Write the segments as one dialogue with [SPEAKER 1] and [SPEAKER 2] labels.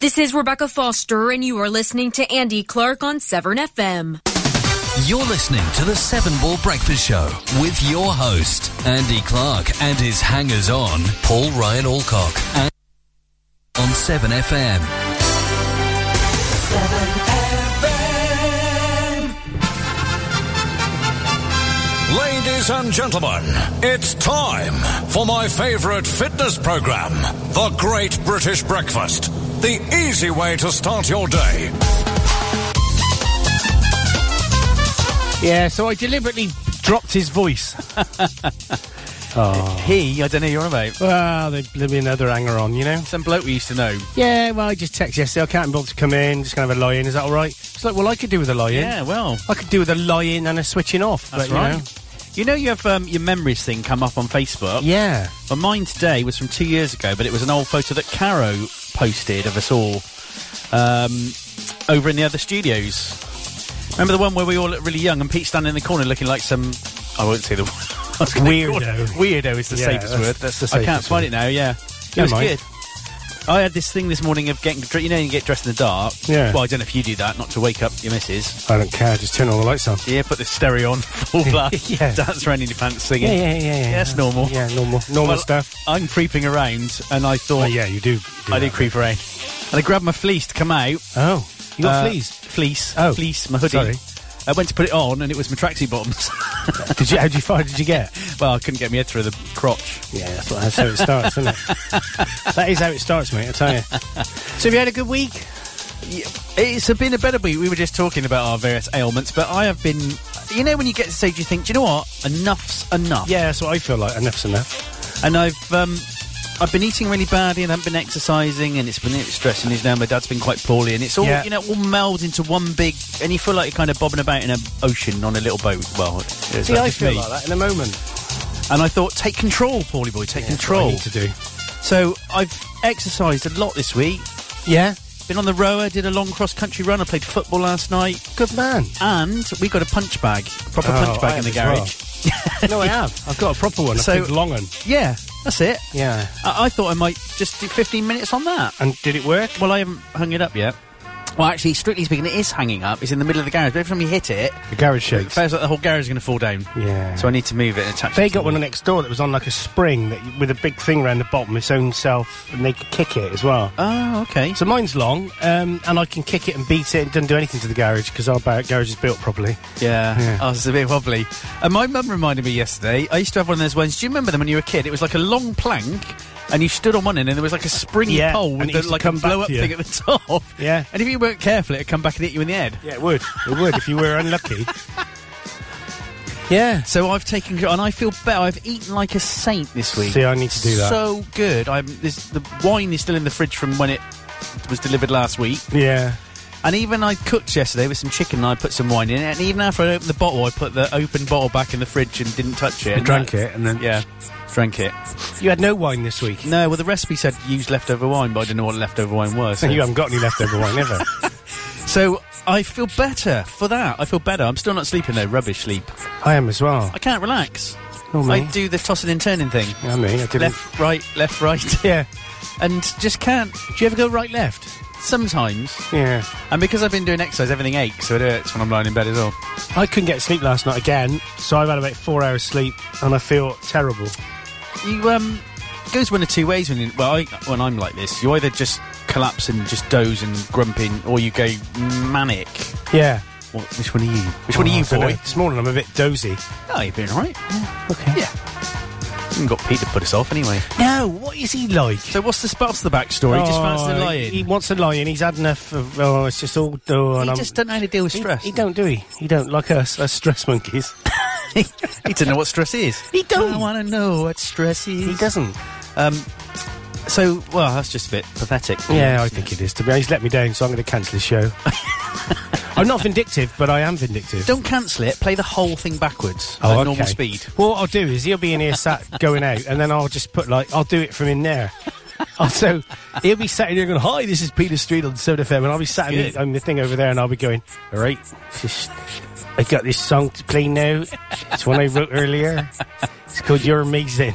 [SPEAKER 1] This is Rebecca Foster, and you are listening to Andy Clark on Severn FM.
[SPEAKER 2] You're listening to the Seven Ball Breakfast Show with your host, Andy Clark, and his hangers on, Paul Ryan Alcock, and on 7FM.
[SPEAKER 3] Ladies and gentlemen, it's time for my favorite fitness program, The Great British Breakfast. The easy way to start your day.
[SPEAKER 4] Yeah, so I deliberately dropped his voice. Uh, He, I don't know you're on about.
[SPEAKER 5] Well, they blew me another hanger on, you know?
[SPEAKER 4] Some bloke we used to know.
[SPEAKER 5] Yeah, well, I just texted yesterday. I can't be bothered to come in. Just going to have a lie in. Is that all right? It's like, well, I could do with a lie in.
[SPEAKER 4] Yeah, well,
[SPEAKER 5] I could do with a lie in and a switching off.
[SPEAKER 4] that's
[SPEAKER 5] but,
[SPEAKER 4] right.
[SPEAKER 5] You know,
[SPEAKER 4] You know, you have um, your memories thing come up on Facebook.
[SPEAKER 5] yeah.
[SPEAKER 4] Well, mine today was from two years ago, but it was an old photo that Caro posted of us all um, over in the other studios. Remember the one where we all looked really young and Pete standing in the corner looking like some. I won't say the I was gonna call it-
[SPEAKER 5] Weirdo.
[SPEAKER 4] Weirdo is the
[SPEAKER 5] Yeah,
[SPEAKER 4] safest
[SPEAKER 5] that's-
[SPEAKER 4] word.
[SPEAKER 5] that's the
[SPEAKER 4] I can't
[SPEAKER 5] safest
[SPEAKER 4] find
[SPEAKER 5] word.
[SPEAKER 4] it now, yeah. It
[SPEAKER 5] Never
[SPEAKER 4] was
[SPEAKER 5] mind.
[SPEAKER 4] good. I had this thing this morning of getting. dre- You know, you get dressed in the dark.
[SPEAKER 5] Yeah.
[SPEAKER 4] Well, I don't know if you do that, not to wake up your missus.
[SPEAKER 5] I don't care. Just turn all the lights on.
[SPEAKER 4] Yeah, put the stereo on, full blast.
[SPEAKER 5] Yeah.
[SPEAKER 4] Dance around in your pants singing.
[SPEAKER 5] Yeah, yeah, yeah. yeah.
[SPEAKER 4] That's normal.
[SPEAKER 5] Yeah, normal. Normal
[SPEAKER 4] Well,
[SPEAKER 5] stuff.
[SPEAKER 4] I'm creeping around, and I thought,
[SPEAKER 5] Oh, yeah, you do.
[SPEAKER 4] I
[SPEAKER 5] that.
[SPEAKER 4] did creep around. And I grabbed my fleece to come out.
[SPEAKER 5] Oh, you got
[SPEAKER 4] Uh,
[SPEAKER 5] fleas.
[SPEAKER 4] Fleece.
[SPEAKER 5] Oh,
[SPEAKER 4] Fleece, my hoodie.
[SPEAKER 5] sorry.
[SPEAKER 4] I went to put it on and it was my tracksuit bottoms.
[SPEAKER 5] Did you? How did you find? Did you get?
[SPEAKER 4] well, I couldn't get my head through the crotch.
[SPEAKER 5] Yeah, that's, what, that's how it starts, isn't it? that is how it starts, mate. I tell you. So, have you had a good week?
[SPEAKER 4] It's been a better week. We were just talking about our various ailments, but I have been. You know, when you get to the stage, you think, do you know what? Enough's enough.
[SPEAKER 5] Yeah, that's what I feel like. Enough's enough.
[SPEAKER 4] And I've. Um, I've been eating really badly and I haven't been exercising and it's been stressing is now my dad's been quite poorly and it's all
[SPEAKER 5] Yeah.
[SPEAKER 4] you know all melded into one big and you feel like you're kind of bobbing about in an ocean on a little boat well it's
[SPEAKER 5] See,
[SPEAKER 4] not
[SPEAKER 5] I
[SPEAKER 4] just
[SPEAKER 5] feel
[SPEAKER 4] me.
[SPEAKER 5] like that in a moment.
[SPEAKER 4] and I thought take control Paulie boy take control
[SPEAKER 5] That's what I need to do.
[SPEAKER 4] So I've exercised a lot this week.
[SPEAKER 5] Yeah,
[SPEAKER 4] Been on the rower, did a long cross country run. I played football last night,
[SPEAKER 5] good man.
[SPEAKER 4] and we got a punch bag, a proper
[SPEAKER 5] Oh,
[SPEAKER 4] punch
[SPEAKER 5] I
[SPEAKER 4] bag in
[SPEAKER 5] have
[SPEAKER 4] the
[SPEAKER 5] as well.
[SPEAKER 4] garage.
[SPEAKER 5] no, I have. I've got a proper one.
[SPEAKER 4] So-
[SPEAKER 5] a big long one.
[SPEAKER 4] Yeah, that's it.
[SPEAKER 5] Yeah.
[SPEAKER 4] I-, I thought I might just do 15 minutes on that.
[SPEAKER 5] And did it work?
[SPEAKER 4] Well, I haven't hung it up yet. Well, actually, strictly speaking, it is hanging up. It's in the middle of the garage. But every time you hit it,
[SPEAKER 5] The garage
[SPEAKER 4] it
[SPEAKER 5] shakes.
[SPEAKER 4] feels like the whole garage is going to fall down.
[SPEAKER 5] Yeah.
[SPEAKER 4] So I need to move it and attach.
[SPEAKER 5] They
[SPEAKER 4] it to
[SPEAKER 5] got
[SPEAKER 4] the
[SPEAKER 5] one
[SPEAKER 4] wall.
[SPEAKER 5] next door that was on like a spring that you- with a big thing around the bottom, its own self, and they could kick it as well.
[SPEAKER 4] Oh, okay.
[SPEAKER 5] So mine's long, um, and I can kick it and beat it and doesn't do anything to the garage because our bar- garage is built properly.
[SPEAKER 4] Yeah,
[SPEAKER 5] Yeah.
[SPEAKER 4] Oh, it's a bit wobbly. And my mum reminded me yesterday. I used to have one of those ones. Do you remember them when you were a kid? It was like a long plank, and you stood on one end, and there was like a springy
[SPEAKER 5] Yeah,
[SPEAKER 4] pole
[SPEAKER 5] and
[SPEAKER 4] with
[SPEAKER 5] it
[SPEAKER 4] the,
[SPEAKER 5] used to
[SPEAKER 4] like a
[SPEAKER 5] come back
[SPEAKER 4] blow up
[SPEAKER 5] to you.
[SPEAKER 4] thing at the top.
[SPEAKER 5] Yeah.
[SPEAKER 4] and if you weren't careful, it'd come back and hit you in the head.
[SPEAKER 5] Yeah, it would. It would if you were unlucky. Yeah.
[SPEAKER 4] So I've taken, and I feel better. I've eaten like a saint this week.
[SPEAKER 5] See, I need to do that.
[SPEAKER 4] So good. I'm this. The wine is still in the fridge from when it was delivered last week.
[SPEAKER 5] Yeah.
[SPEAKER 4] And even I cooked yesterday with some chicken and I put some wine in it. And even after I opened the bottle, I put the open bottle back in the fridge and didn't touch it.
[SPEAKER 5] And drank
[SPEAKER 4] that-
[SPEAKER 5] it and then-
[SPEAKER 4] Yeah, drank it.
[SPEAKER 5] You had no wine this week.
[SPEAKER 4] No, well, the recipe said use leftover wine, but I didn't know what leftover wine was.
[SPEAKER 5] So you
[SPEAKER 4] So,
[SPEAKER 5] haven't got any leftover wine, ever.
[SPEAKER 4] so I feel better for that. I feel better. I'm still not sleeping though. Rubbish sleep.
[SPEAKER 5] I am as well.
[SPEAKER 4] I can't relax.
[SPEAKER 5] Oh, me.
[SPEAKER 4] I do the tossing and turning thing.
[SPEAKER 5] I mean, I didn't.
[SPEAKER 4] Left, right, left, right,
[SPEAKER 5] Yeah.
[SPEAKER 4] and just can't.
[SPEAKER 5] Do you ever go right left?
[SPEAKER 4] Sometimes,
[SPEAKER 5] Yeah.
[SPEAKER 4] and because I've been doing exercise, everything aches. So it hurts when I'm lying in bed as well.
[SPEAKER 5] I couldn't get sleep last night again, so I've had about four hours sleep and I feel terrible.
[SPEAKER 4] You um, it goes one of two ways when you, well, I, when I'm like this, you either just collapse and just doze and grumping, or you go manic.
[SPEAKER 5] Yeah.
[SPEAKER 4] What, which one are you? Which one
[SPEAKER 5] Oh,
[SPEAKER 4] are you,
[SPEAKER 5] I don't know.
[SPEAKER 4] boy?
[SPEAKER 5] This morning I'm a bit dozy.
[SPEAKER 4] Oh, you've been alright.
[SPEAKER 5] Okay.
[SPEAKER 4] Yeah. Haven't got Pete to put us off anyway.
[SPEAKER 5] No, what is he like? Oh,
[SPEAKER 4] So what's the what's the backstory? just fancy the lion.
[SPEAKER 5] He wants a lion. He's had enough of. Oh, it's just all. Oh, and I'm-
[SPEAKER 4] don't know how to deal with
[SPEAKER 5] he, he don't, do he? He don't like us, us stress monkeys.
[SPEAKER 4] he doesn't know what stress is.
[SPEAKER 5] He don't.
[SPEAKER 4] I want to know what stress is.
[SPEAKER 5] He doesn't.
[SPEAKER 4] So well, that's just a bit pathetic.
[SPEAKER 5] Yeah, I think it is. To be, he's let me down, so I'm going to cancel his show. I'm not vindictive, but I am vindictive.
[SPEAKER 4] Don't cancel it. Play the whole thing backwards at normal
[SPEAKER 5] Oh, okay.
[SPEAKER 4] speed.
[SPEAKER 5] Well, what I'll do is he'll be in here sat going out, and then I'll just put like I'll do it from in there. Oh, so he'll be sat in here going, "Hi, this is Peter Street on Soda FM," and I'll be sat in
[SPEAKER 4] Good.
[SPEAKER 5] the, on the thing over there, and I'll be going, "All right, just, I got this song to play now. It's one I wrote earlier. It's called You're Amazing."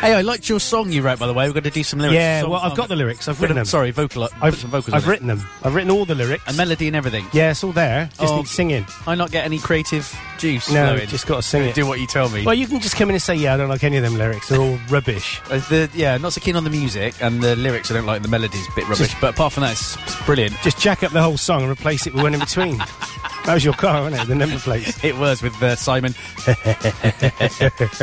[SPEAKER 4] Hey, I liked your song you wrote, by the way. We're going to do some lyrics.
[SPEAKER 5] Yeah,
[SPEAKER 4] Song-
[SPEAKER 5] well, I've
[SPEAKER 4] oh,
[SPEAKER 5] got the lyrics. I've
[SPEAKER 4] put
[SPEAKER 5] written
[SPEAKER 4] them-
[SPEAKER 5] them.
[SPEAKER 4] Sorry, vocal. I've, put some vocals.
[SPEAKER 5] I've
[SPEAKER 4] in it.
[SPEAKER 5] written them. I've written all the lyrics.
[SPEAKER 4] a melody and everything.
[SPEAKER 5] Yeah, it's all there. Just
[SPEAKER 4] Oh.
[SPEAKER 5] need singing.
[SPEAKER 4] I not get any creative juice.
[SPEAKER 5] No,
[SPEAKER 4] flowing?
[SPEAKER 5] just got to sing it.
[SPEAKER 4] do what you tell me.
[SPEAKER 5] Well, you can just come in and say, yeah, I don't like any of them lyrics. They're all rubbish.
[SPEAKER 4] Uh, the, yeah, not so keen on the music and the lyrics. I don't like the melodies, bit rubbish.
[SPEAKER 5] Just-
[SPEAKER 4] but apart from that, it's, it's brilliant.
[SPEAKER 5] Just jack up the whole song and replace it with one in between. That was your car, wasn't it? The number plate.
[SPEAKER 4] It was with uh, Simon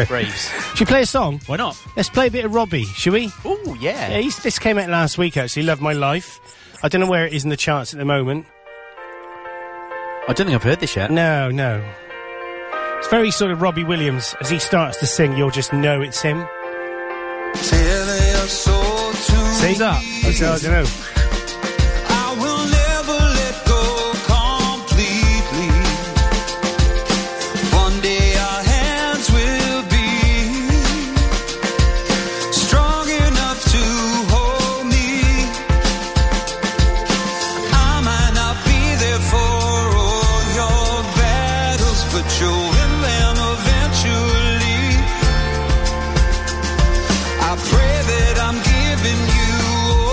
[SPEAKER 4] Graves.
[SPEAKER 5] Should we play a song?
[SPEAKER 4] Why not?
[SPEAKER 5] Let's play a bit of Robbie, shall we?
[SPEAKER 4] Oh yeah.
[SPEAKER 5] Yeah, he's, this came out last week, actually. Love My Life. I don't know where it is in the charts at the moment.
[SPEAKER 4] I don't think I've heard this yet.
[SPEAKER 5] No, no. It's very sort of Robbie Williams. As he starts to sing, you'll just know it's him. See?
[SPEAKER 4] He's up.
[SPEAKER 5] He's, I don't know.
[SPEAKER 6] I will never let go completely. One day our hands will be strong enough to hold me. I might not be there for all your battles, but you'll win them eventually. I pray that I'm giving you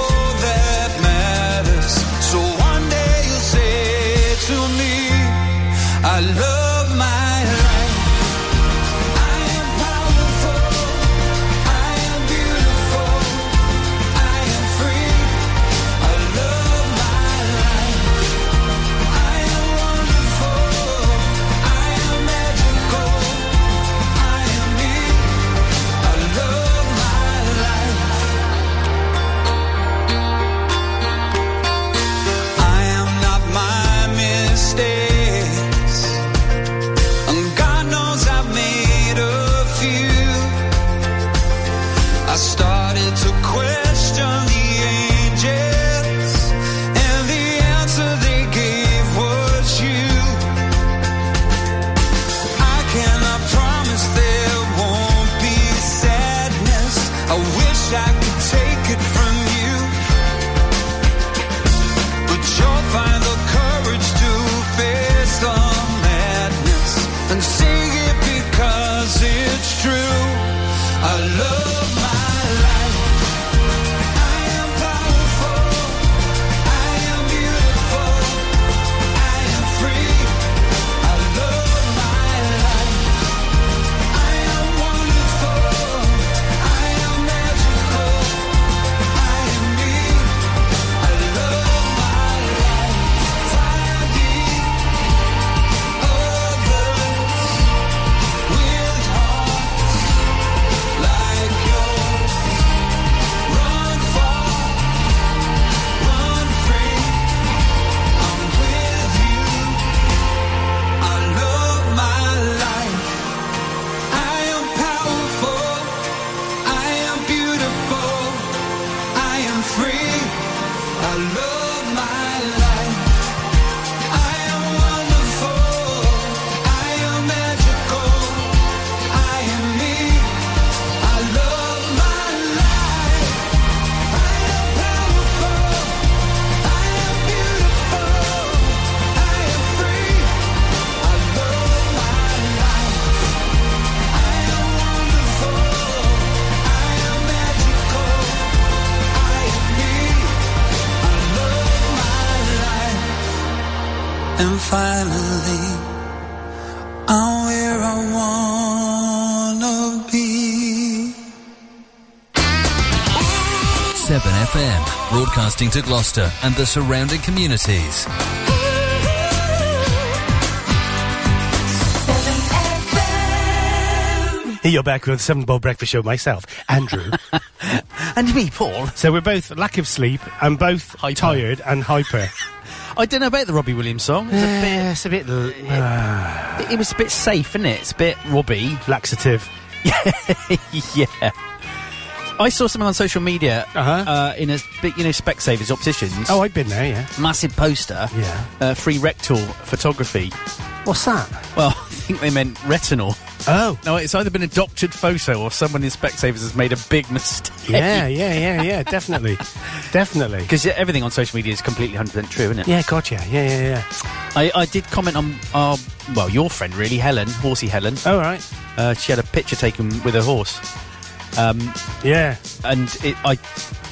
[SPEAKER 6] all that matters. So one day you'll say to me, I love my life. I am powerful. I am beautiful. I am free. I love my life. I am wonderful. I am magical. I am me. I love my life. I am not my mistakes, and God knows I've made a few. I started to question the angels, and the answer they gave was you. I cannot promise there won't be sadness. I wish I could take it from you. But you'll find the courage to face the madness and sing it because it's true. I love my life. I am powerful. I am beautiful. I am free. I love my life. I am wonderful. I am magical. I am me. I love my life. Fire deep. Others with hearts like yours. Run far. Run free. I'm with you. I love my life. I am powerful. I am beautiful. I am free. I love my life. I am wonderful. I am magical. I am me. I love my life. I am powerful. I am beautiful. I am free. I love my life. I am wonderful. I am magical. I am me. I love my life. And finally, I'm where I wanna be.
[SPEAKER 2] 7FM, broadcasting to Gloucester and the surrounding communities.
[SPEAKER 7] 7FM.
[SPEAKER 5] You're back with Seven Bowl Breakfast Show. Myself, Andrew.
[SPEAKER 4] And me, Paul.
[SPEAKER 5] so we're both lack of sleep and both
[SPEAKER 4] Hyper.
[SPEAKER 5] tired and hyper.
[SPEAKER 4] I don't know about the Robbie Williams song. It's a bit-
[SPEAKER 5] it's a bit l- uh.
[SPEAKER 4] it, was a bit safe, isn't it? It's a bit Robbie.
[SPEAKER 5] laxative.
[SPEAKER 4] yeah. I saw something on social media
[SPEAKER 5] Uh-huh.
[SPEAKER 4] uh, in a big, you know, Specsavers opticians.
[SPEAKER 5] Oh, I've been there. Yeah.
[SPEAKER 4] massive poster.
[SPEAKER 5] Yeah.
[SPEAKER 4] Uh, free rectal photography.
[SPEAKER 5] What's that?
[SPEAKER 4] Well, I think they meant retinal.
[SPEAKER 5] Oh.
[SPEAKER 4] No, it's either been adopted photo or someone in Specsavers has made a big mistake.
[SPEAKER 5] Yeah, yeah, yeah, yeah. Definitely, definitely.
[SPEAKER 4] Because everything on social media is completely 100% true, isn't it?
[SPEAKER 5] Yeah, gotcha. Yeah, yeah, yeah.
[SPEAKER 4] I, I did comment on our, well, your friend really, Helen, Horsey Helen.
[SPEAKER 5] All right.
[SPEAKER 4] Uh, she had a picture taken with her horse.
[SPEAKER 5] Yeah.
[SPEAKER 4] and it, I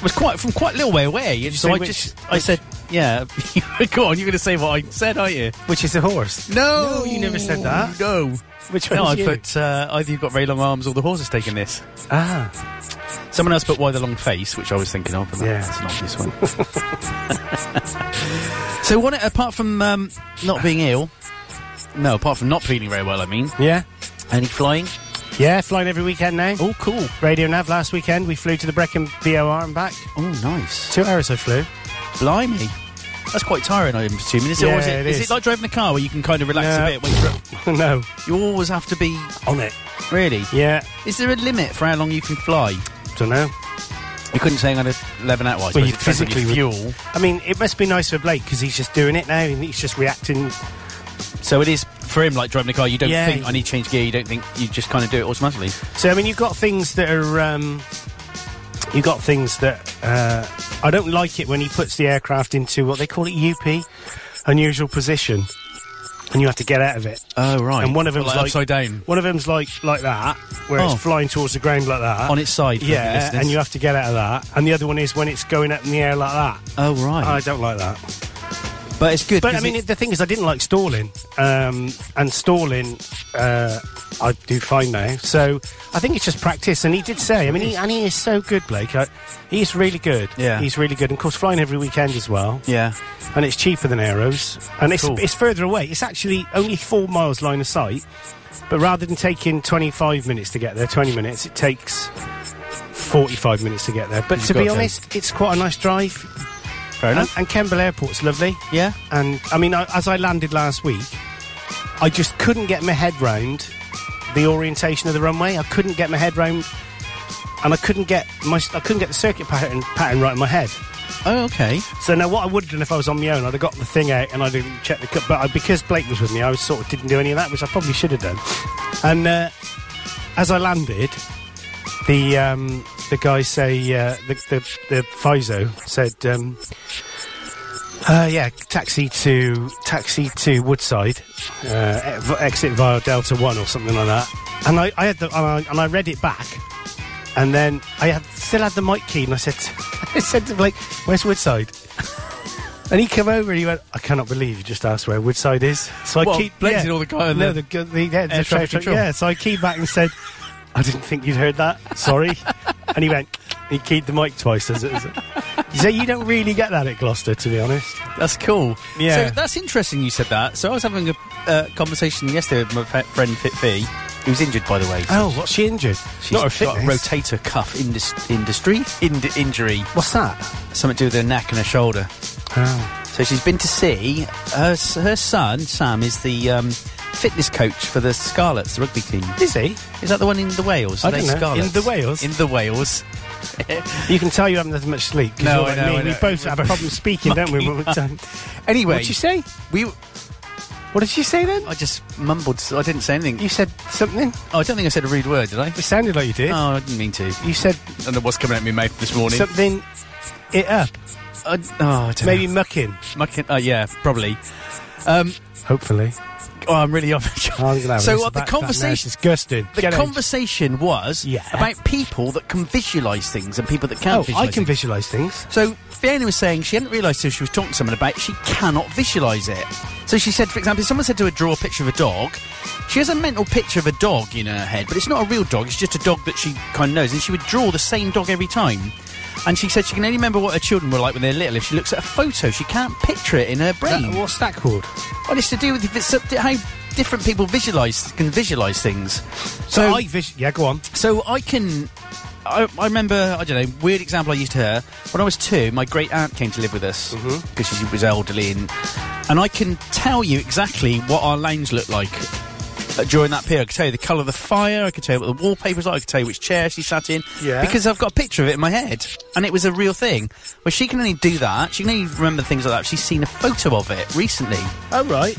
[SPEAKER 4] was quite from quite a little way away. so
[SPEAKER 5] say
[SPEAKER 4] I
[SPEAKER 5] which-
[SPEAKER 4] just I
[SPEAKER 5] which-
[SPEAKER 4] said, "Yeah, go on, you're going to say what I said, aren't you?"
[SPEAKER 5] Which is a horse.
[SPEAKER 4] No,
[SPEAKER 5] Oh, you never said that.
[SPEAKER 4] No,
[SPEAKER 5] Which
[SPEAKER 4] no,
[SPEAKER 5] one's
[SPEAKER 4] I
[SPEAKER 5] you?
[SPEAKER 4] put uh, either you've got very long arms or the horse is taking this.
[SPEAKER 5] Ah.
[SPEAKER 4] Someone else put why the long face, which I was thinking of. But
[SPEAKER 5] Yeah.
[SPEAKER 4] that's an obvious one. so, what apart from um, not being ill? No, apart from not feeling very well, I mean.
[SPEAKER 5] Yeah.
[SPEAKER 4] Any flying?
[SPEAKER 5] Yeah, flying every weekend now.
[SPEAKER 4] Oh, cool.
[SPEAKER 5] Radio Nav last weekend. We flew to the Brecon VOR and back.
[SPEAKER 4] Oh, nice.
[SPEAKER 5] Two hours I flew.
[SPEAKER 4] Blimey. That's quite tiring, I'm assuming. Is it, or is, it,
[SPEAKER 5] Yeah, it
[SPEAKER 4] is.
[SPEAKER 5] is.
[SPEAKER 4] it like driving a car where you can kind of relax
[SPEAKER 5] No.
[SPEAKER 4] a bit? Wait for,
[SPEAKER 5] no.
[SPEAKER 4] you always have to be.
[SPEAKER 5] On it.
[SPEAKER 4] Really?
[SPEAKER 5] Yeah.
[SPEAKER 4] Is there a limit for how long you can fly?
[SPEAKER 5] Don't know.
[SPEAKER 4] You couldn't say I'm going to 11 hours.
[SPEAKER 5] Well, you physically would-
[SPEAKER 4] fuel.
[SPEAKER 5] I mean, it must be nice for Blake because he's just doing it now and he's just reacting.
[SPEAKER 4] So it is for him like driving a car. You don't
[SPEAKER 5] Yeah.
[SPEAKER 4] think I need to change gear. You don't think you just kind of do it automatically.
[SPEAKER 5] So, I mean, you've got things that are. Um, you've got things that. Uh, I don't like it when he puts the aircraft into what they call it UP, unusual position, and you have to get out of it.
[SPEAKER 4] Oh right.
[SPEAKER 5] and one of them's
[SPEAKER 4] like,
[SPEAKER 5] like
[SPEAKER 4] upside down
[SPEAKER 5] One of them's like like that, where
[SPEAKER 4] Oh.
[SPEAKER 5] it's flying towards the ground like that.
[SPEAKER 4] on its side. for the
[SPEAKER 5] yeah,
[SPEAKER 4] listeners.
[SPEAKER 5] and you have to get out of that. And the other one is when it's going up in the air like that.
[SPEAKER 4] Oh right.
[SPEAKER 5] I don't like that.
[SPEAKER 4] but it's good.
[SPEAKER 5] Uh, But I
[SPEAKER 4] 'cause
[SPEAKER 5] mean,
[SPEAKER 4] it-
[SPEAKER 5] it, the thing is, I didn't like stalling, um, and stalling uh, I do fine now. So I think it's just practice. And he did say, I mean, he, and he is so good, Blake. I, he's really good.
[SPEAKER 4] Yeah.
[SPEAKER 5] he's really good. And of course, flying every weekend as well.
[SPEAKER 4] yeah.
[SPEAKER 5] and it's cheaper than aeros, and it's
[SPEAKER 4] Cool.
[SPEAKER 5] it's further away. It's actually only four miles line of sight, but rather than taking twenty five minutes to get there, twenty minutes, it takes forty five minutes to get there. But to
[SPEAKER 4] got
[SPEAKER 5] be
[SPEAKER 4] to.
[SPEAKER 5] honest, it's quite a nice drive. Fair
[SPEAKER 4] enough.
[SPEAKER 5] And, and Kemble Airport's lovely.
[SPEAKER 4] Yeah.
[SPEAKER 5] And I mean, I, as I landed last week, I just couldn't get my head round the orientation of the runway. I couldn't get my head round, and I couldn't get my I couldn't get the circuit pattern pattern right in my head.
[SPEAKER 4] Oh okay.
[SPEAKER 5] So now, what I would have done if I was on my own, I'd have got the thing out and I'd have checked the cup. But I, because Blake was with me, I was sort of didn't do any of that, which I probably should have done. And uh, as I landed, the um, the guy say uh, the, the the Fizo said, um, uh, "Yeah, taxi to taxi to Woodside, uh, e- exit via Delta One or something like that." And I, I had the and I, and I read it back, and then I had, still had the mic key, and I said, I said to Blake, "Where's Woodside?" And he came over and he went, "I cannot believe you just asked where Woodside is." So I
[SPEAKER 4] Well,
[SPEAKER 5] keep
[SPEAKER 4] Blake's in all the guy on
[SPEAKER 5] no,
[SPEAKER 4] the
[SPEAKER 5] the, gu- the, yeah, the
[SPEAKER 4] air traffic
[SPEAKER 5] traffic,
[SPEAKER 4] control.
[SPEAKER 5] yeah. So I keyed back and said, "I didn't think you'd heard that. Sorry." and he went, he keyed the mic twice. As it, as it. So you don't really get that at Gloucester, to be honest.
[SPEAKER 4] That's cool.
[SPEAKER 5] Yeah.
[SPEAKER 4] So that's interesting you said that. So I was having a uh, conversation yesterday with my fa- friend Fitfee, who's injured by the way.
[SPEAKER 5] Oh, what's she injured?
[SPEAKER 4] She's
[SPEAKER 5] not her
[SPEAKER 4] got a
[SPEAKER 5] fitness.
[SPEAKER 4] rotator cuff indus- industry ind- injury,
[SPEAKER 5] what's that?
[SPEAKER 4] something to do with her neck and her shoulder.
[SPEAKER 5] Oh.
[SPEAKER 4] So she's been to see her. s- Her son Sam is the um, fitness coach for the Scarlets, the rugby team.
[SPEAKER 5] Is he?
[SPEAKER 4] Is that the one in the Wales?
[SPEAKER 5] I
[SPEAKER 4] Are they
[SPEAKER 5] don't know.
[SPEAKER 4] Scarlets?
[SPEAKER 5] In the Wales?
[SPEAKER 4] In the Wales.
[SPEAKER 5] You can tell you haven't had as much sleep. 'cause
[SPEAKER 4] No,
[SPEAKER 5] you're
[SPEAKER 4] I
[SPEAKER 5] like
[SPEAKER 4] know,
[SPEAKER 5] me.
[SPEAKER 4] I
[SPEAKER 5] We
[SPEAKER 4] know.
[SPEAKER 5] both have a problem speaking, don't we? When we're done.
[SPEAKER 4] Anyway,
[SPEAKER 5] What'd you say?
[SPEAKER 4] We.
[SPEAKER 5] What did you say then?
[SPEAKER 4] I just mumbled. so I didn't say anything.
[SPEAKER 5] You said something.
[SPEAKER 4] oh, I don't think I said a rude word, did I?
[SPEAKER 5] It sounded like you did.
[SPEAKER 4] Oh, I didn't mean to.
[SPEAKER 5] You said
[SPEAKER 4] I don't know what's coming at me mouth this morning.
[SPEAKER 5] something. It up.
[SPEAKER 4] I, oh, I don't
[SPEAKER 5] Maybe
[SPEAKER 4] know.
[SPEAKER 5] mucking.
[SPEAKER 4] Mucking- oh, yeah, probably. Um,
[SPEAKER 5] Hopefully.
[SPEAKER 4] oh, I'm really off.
[SPEAKER 5] I'm gonna have
[SPEAKER 4] so
[SPEAKER 5] this.
[SPEAKER 4] uh, the
[SPEAKER 5] That- that noise
[SPEAKER 4] conversation.
[SPEAKER 5] is disgusting.
[SPEAKER 4] The
[SPEAKER 5] Get out.
[SPEAKER 4] conversation was
[SPEAKER 5] Yeah.
[SPEAKER 4] about people that can visualise things and people that can't
[SPEAKER 5] Oh, I
[SPEAKER 4] visualise
[SPEAKER 5] can
[SPEAKER 4] things.
[SPEAKER 5] visualise things.
[SPEAKER 4] So Fiona was saying she hadn't realised who she was talking to someone about. She cannot visualise it. So she said, for example, if someone said to her, draw a picture of a dog. She has a mental picture of a dog in her head, but it's not a real dog. It's just a dog that she kind of knows. And she would draw the same dog every time. And she said she can only remember what her children were like when they're little. If she looks at a photo, she can't picture it in her brain.
[SPEAKER 5] That- what's that called?
[SPEAKER 4] Well, it's to do with if it's up to how different people visualise can visualise things.
[SPEAKER 5] So I vis- yeah, go on.
[SPEAKER 4] So I can. I, I remember, I don't know, weird example I used to her. When I was two, my great aunt came to live with us because
[SPEAKER 5] Mm-hmm.
[SPEAKER 4] she was elderly, and, and I can tell you exactly what our lounge looked like uh, during that period. I could tell you the colour of the fire, I could tell you what the wallpaper was like, I could tell you which chair she sat in.
[SPEAKER 5] Yeah.
[SPEAKER 4] Because I've got a picture of it in my head, and it was a real thing. Well, she can only do that, she can only remember things like that. if She's seen a photo of it recently.
[SPEAKER 5] Oh right,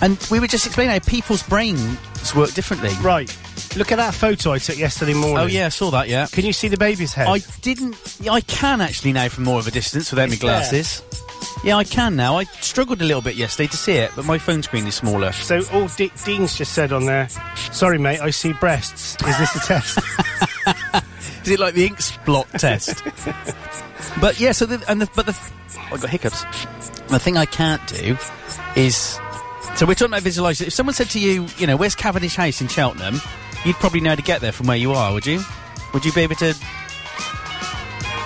[SPEAKER 4] And we were just explaining how people's brains work differently.
[SPEAKER 5] right. Look at that photo I took yesterday morning.
[SPEAKER 4] Oh, yeah, I saw that, yeah.
[SPEAKER 5] Can you see the baby's head?
[SPEAKER 4] I didn't. I can actually now from more of a distance without my
[SPEAKER 5] It's there.
[SPEAKER 4] glasses. Yeah, I can now. I struggled a little bit yesterday to see it, but my phone screen is smaller.
[SPEAKER 5] so all D- Dean's just said on there. Sorry, mate. I see breasts. Is this a test?
[SPEAKER 4] Is it like the ink blot test? but yeah, so the, and the, but the th- oh, I got hiccups. The thing I can't do is so we're talking about visualizing. If someone said to you, you know, where's Cavendish House in Cheltenham, you'd probably know how to get there from where you are, would you? Would you be able to?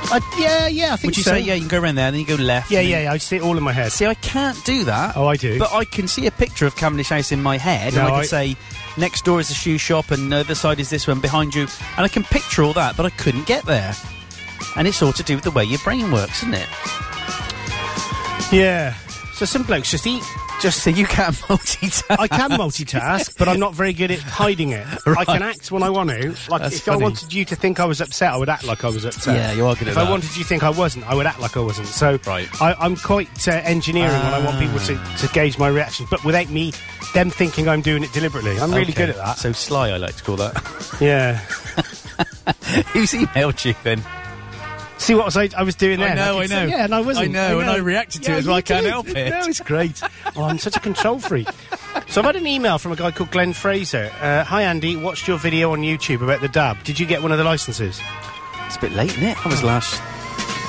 [SPEAKER 5] I, yeah, yeah, I think
[SPEAKER 4] Would you
[SPEAKER 5] so.
[SPEAKER 4] say yeah? You can go around there, and then you go left.
[SPEAKER 5] yeah,
[SPEAKER 4] and
[SPEAKER 5] yeah,
[SPEAKER 4] then-
[SPEAKER 5] yeah, I see it all in my head.
[SPEAKER 4] See, I can't do that.
[SPEAKER 5] Oh, I do.
[SPEAKER 4] But I can see a picture of Cavendish House in my head, and
[SPEAKER 5] No,
[SPEAKER 4] I can
[SPEAKER 5] I-
[SPEAKER 4] say, next door is the shoe shop, and the other side is this one behind you, and I can picture all that, but I couldn't get there. And it's all to do with the way your brain works, isn't it?
[SPEAKER 5] Yeah. So some blokes just eat. Just
[SPEAKER 4] So you can't multitask.
[SPEAKER 5] I can multitask, but I'm not very good at hiding it. I can act when I want to. Like
[SPEAKER 4] That's
[SPEAKER 5] if I
[SPEAKER 4] funny.
[SPEAKER 5] wanted you to think I was upset, I would act like I was upset.
[SPEAKER 4] Yeah, you are good
[SPEAKER 5] If
[SPEAKER 4] at
[SPEAKER 5] I
[SPEAKER 4] that.
[SPEAKER 5] wanted you to think I wasn't, I would act like I wasn't. So
[SPEAKER 4] Right. Ah.
[SPEAKER 5] I, I'm quite uh, engineering when I want people to, to gauge my reactions, but without me them thinking I'm doing it deliberately. I'm really
[SPEAKER 4] Okay,
[SPEAKER 5] good at that.
[SPEAKER 4] So sly, I like to call that.
[SPEAKER 5] Yeah.
[SPEAKER 4] Who's emailed you then?
[SPEAKER 5] See what was I, I was doing there?
[SPEAKER 4] I know, I
[SPEAKER 5] could
[SPEAKER 4] know.
[SPEAKER 5] say, yeah, and I wasn't.
[SPEAKER 4] I know, and I reacted to it as well,
[SPEAKER 5] you
[SPEAKER 4] I can't
[SPEAKER 5] did.
[SPEAKER 4] help it.
[SPEAKER 5] No, it's great. oh, I'm such a control freak. So I've had an email from a guy called Glenn Fraser. Uh, Hi, Andy. Watched your video on YouTube about the dab. Did you get one of the licenses?
[SPEAKER 4] It's a bit late, isn't it? I was
[SPEAKER 5] Hmm.
[SPEAKER 4] last.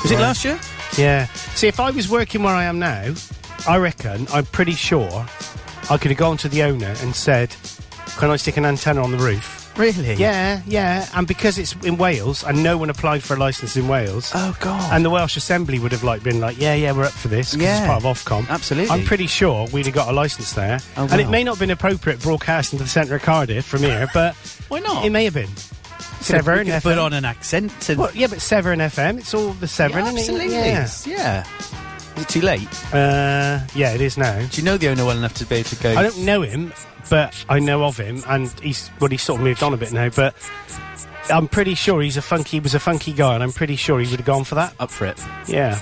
[SPEAKER 4] Was it
[SPEAKER 5] Right.
[SPEAKER 4] last year?
[SPEAKER 5] Yeah. See, if I was working where I am now, I reckon, I'm pretty sure, I could have gone to the owner and said, can I stick an antenna on the roof?
[SPEAKER 4] Really?
[SPEAKER 5] Yeah, yeah. And because it's in Wales, and no one applied for a licence in Wales,
[SPEAKER 4] Oh God.
[SPEAKER 5] And the Welsh Assembly would have like been like, yeah, yeah, we're up for this 'cause
[SPEAKER 4] Yeah.
[SPEAKER 5] it's part of Ofcom.
[SPEAKER 4] Absolutely.
[SPEAKER 5] I'm pretty sure we'd have got a license there,
[SPEAKER 4] Oh,
[SPEAKER 5] and it
[SPEAKER 4] wow.
[SPEAKER 5] may not have been appropriate broadcasting to the centre of Cardiff from here, but
[SPEAKER 4] Why not?
[SPEAKER 5] It may have been.
[SPEAKER 4] Could- we
[SPEAKER 5] Severn
[SPEAKER 4] could
[SPEAKER 5] FM.
[SPEAKER 4] put on an accent. And
[SPEAKER 5] Well, yeah, but Severn FM. It's all the Severn.
[SPEAKER 4] Yeah,
[SPEAKER 5] isn't
[SPEAKER 4] absolutely.
[SPEAKER 5] it?
[SPEAKER 4] Yeah. Is it too late?
[SPEAKER 5] Yeah. Uh, yeah, it is now.
[SPEAKER 4] Do you know the owner well enough to be able to go?
[SPEAKER 5] I don't know him, but I know of him, and he's well, he's sort of moved on a bit now, but. I'm pretty sure he's a funky. He was a funky guy, and I'm pretty sure he would have gone for that.
[SPEAKER 4] up for it.
[SPEAKER 5] Yeah,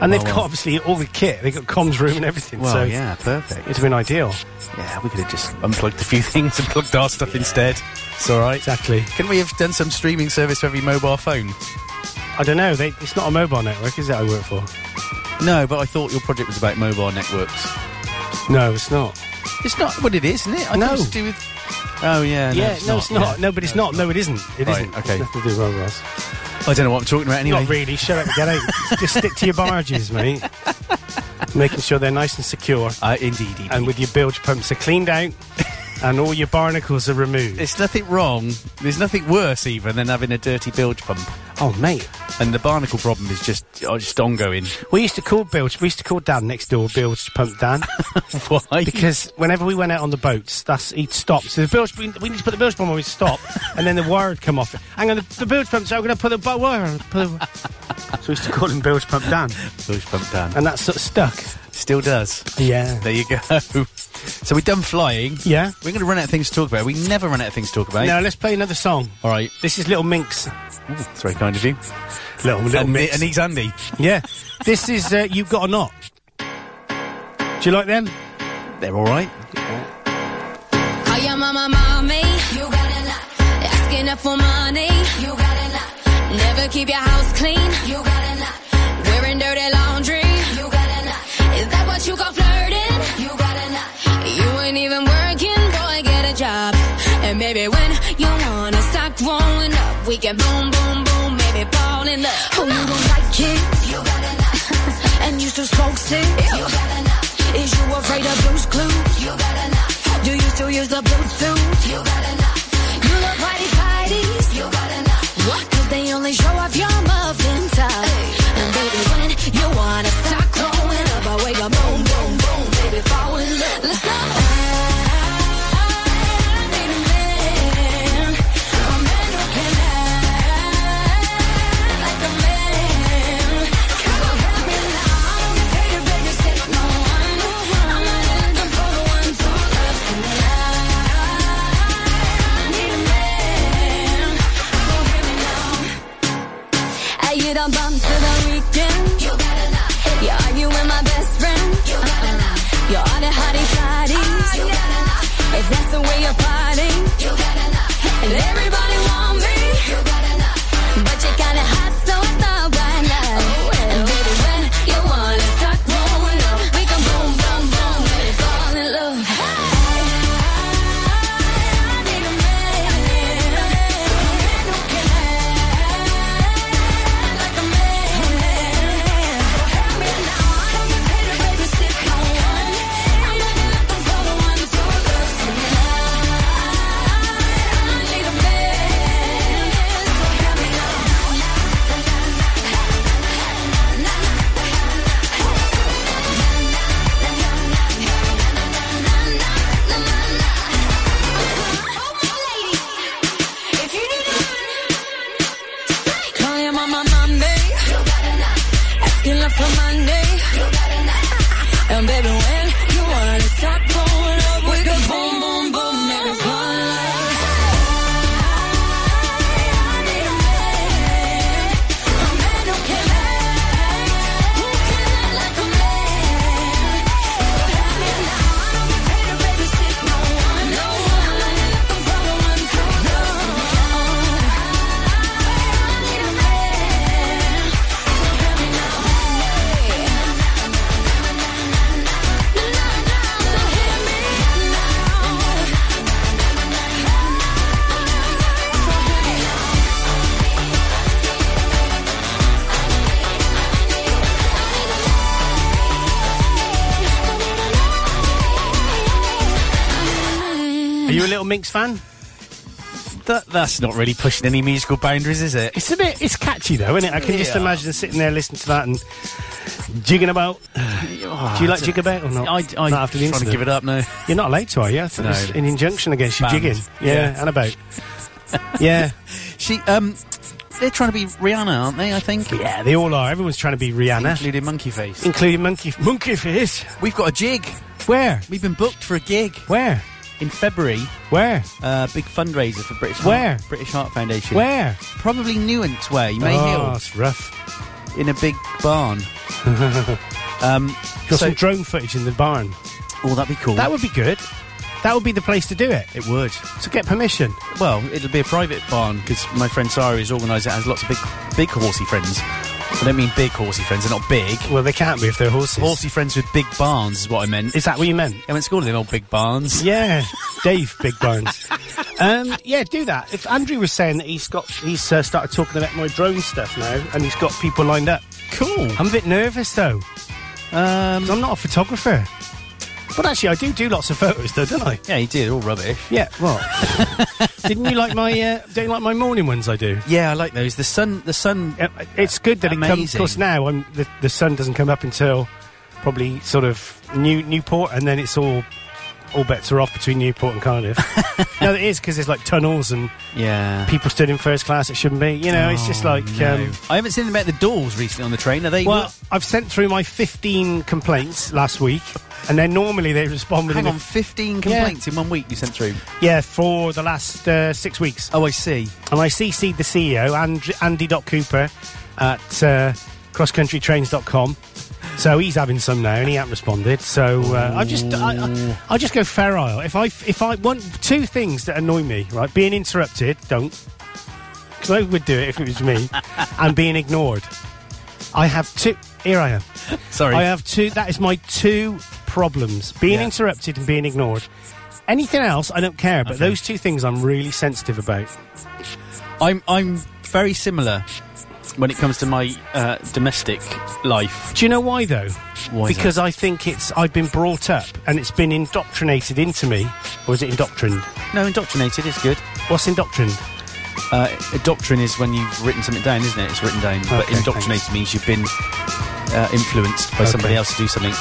[SPEAKER 5] and they've
[SPEAKER 4] Well,
[SPEAKER 5] got
[SPEAKER 4] well.
[SPEAKER 5] obviously all the kit. They've got comms room and everything.
[SPEAKER 4] Well,
[SPEAKER 5] so
[SPEAKER 4] yeah, perfect.
[SPEAKER 5] It's been ideal.
[SPEAKER 4] Yeah, we could have just unplugged a few things and plugged our stuff instead. It's all right.
[SPEAKER 5] Exactly.
[SPEAKER 4] Can we have done some streaming service for every mobile phone?
[SPEAKER 5] I don't know. They, it's not a mobile network, is it? I work for.
[SPEAKER 4] No, but I thought your project was about mobile networks.
[SPEAKER 5] No, it's not.
[SPEAKER 4] It's not what it is, isn't it? I
[SPEAKER 5] No.
[SPEAKER 4] thought it was to do with. Oh yeah,
[SPEAKER 5] yeah, no, it's not. No, but it's not. No, it isn't. It
[SPEAKER 4] Right,
[SPEAKER 5] not
[SPEAKER 4] okay.
[SPEAKER 5] Nothing to do with mobiles.
[SPEAKER 4] Yeah. I don't know what I'm talking about anyway.
[SPEAKER 5] Not really. Shut up. and Get out. Just stick to your barges, mate. Making sure they're nice and secure,
[SPEAKER 4] Uh, indeed, indeed.
[SPEAKER 5] and with your bilge pumps are cleaned out, and all your barnacles are removed.
[SPEAKER 4] There's nothing wrong. There's nothing worse even than having a dirty bilge pump,
[SPEAKER 5] Oh, mate.
[SPEAKER 4] and the barnacle problem is just oh, just ongoing.
[SPEAKER 5] We used to call bilge. We used to call Dan next door bilge pump Dan.
[SPEAKER 4] Why?
[SPEAKER 5] because whenever we went out on the boats, that's he'd stop. So the bilge, we, we need to put the bilge pump on. We'd stop, and then the wire would come off. it. Hang on, the, the bilge pump's out. I'm going to put the bu- wire on. Put the, so we used to call him bilge pump Dan,
[SPEAKER 4] bilge pump down.
[SPEAKER 5] and that sort of stuck.
[SPEAKER 4] Still does.
[SPEAKER 5] Yeah,
[SPEAKER 4] There you go. So we're done flying.
[SPEAKER 5] yeah.
[SPEAKER 4] We're going to run out of things to talk about. We never run out of things to talk about.
[SPEAKER 5] Now let's play another song.
[SPEAKER 4] All right.
[SPEAKER 5] This is Little Minx.
[SPEAKER 4] It's very kind of you.
[SPEAKER 5] Little Little
[SPEAKER 4] and,
[SPEAKER 5] Minx.
[SPEAKER 4] and he's Andy.
[SPEAKER 5] yeah, this is uh, You've Got a Knot. Do you like them?
[SPEAKER 4] They're all right.
[SPEAKER 8] Call your mama mommy. You got a lot. Asking her for money. You got a lot. Never keep your house clean. You got a lot. Wearing dirty laundry. You got a lot. Is that what you call flirting? You got a lot. You ain't even working, boy. Get a job. And maybe when you wanna start growing up, we can boom, boom, boom. Maybe fall in love.
[SPEAKER 9] Oh, you don't like kids? You got enough. and you still smoke sticks? You got enough. Is you afraid of blues clues? You got enough. Do you still use the Bluetooth? You got enough. You love party parties? You got enough. What? Cause they only show off your muffin top. And baby, when you wanna start growing up, I wake up, boom, boom, boom, baby, fall in love. Let's go. I need a man. A man who can act like a man. Come on, help me now. I'm the baby, baby, say no one. I'm not looking for the one to love tonight. I need a man. So help me now.
[SPEAKER 8] Hey, you done bump to the weekend. You got enough. You're arguing my best friend. You got enough. You're on the hottie parties. You got enough. If that's the way you party. You got enough. And everybody want me. You got enough. But you're kinda hot, so I thought why not? and baby, when you wanna start growing up, we can boom, boom, boom, baby, fall in love. I need a man, a man who can act day. And baby, when you wanna stop blowing up, we can boom, boom, boom, make it fun like. I need a man, a man who can act, who can act like a man. So help me now, I don't get paid to babysit no one, no one. I'm only looking for the one to love. I need a man, so help me now.
[SPEAKER 5] Are you a Little Minx fan?
[SPEAKER 4] That, that's not really pushing any musical boundaries, is it?
[SPEAKER 5] It's a bit. It's catchy though, isn't it? I can just
[SPEAKER 4] Yeah.
[SPEAKER 5] imagine sitting there listening to that and jigging about. Do you like jig about or not?
[SPEAKER 4] I, I
[SPEAKER 5] not after the
[SPEAKER 4] trying to
[SPEAKER 5] incident.
[SPEAKER 4] give it up now.
[SPEAKER 5] You're not allowed to, are you? I thought
[SPEAKER 4] No.
[SPEAKER 5] there's an injunction against you
[SPEAKER 4] Banned.
[SPEAKER 5] jigging. Yeah,
[SPEAKER 4] Yeah.
[SPEAKER 5] and about. yeah,
[SPEAKER 4] She, um, they're trying to be Rihanna, aren't they? I think,
[SPEAKER 5] yeah, they all are. Everyone's trying to be Rihanna,
[SPEAKER 4] including Monkey Face.
[SPEAKER 5] including Monkey Monkey Face.
[SPEAKER 4] We've got a jig.
[SPEAKER 5] Where?
[SPEAKER 4] We've been booked for a gig
[SPEAKER 5] Where?
[SPEAKER 4] in February.
[SPEAKER 5] Where?
[SPEAKER 4] Uh, big fundraiser for British Heart,
[SPEAKER 5] Where?
[SPEAKER 4] British Heart Foundation.
[SPEAKER 5] Where?
[SPEAKER 4] Probably Newent's Way,
[SPEAKER 5] oh,
[SPEAKER 4] Mayhill,
[SPEAKER 5] it's rough.
[SPEAKER 4] in a big barn. um,
[SPEAKER 5] Got
[SPEAKER 4] so,
[SPEAKER 5] some drone footage in the barn.
[SPEAKER 4] oh, that'd be cool.
[SPEAKER 5] That would be good. That would be the place to do it.
[SPEAKER 4] it would.
[SPEAKER 5] So get permission.
[SPEAKER 4] Well, it'll be a private barn because my friend Sarah who's organised. It has lots of big, big horsey friends. I don't mean big horsey friends; they're not big.
[SPEAKER 5] Well, they can't be if they're horses.
[SPEAKER 4] Horsey friends with big barns is what I meant.
[SPEAKER 5] Is that what you meant?
[SPEAKER 4] I went to school with them old big barns.
[SPEAKER 5] Yeah, Dave Big Bones. um, yeah, do that. If Andrew was saying that he's got, he's uh, started talking about my drone stuff now, and he's got people lined up.
[SPEAKER 4] Cool.
[SPEAKER 5] I'm a bit nervous though. 'cause I'm not a photographer, but actually I do do lots of photos though, don't I?
[SPEAKER 4] Yeah, you did. All rubbish.
[SPEAKER 5] Yeah. What? Didn't you like my? Uh, don't you like my morning ones? I do.
[SPEAKER 4] Yeah, I like those. The sun, the sun. uh,
[SPEAKER 5] Yeah, It's good that it comes.
[SPEAKER 4] Amazing.
[SPEAKER 5] Of course, now I'm, the, the sun doesn't come up until probably sort of New Newport, and then it's all all bets are off between Newport and Cardiff. no, it is because there's like tunnels and
[SPEAKER 4] Yeah.
[SPEAKER 5] people stood in first class that shouldn't be. You know, it's
[SPEAKER 4] Oh,
[SPEAKER 5] just like. Um,
[SPEAKER 4] I haven't seen them at the doors recently on the train. Are they?
[SPEAKER 5] well, I've sent through my 15 complaints last week, and then normally they respond within.
[SPEAKER 4] hang
[SPEAKER 5] a-
[SPEAKER 4] on. Fifteen complaints in one week you sent through.
[SPEAKER 5] yeah, for the last uh, six weeks.
[SPEAKER 4] Oh, I see.
[SPEAKER 5] And I CC'd the CEO, And- Andy Dot Cooper, at uh, crosscountrytrains.com. So he's having some now, and he hasn't responded. So uh, I just, I, I, I just go feral. If I, if I want two things that annoy me, right? Being interrupted, don't, because I would do it if it was me, and being ignored. I have two. Here I am.
[SPEAKER 4] Sorry.
[SPEAKER 5] I have two. That is my two problems: being
[SPEAKER 4] Yeah.
[SPEAKER 5] interrupted and being ignored. Anything else, I don't care. But
[SPEAKER 4] Okay.
[SPEAKER 5] those two things, I'm really sensitive about.
[SPEAKER 4] I'm I'm very similar when it comes to my uh, domestic life.
[SPEAKER 5] Do you know why though?
[SPEAKER 4] Why is
[SPEAKER 5] because I think it's I've been brought up and it's been indoctrinated into me. Or is it indoctrined?
[SPEAKER 4] No, indoctrinated is good.
[SPEAKER 5] What's indoctrined?
[SPEAKER 4] Uh, a doctrine is when you've written something down, isn't it? It's written down. but
[SPEAKER 5] Okay,
[SPEAKER 4] indoctrinated
[SPEAKER 5] thanks.
[SPEAKER 4] means you've been uh, influenced by somebody
[SPEAKER 5] Okay.
[SPEAKER 4] else to do something.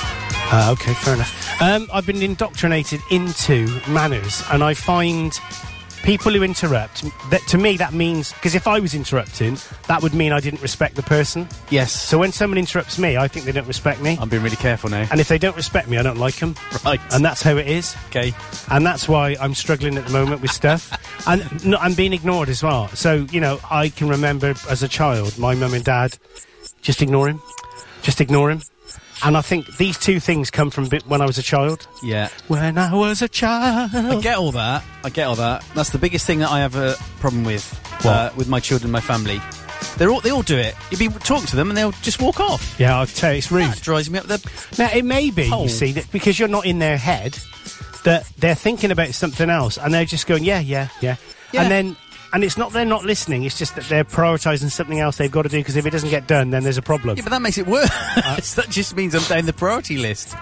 [SPEAKER 5] Uh, okay, fair enough. Um, I've been indoctrinated into manners, and I find people who interrupt that to me that means because if I was interrupting, that would mean I didn't respect the person.
[SPEAKER 4] Yes.
[SPEAKER 5] So when someone interrupts me, I think they don't respect me,
[SPEAKER 4] I'm being really careful now.
[SPEAKER 5] and if they don't respect me, I don't like them.
[SPEAKER 4] Right.
[SPEAKER 5] And that's how it is.
[SPEAKER 4] okay.
[SPEAKER 5] and that's why I'm struggling at the moment with stuff, and no, I'm being ignored as well. So you know, I can remember as a child, my mum and dad just ignore him, just ignore him, and I think these two things come from bit when I was a child.
[SPEAKER 4] Yeah.
[SPEAKER 5] When I was a
[SPEAKER 4] I
[SPEAKER 5] child,
[SPEAKER 4] get all that. I get all that. That's the biggest thing that I have a problem with uh, with my children, my family. They're all they all do it. You'd be talking to them and they'll just walk off.
[SPEAKER 5] yeah, I'll tell you, it's rude.
[SPEAKER 4] That drives me up. The
[SPEAKER 5] Now it may be
[SPEAKER 4] Oh.
[SPEAKER 5] you see that because you're not in their head that they're thinking about something else and they're just going yeah yeah yeah,
[SPEAKER 4] Yeah.
[SPEAKER 5] and then and it's not they're not listening it's just that they're prioritizing something else they've got to do because if it doesn't get done then there's a problem.
[SPEAKER 4] yeah, but that makes it worse.
[SPEAKER 5] Uh,
[SPEAKER 4] that just means I'm down the priority list.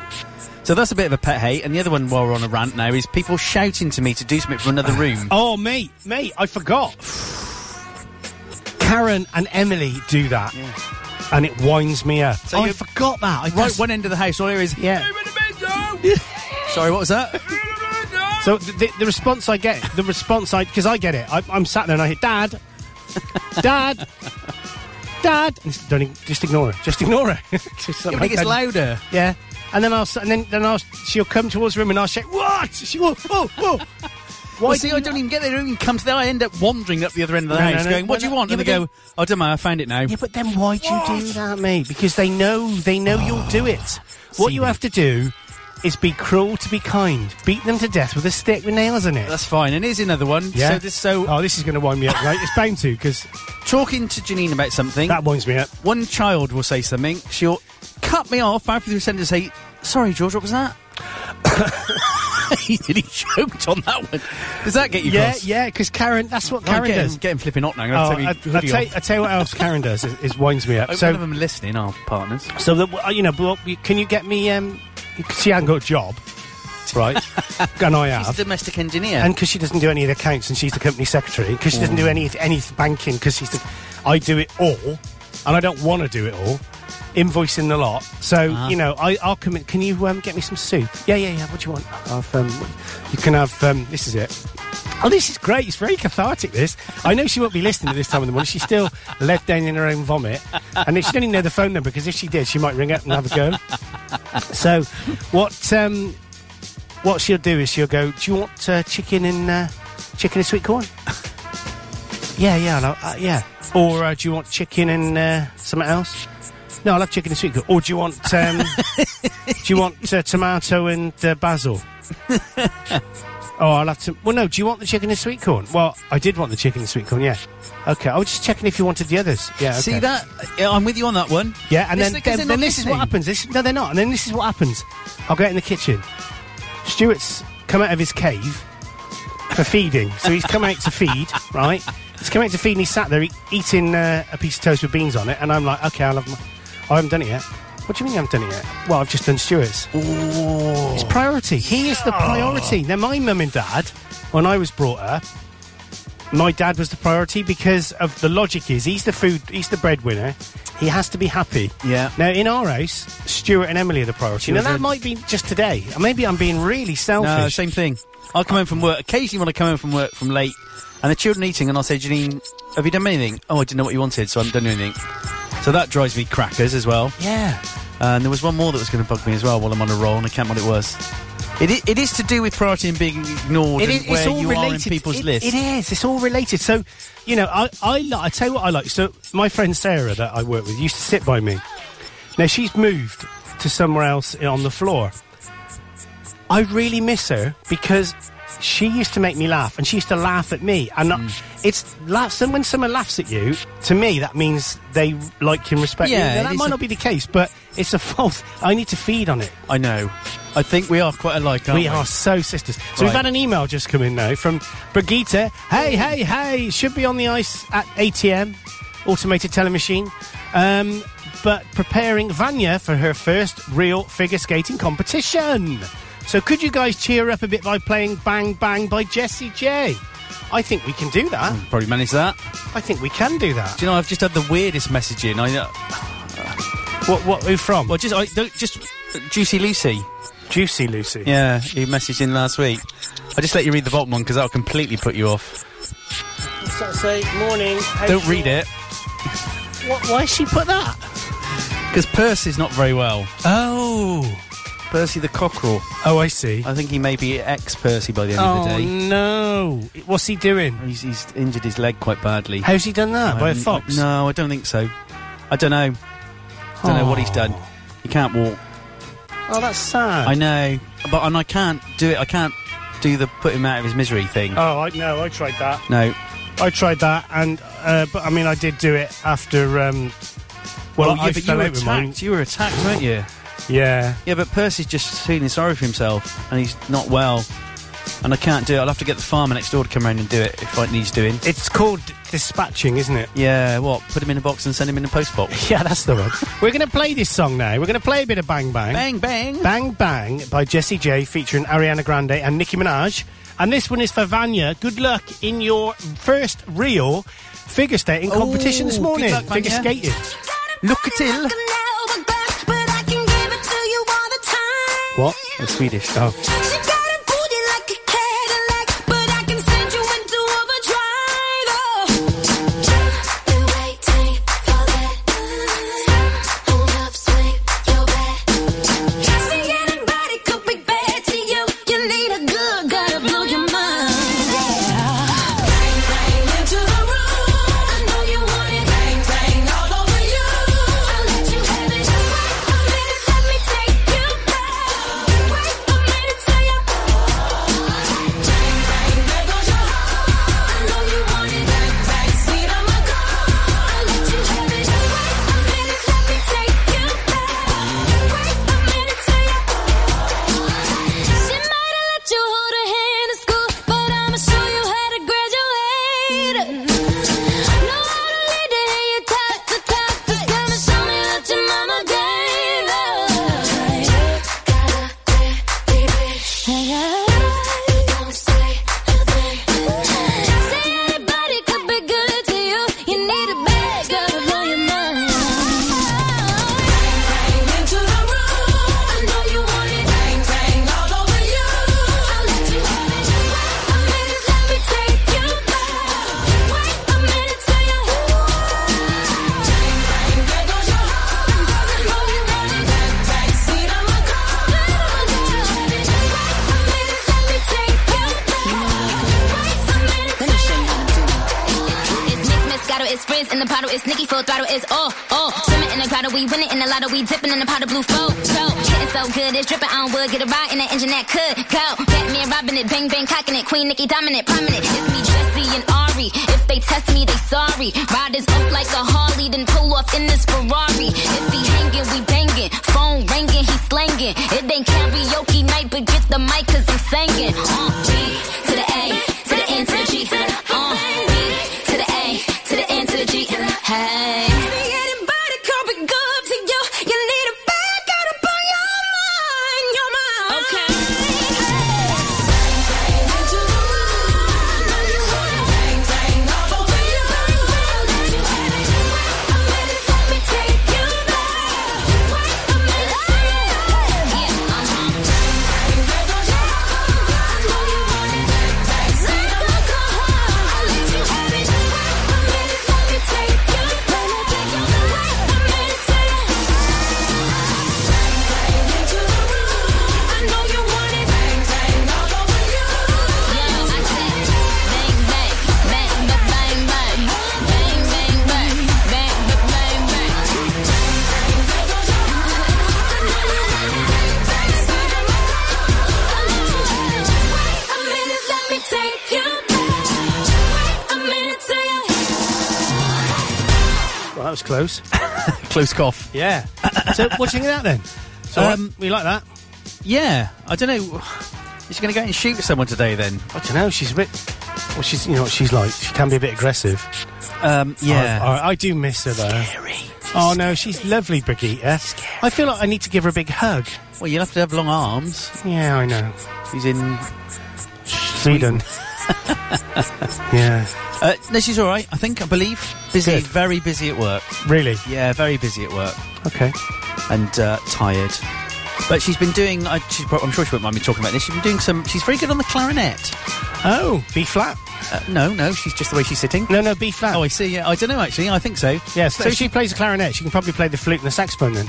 [SPEAKER 4] So that's a bit of a pet hate. And the other one, while we're on a rant now, is people shouting to me to do something from another room.
[SPEAKER 5] Oh, mate, mate, I forgot. Karen and Emily do that, and it winds me up.
[SPEAKER 4] So
[SPEAKER 5] I
[SPEAKER 4] you-
[SPEAKER 5] forgot that. I
[SPEAKER 4] right,
[SPEAKER 5] just-
[SPEAKER 4] one end of the house, all there is.
[SPEAKER 5] yeah.
[SPEAKER 4] Sorry, what was that?
[SPEAKER 5] So th- the, the response I get, the response I because I get it. I, I'm sat there and I hit Dad, Dad, Dad, and just, don't, ig- just ignore her. Just ignore her. Just
[SPEAKER 4] Yeah,
[SPEAKER 5] like,
[SPEAKER 4] but it gets
[SPEAKER 5] "Dad."
[SPEAKER 4] louder.
[SPEAKER 5] Yeah, and then I'll s- and then then I'll s- she'll come towards the room and I'll say, "What?" She will. Oh, whoa.
[SPEAKER 4] Well,
[SPEAKER 5] Why
[SPEAKER 4] see, I don't even get there. I don't even come to there. I end up wandering up the other end of the
[SPEAKER 5] No, no,
[SPEAKER 4] house,
[SPEAKER 5] no.
[SPEAKER 4] going, "What do you
[SPEAKER 5] Well,
[SPEAKER 4] want?"
[SPEAKER 5] yeah,
[SPEAKER 4] and they
[SPEAKER 5] but
[SPEAKER 4] go, "Oh, don't matter. I found it now."
[SPEAKER 5] Yeah, but then why'd you do that, mate? Because they know they know you'll do
[SPEAKER 4] Ah,
[SPEAKER 5] it. What you have to do is be cruel to be kind. Beat them to death with a stick with nails in it.
[SPEAKER 4] That's fine. And here's another one.
[SPEAKER 5] yeah.
[SPEAKER 4] So, this, so
[SPEAKER 5] oh, this is going to wind me up, right? It's bound to because
[SPEAKER 4] talking to Janine about something,
[SPEAKER 5] that winds me up.
[SPEAKER 4] one child will say something. She'll cut me off after the sentence and say, "Sorry, George, what was that?" he nearly choked on that one. Does that get you?
[SPEAKER 5] Yeah,
[SPEAKER 4] cross?
[SPEAKER 5] yeah, because Karen, that's what
[SPEAKER 4] I'm
[SPEAKER 5] Karen
[SPEAKER 4] getting,
[SPEAKER 5] does.
[SPEAKER 4] getting flipping hot now. I'm
[SPEAKER 5] Oh,
[SPEAKER 4] gonna
[SPEAKER 5] I,
[SPEAKER 4] have
[SPEAKER 5] I,
[SPEAKER 4] to take my
[SPEAKER 5] I,
[SPEAKER 4] hoodie
[SPEAKER 5] tell,
[SPEAKER 4] off.
[SPEAKER 5] I tell you what else Karen does is, is winds me up.
[SPEAKER 4] Hope
[SPEAKER 5] So
[SPEAKER 4] none of them are listening, our partners.
[SPEAKER 5] So that uh, you know, well, you- can you get me? Um, 'cause she hasn't got a job, right? and I
[SPEAKER 4] He's a
[SPEAKER 5] have.
[SPEAKER 4] domestic engineer.
[SPEAKER 5] And because she doesn't do any of the accounts and she's the company secretary, because she doesn't do any any banking, because she's the, I do it all, and I don't want to do it all, invoicing the lot. So you know, I, I'll come in. Can you um, get me some soup? Yeah, yeah, yeah. What do you want? I've, um, you can have. Um, this is it. Oh, this is great. It's very cathartic, this. I know she won't be listening to this time in the morning. She's still left down in her own vomit. And she doesn't even know the phone number because if she did, she might ring up and have a go. So, what um, what she'll do is she'll go, Do you want uh, chicken and uh, chicken and sweet corn? yeah, yeah, I'll, have- uh, yeah. Or uh, do you want chicken and uh, something else? No, I'll have chicken and sweet corn. Or do you want um, do you want uh, tomato and uh, basil? Oh, I'll have to. Well, no. Do you want the chicken and sweet corn? Well, I did want the chicken and sweet corn. Yeah. Okay. I was just checking if you wanted the others. Yeah. Okay.
[SPEAKER 4] See that? Yeah, I'm with you on that one.
[SPEAKER 5] Yeah. And
[SPEAKER 4] It's
[SPEAKER 5] then,
[SPEAKER 4] because
[SPEAKER 5] then,
[SPEAKER 4] they're
[SPEAKER 5] then
[SPEAKER 4] not
[SPEAKER 5] this is what
[SPEAKER 4] listening.
[SPEAKER 5] happens. This, no, they're not. And then this is what happens. I'll get in the kitchen. Stuart's come out of his cave for feeding. So he's come out to feed, right? He's come out to feed and he sat there e- eating uh, a piece of toast with beans on it. And I'm like, okay, I'll have my. I haven't done it yet. What do you mean I haven't done it yet? Well, I've just done Stuart's. It's priority. He is the priority. Now, my mum and dad, when I was brought up, my dad was the priority because of the logic is he's the food, he's the breadwinner. He has to be happy.
[SPEAKER 4] Yeah.
[SPEAKER 5] Now, in our house, Stuart and Emily are the priority. Now, that
[SPEAKER 4] Children.
[SPEAKER 5] might be just today. Maybe I'm being really selfish.
[SPEAKER 4] No, same thing. I'll come home from work. Occasionally, when I come home from work from late, and the children are eating, and I'll say, Janine, have you done anything? Oh, I didn't know what you wanted, so I haven't done anything. So that drives me crackers as well.
[SPEAKER 5] Yeah.
[SPEAKER 4] And there was one more that was going to bug me as well while I'm on a roll, and I can't remember what it was. It, i- it is to do with priority and being ignored
[SPEAKER 5] It
[SPEAKER 4] and
[SPEAKER 5] is,
[SPEAKER 4] where
[SPEAKER 5] it's all
[SPEAKER 4] you
[SPEAKER 5] related.
[SPEAKER 4] are in people's
[SPEAKER 5] It-
[SPEAKER 4] lists.
[SPEAKER 5] It is. It's all related. So, you know, I, I, li- I tell you what I like. So, my friend Sarah that I work with used to sit by me. Now, she's moved to somewhere else on the floor. I really miss her because she used to make me laugh and she used to laugh at me. And
[SPEAKER 4] Mm.
[SPEAKER 5] I, it's laugh. So when someone laughs at you, to me, that means they like you and respect
[SPEAKER 4] Yeah,
[SPEAKER 5] you. Now,
[SPEAKER 4] it
[SPEAKER 5] that
[SPEAKER 4] is
[SPEAKER 5] might
[SPEAKER 4] a-
[SPEAKER 5] not be the case, but it's a fault. I need to feed on it.
[SPEAKER 4] I know. I think we are quite alike, aren't we?
[SPEAKER 5] We are so sisters. So we've
[SPEAKER 4] Right.
[SPEAKER 5] had an email just come in now from Brigitte. Hey, hey, hey! Should be on the ice at ATM, automated teller machine. Um, but preparing Vanya for her first real figure skating competition. So could you guys cheer her up a bit by playing Bang Bang by Jessie J? I think we can do that.
[SPEAKER 4] Probably manage that.
[SPEAKER 5] I think we can do that.
[SPEAKER 4] Do you know, I've just had the weirdest messaging. I, uh,
[SPEAKER 5] What? What? Who from?
[SPEAKER 4] well, just, I, don't, just uh, Juicy Lucy.
[SPEAKER 5] Juicy Lucy.
[SPEAKER 4] Yeah, he messaged in last week. I just let you read the bottom one because that'll completely put you off.
[SPEAKER 5] So, say morning. Hey,
[SPEAKER 4] Don't read
[SPEAKER 5] Sean.
[SPEAKER 4] it
[SPEAKER 5] Wh- why she put that?
[SPEAKER 4] because Percy's not very well.
[SPEAKER 5] Oh.
[SPEAKER 4] Percy the cockerel.
[SPEAKER 5] Oh, I see.
[SPEAKER 4] I think he may be ex Percy by the end of the day.
[SPEAKER 5] Oh, no! What's he doing?
[SPEAKER 4] He's, he's injured his leg quite badly.
[SPEAKER 5] How's he done that?
[SPEAKER 4] I
[SPEAKER 5] By a
[SPEAKER 4] haven't-
[SPEAKER 5] fox?
[SPEAKER 4] Um, No, I don't think so. I don't know. I don't know what he's done. He can't walk.
[SPEAKER 5] Oh, that's sad.
[SPEAKER 4] I know, but and I can't do it. I can't do the put him out of his misery thing.
[SPEAKER 5] Oh, I no, I tried that.
[SPEAKER 4] no.
[SPEAKER 5] I tried that, and uh, but I mean, I did do it after. Um, well,
[SPEAKER 4] Oh, yeah,
[SPEAKER 5] I
[SPEAKER 4] but
[SPEAKER 5] fell
[SPEAKER 4] you were
[SPEAKER 5] out with mine.
[SPEAKER 4] attacked. You were attacked, weren't you?
[SPEAKER 5] Yeah.
[SPEAKER 4] Yeah, but Percy's just feeling sorry for himself, and he's not well. And I can't do it. I'll have to get the farmer next door to come round and do it if it needs doing.
[SPEAKER 5] It's called dispatching, isn't it?
[SPEAKER 4] Yeah, what? Put him in a box and send him in a post box.
[SPEAKER 5] Yeah, that's the one. We're going to play this song now. We're going to play a bit of Bang Bang.
[SPEAKER 4] bang, bang.
[SPEAKER 5] Bang Bang by Jessie J featuring Ariana Grande and Nicki Minaj. And this one is for Vanya. Good luck in your first real figure skating competition this
[SPEAKER 4] good
[SPEAKER 5] morning.
[SPEAKER 4] luck,
[SPEAKER 5] figure
[SPEAKER 4] Vanya.
[SPEAKER 5] skating.
[SPEAKER 4] Look at him.
[SPEAKER 5] What?
[SPEAKER 4] Oh, Swedish.
[SPEAKER 5] Oh.
[SPEAKER 8] Oh. Waiting for that
[SPEAKER 10] in the bottle, it's Nicky full throttle, it's oh, oh. Swimming in the grotto, we winning in the lotto, we dipping in the pot of blue flow. So, getting so good, it's dripping on wood, get a ride in the engine that could go. Batman robbing it, bang bang cocking it, Queen Nikki dominant, prominent. It's me, Jesse, and Ari. If they test me, they sorry. Riders up like a Harley, then pull off in this Ferrari. If he hanging, we banging. Phone ringing, he slanging. It ain't karaoke night, but get the mic, cause I'm singing. Uh, G to the A, to the N, to the G. Uh, B to the A, to the N, to the G. Hey. Anybody could be good to you. You need a back out upon your mind, your mind. Okay. Take you back. Wait a minute till you
[SPEAKER 5] Well, that was close.
[SPEAKER 4] Close cough.
[SPEAKER 5] Yeah. so what do you think of that then? So um,
[SPEAKER 4] Um,
[SPEAKER 5] we like that.
[SPEAKER 4] Yeah, I don't know. He's going to go out and shoot someone today then.
[SPEAKER 5] I don't know. She's a bit. Well, she's you know what she's like. She can be a bit aggressive.
[SPEAKER 4] Um, yeah.
[SPEAKER 5] I, I, I do miss her though. Oh no, she's lovely, Brigitte. I feel like I need to give her a big hug.
[SPEAKER 4] Well, you'll have to have long arms.
[SPEAKER 5] Yeah, I know.
[SPEAKER 4] He's in.
[SPEAKER 5] Sweden. yeah.
[SPEAKER 4] Uh, no, she's all right. I think. I believe. Busy.
[SPEAKER 5] Good.
[SPEAKER 4] Very busy at work.
[SPEAKER 5] Really?
[SPEAKER 4] Yeah, very busy at work
[SPEAKER 5] Okay.
[SPEAKER 4] and uh, tired. But she's been doing. I, she's, prob- I'm sure she won't mind me talking about this. She's been doing some. She's very good on the clarinet.
[SPEAKER 5] Oh, B flat.
[SPEAKER 4] Uh, no, no, she's just the way she's sitting.
[SPEAKER 5] No, no, B flat.
[SPEAKER 4] Oh, I see. Yeah, I don't know actually. I think so.
[SPEAKER 5] yes. So
[SPEAKER 4] So
[SPEAKER 5] if she plays the clarinet. She can probably play the flute and the saxophone then.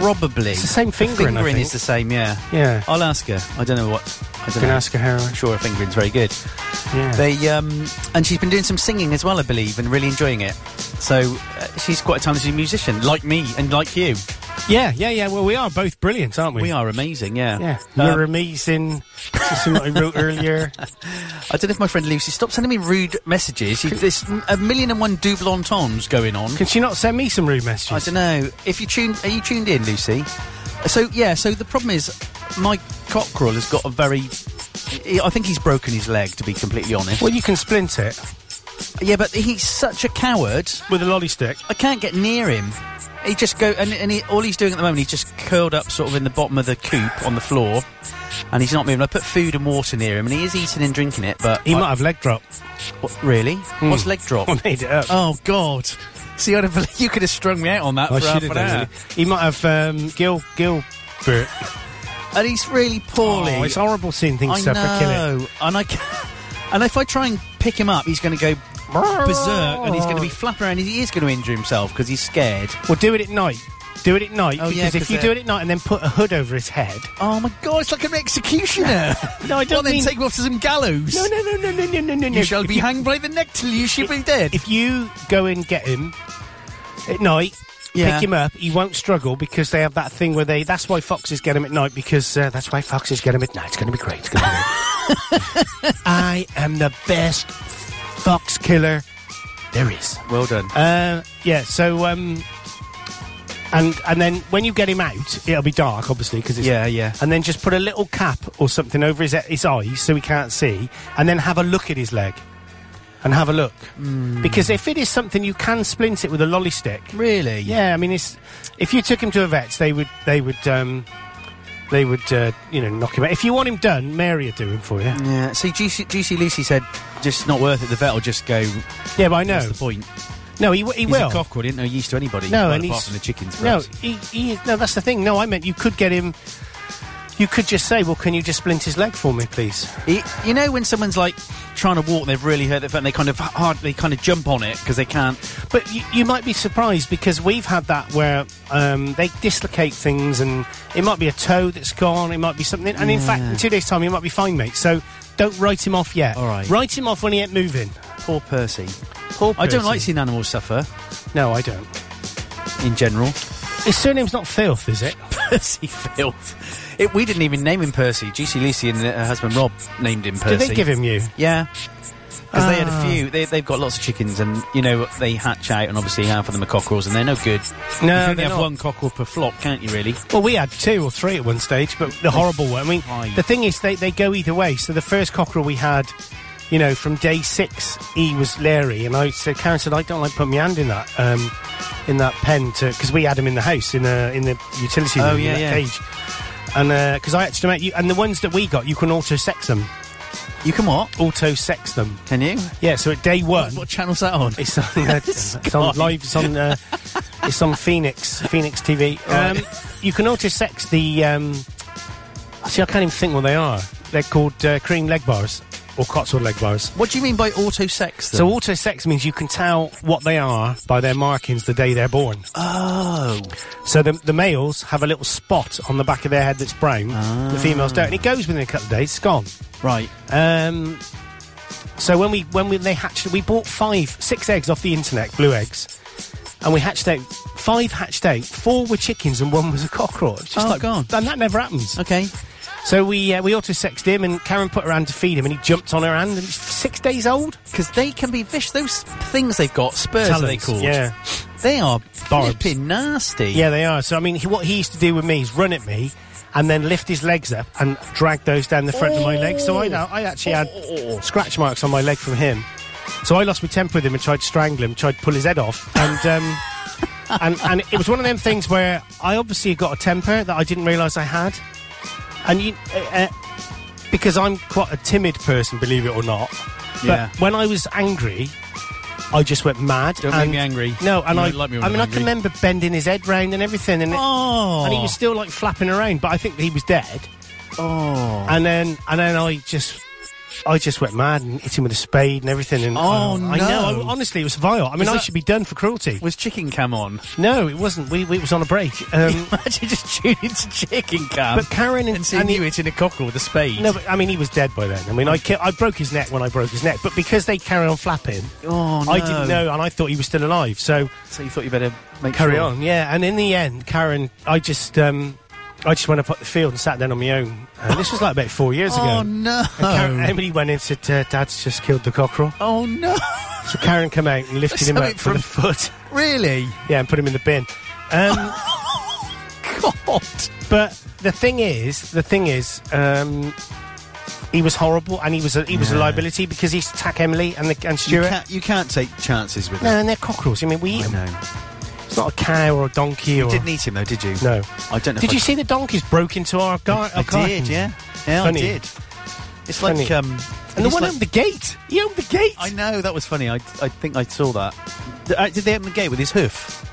[SPEAKER 4] probably
[SPEAKER 5] It's the same fingering, I
[SPEAKER 4] fingering
[SPEAKER 5] think.
[SPEAKER 4] is the same. Yeah.
[SPEAKER 5] Yeah.
[SPEAKER 4] I'll ask her. I don't know what. I don't
[SPEAKER 5] You can
[SPEAKER 4] know.
[SPEAKER 5] ask her how.
[SPEAKER 4] I'm sure her fingering's very good.
[SPEAKER 5] Yeah.
[SPEAKER 4] They um, and she's been doing some singing as well, I believe, and really enjoying it. So uh, she's quite a talented musician, like me and like you.
[SPEAKER 5] yeah, yeah, yeah. Well, we are both brilliant, aren't we?
[SPEAKER 4] We are amazing, yeah.
[SPEAKER 5] Yeah.
[SPEAKER 4] Um,
[SPEAKER 5] Muramizing. That's what I wrote earlier.
[SPEAKER 4] I don't know if my friend Lucy stop sending me rude messages. You- There's m- a million and one double entendres going on.
[SPEAKER 5] Can she not send me some rude
[SPEAKER 4] I
[SPEAKER 5] messages?
[SPEAKER 4] don't know if you tuned. Are you tuned in, Lucy? So yeah. So the problem is, my cockerel has got a very. I I think he's broken his leg, to be completely honest.
[SPEAKER 5] Well, you can splint it
[SPEAKER 4] Yeah, but he's such a coward.
[SPEAKER 5] with a lolly stick.
[SPEAKER 4] I can't get near him. He just go and, and he, all he's doing at the moment, he's just curled up sort of in the bottom of the coop on the floor, and he's not moving. I put food and water near him, and he is eating and drinking it. But
[SPEAKER 5] He
[SPEAKER 4] I-
[SPEAKER 5] might Hmm. have leg drop.
[SPEAKER 4] what- really, what's leg drop?
[SPEAKER 5] I made it up.
[SPEAKER 4] Oh God! See, I'd have, you could have strung me out on that
[SPEAKER 5] I
[SPEAKER 4] for
[SPEAKER 5] should
[SPEAKER 4] half
[SPEAKER 5] have
[SPEAKER 4] an
[SPEAKER 5] done.
[SPEAKER 4] hour.
[SPEAKER 5] really. He might have um, Gil Gil. Bert.
[SPEAKER 4] And he's really poorly.
[SPEAKER 5] Oh, it's horrible seeing things
[SPEAKER 4] I
[SPEAKER 5] suffer. Kill it.
[SPEAKER 4] know, and I ca- and if I try and pick him up, he's going to go berserk, and he's going to be flapping around. He is going to injure himself because he's scared.
[SPEAKER 5] Well, do it at night. Do it at night.
[SPEAKER 4] Oh,
[SPEAKER 5] because
[SPEAKER 4] yeah,
[SPEAKER 5] if
[SPEAKER 4] 'cause
[SPEAKER 5] you
[SPEAKER 4] they're-
[SPEAKER 5] do it at night and then put a hood over his head.
[SPEAKER 4] Oh my God! It's like an executioner.
[SPEAKER 5] No, I
[SPEAKER 4] well,
[SPEAKER 5] don't
[SPEAKER 4] then
[SPEAKER 5] mean.
[SPEAKER 4] take him off to some gallows.
[SPEAKER 5] no, no, no, no, no, no, no, no.
[SPEAKER 4] You shall
[SPEAKER 5] If
[SPEAKER 4] be hanged by the neck till you shall be dead.
[SPEAKER 5] If you go and get him at night.
[SPEAKER 4] Yeah.
[SPEAKER 5] Pick him up. He won't struggle because they have that thing where they. That's why foxes get him at night because uh, that's why foxes get him at night. It's going to be great. It's going to be great. I am the best fox killer there is.
[SPEAKER 4] well done.
[SPEAKER 5] Uh, yeah. So, um, and and then when you get him out, it'll be dark, obviously, because it's
[SPEAKER 4] Yeah, yeah.
[SPEAKER 5] And then just put a little cap or something over his his eyes so he can't see, and then have a look at his leg, and have a look
[SPEAKER 4] Hmm.
[SPEAKER 5] because if it is something you can splint it with a lolly stick.
[SPEAKER 4] Really?
[SPEAKER 5] Yeah, I mean, it's if you took him to a vet, they would they would. Um, they would, uh, you know, knock him out. If you want him done, Mary would do him for you.
[SPEAKER 4] Yeah. See, GC, GC Lucy said, "Just not worth it." The vet will just go.
[SPEAKER 5] Yeah, but I know.
[SPEAKER 4] What's the point?
[SPEAKER 5] No, he, w- he
[SPEAKER 4] He's
[SPEAKER 5] will.
[SPEAKER 4] a cockerel. He didn't know yeast to anybody.
[SPEAKER 5] No,
[SPEAKER 4] well,
[SPEAKER 5] and
[SPEAKER 4] apart
[SPEAKER 5] he's
[SPEAKER 4] from the chickens.
[SPEAKER 5] No,
[SPEAKER 4] perhaps.
[SPEAKER 5] he, he is, no, that's the thing. No, I meant you could get him. You could just say, well, can you just splint his leg for me, please?
[SPEAKER 4] Y- You know when someone's like trying to walk, and they've really hurt their foot, and they kind of hard, they kind of jump on it because they can't.
[SPEAKER 5] But you, you might be surprised because we've had that where um, they dislocate things and it might be a toe that's gone, it might be something. And in fact, in two days' time, he might be fine, mate. So don't write him off yet.
[SPEAKER 4] All right.
[SPEAKER 5] Write him off when he ain't moving.
[SPEAKER 4] Poor Percy.
[SPEAKER 5] Poor
[SPEAKER 4] I don't
[SPEAKER 5] Percy.
[SPEAKER 4] like seeing animals suffer
[SPEAKER 5] No, I don't.
[SPEAKER 4] in general.
[SPEAKER 5] His surname's not Filth, is it?
[SPEAKER 4] Percy filth. It, we didn't even name him Percy. GC Lucy and uh, her husband Rob named him Ah. Percy.
[SPEAKER 5] Did they give him you?
[SPEAKER 4] Yeah. Because they had a few, they, they've got lots of chickens, and you know they hatch out, and obviously half of them are cockerels, and they're no good. you
[SPEAKER 5] No,
[SPEAKER 4] can only
[SPEAKER 5] they're
[SPEAKER 4] have
[SPEAKER 5] not.
[SPEAKER 4] one cockerel per flock, can't you? Really?
[SPEAKER 5] Well, we had two or three at one stage, but the horrible one. I mean,
[SPEAKER 4] fly.
[SPEAKER 5] the thing is, they, they go either way. So the first cockerel we had, you know, from day six, he was Larry, and I said, Karen said, I don't like putting my hand in that um, in that pen to because we had him in the house in the in the utility room
[SPEAKER 4] Oh,
[SPEAKER 5] in
[SPEAKER 4] yeah,
[SPEAKER 5] that
[SPEAKER 4] yeah.
[SPEAKER 5] cage, and because I actually met you, and the ones that we got, you can auto sex them,
[SPEAKER 4] You can what?
[SPEAKER 5] auto sex them.
[SPEAKER 4] Can you?
[SPEAKER 5] Yeah, so at day one,
[SPEAKER 4] What channel's that on?
[SPEAKER 5] it's on, uh, it's on live. It's on. Uh, it's on Phoenix. Phoenix TV. Um, You can auto sex the. Um, see, I can't even think what they are. They're called uh, cream leg bars or Cotswold leg bars.
[SPEAKER 4] What do you mean by auto sex?
[SPEAKER 5] So auto sex means you can tell what they are by their markings the day they're born.
[SPEAKER 4] oh,
[SPEAKER 5] So the, the males have a little spot on the back of their head that's brown. The females don't, and it goes within a couple of days. It's gone.
[SPEAKER 4] right.
[SPEAKER 5] Um, so when we when we, they hatched, we bought five, six eggs off the internet, blue eggs, and we hatched out five hatched out. Four were chickens and one was a cockroach. It's Just
[SPEAKER 4] Oh,
[SPEAKER 5] like,
[SPEAKER 4] God.
[SPEAKER 5] And that never happens.
[SPEAKER 4] Okay.
[SPEAKER 5] So we uh, we auto sexed him, and Karen put her hand to feed him, and he jumped on her hand, and he's six days old.
[SPEAKER 4] Because they can be fish. Those things they've got, spurs are they
[SPEAKER 5] Talons,
[SPEAKER 4] called?
[SPEAKER 5] Yeah,
[SPEAKER 4] They are
[SPEAKER 5] Barbs.
[SPEAKER 4] flipping nasty.
[SPEAKER 5] yeah, they are. So I mean, he, what he used to do with me is run at me. And then lift his legs up and drag those down the front of my legs. So I, I actually had scratch marks on my leg from him. So I lost my temper with him and tried to strangle him, tried to pull his head off, and um, and and it was one of them things where I obviously got a temper that I didn't realise I had, and you uh, uh, because I'm quite a timid person, believe it or not.
[SPEAKER 4] Yeah.
[SPEAKER 5] But when I was angry, I just went mad.
[SPEAKER 4] Don't make
[SPEAKER 5] and,
[SPEAKER 4] me angry.
[SPEAKER 5] No, and
[SPEAKER 4] You
[SPEAKER 5] I
[SPEAKER 4] don't like me when
[SPEAKER 5] I
[SPEAKER 4] I'm
[SPEAKER 5] mean I
[SPEAKER 4] angry.
[SPEAKER 5] can remember bending his head round and everything, and it-
[SPEAKER 4] Oh.
[SPEAKER 5] and he was still like flapping around, but I think he was dead.
[SPEAKER 4] Oh.
[SPEAKER 5] And then and then I just I just went mad and hit him with a spade and everything. And
[SPEAKER 4] Oh,
[SPEAKER 5] I know.
[SPEAKER 4] no.
[SPEAKER 5] I, honestly, it was vile. I mean,
[SPEAKER 4] Was
[SPEAKER 5] I
[SPEAKER 4] that-
[SPEAKER 5] should be done for cruelty.
[SPEAKER 4] Was chicken cam on?
[SPEAKER 5] No, it wasn't. We, we it was on a break. Um,
[SPEAKER 4] Imagine just tuning to chicken cam.
[SPEAKER 5] but Karen and,
[SPEAKER 4] and seeing
[SPEAKER 5] and
[SPEAKER 4] you hitting a cockerel with a spade.
[SPEAKER 5] No, but I mean he was dead by then. I mean I ki- I broke his neck when I broke his neck, but because they carried on flapping,
[SPEAKER 4] Oh,
[SPEAKER 5] I
[SPEAKER 4] no.
[SPEAKER 5] didn't know, and I thought he was still alive. So
[SPEAKER 4] So you thought you better make
[SPEAKER 5] carry
[SPEAKER 4] sure.
[SPEAKER 5] on, yeah. And in the end, Karen, I just um, I just went up at the field and sat down on my own. And this was like about four years ago.
[SPEAKER 4] Oh no!
[SPEAKER 5] And Karen, Emily went in and said, uh, "Dad's just killed the cockerel."
[SPEAKER 4] oh no!
[SPEAKER 5] So Karen came out and lifted him
[SPEAKER 4] Something
[SPEAKER 5] up from the foot,
[SPEAKER 4] Really?
[SPEAKER 5] yeah, and put him in the bin. Um,
[SPEAKER 4] God!
[SPEAKER 5] But the thing is, the thing is, um, he was horrible, and he was a, he was a liability because he used to attack Emily and the, and
[SPEAKER 4] You
[SPEAKER 5] Stuart.
[SPEAKER 4] can't, you can't take chances with
[SPEAKER 5] No,
[SPEAKER 4] him.
[SPEAKER 5] and they're cockroaches. I mean, we eat
[SPEAKER 4] I
[SPEAKER 5] them.
[SPEAKER 4] know.
[SPEAKER 5] It's not a cow or a donkey or.
[SPEAKER 4] Didn't eat him though, did you?
[SPEAKER 5] No.
[SPEAKER 4] I don't know.
[SPEAKER 5] Did
[SPEAKER 4] if
[SPEAKER 5] you
[SPEAKER 4] I,
[SPEAKER 5] see the donkeys broke into our, gar-
[SPEAKER 4] I
[SPEAKER 5] our garden?
[SPEAKER 4] did. Yeah. Yeah,
[SPEAKER 5] Funny.
[SPEAKER 4] I did. It's
[SPEAKER 5] Funny.
[SPEAKER 4] like um.
[SPEAKER 5] And the
[SPEAKER 4] it's
[SPEAKER 5] one
[SPEAKER 4] like-
[SPEAKER 5] opened the gate. He opened the gate.
[SPEAKER 4] I know that was funny. I, I think I saw that. Did, uh, did they open the gate with his hoof?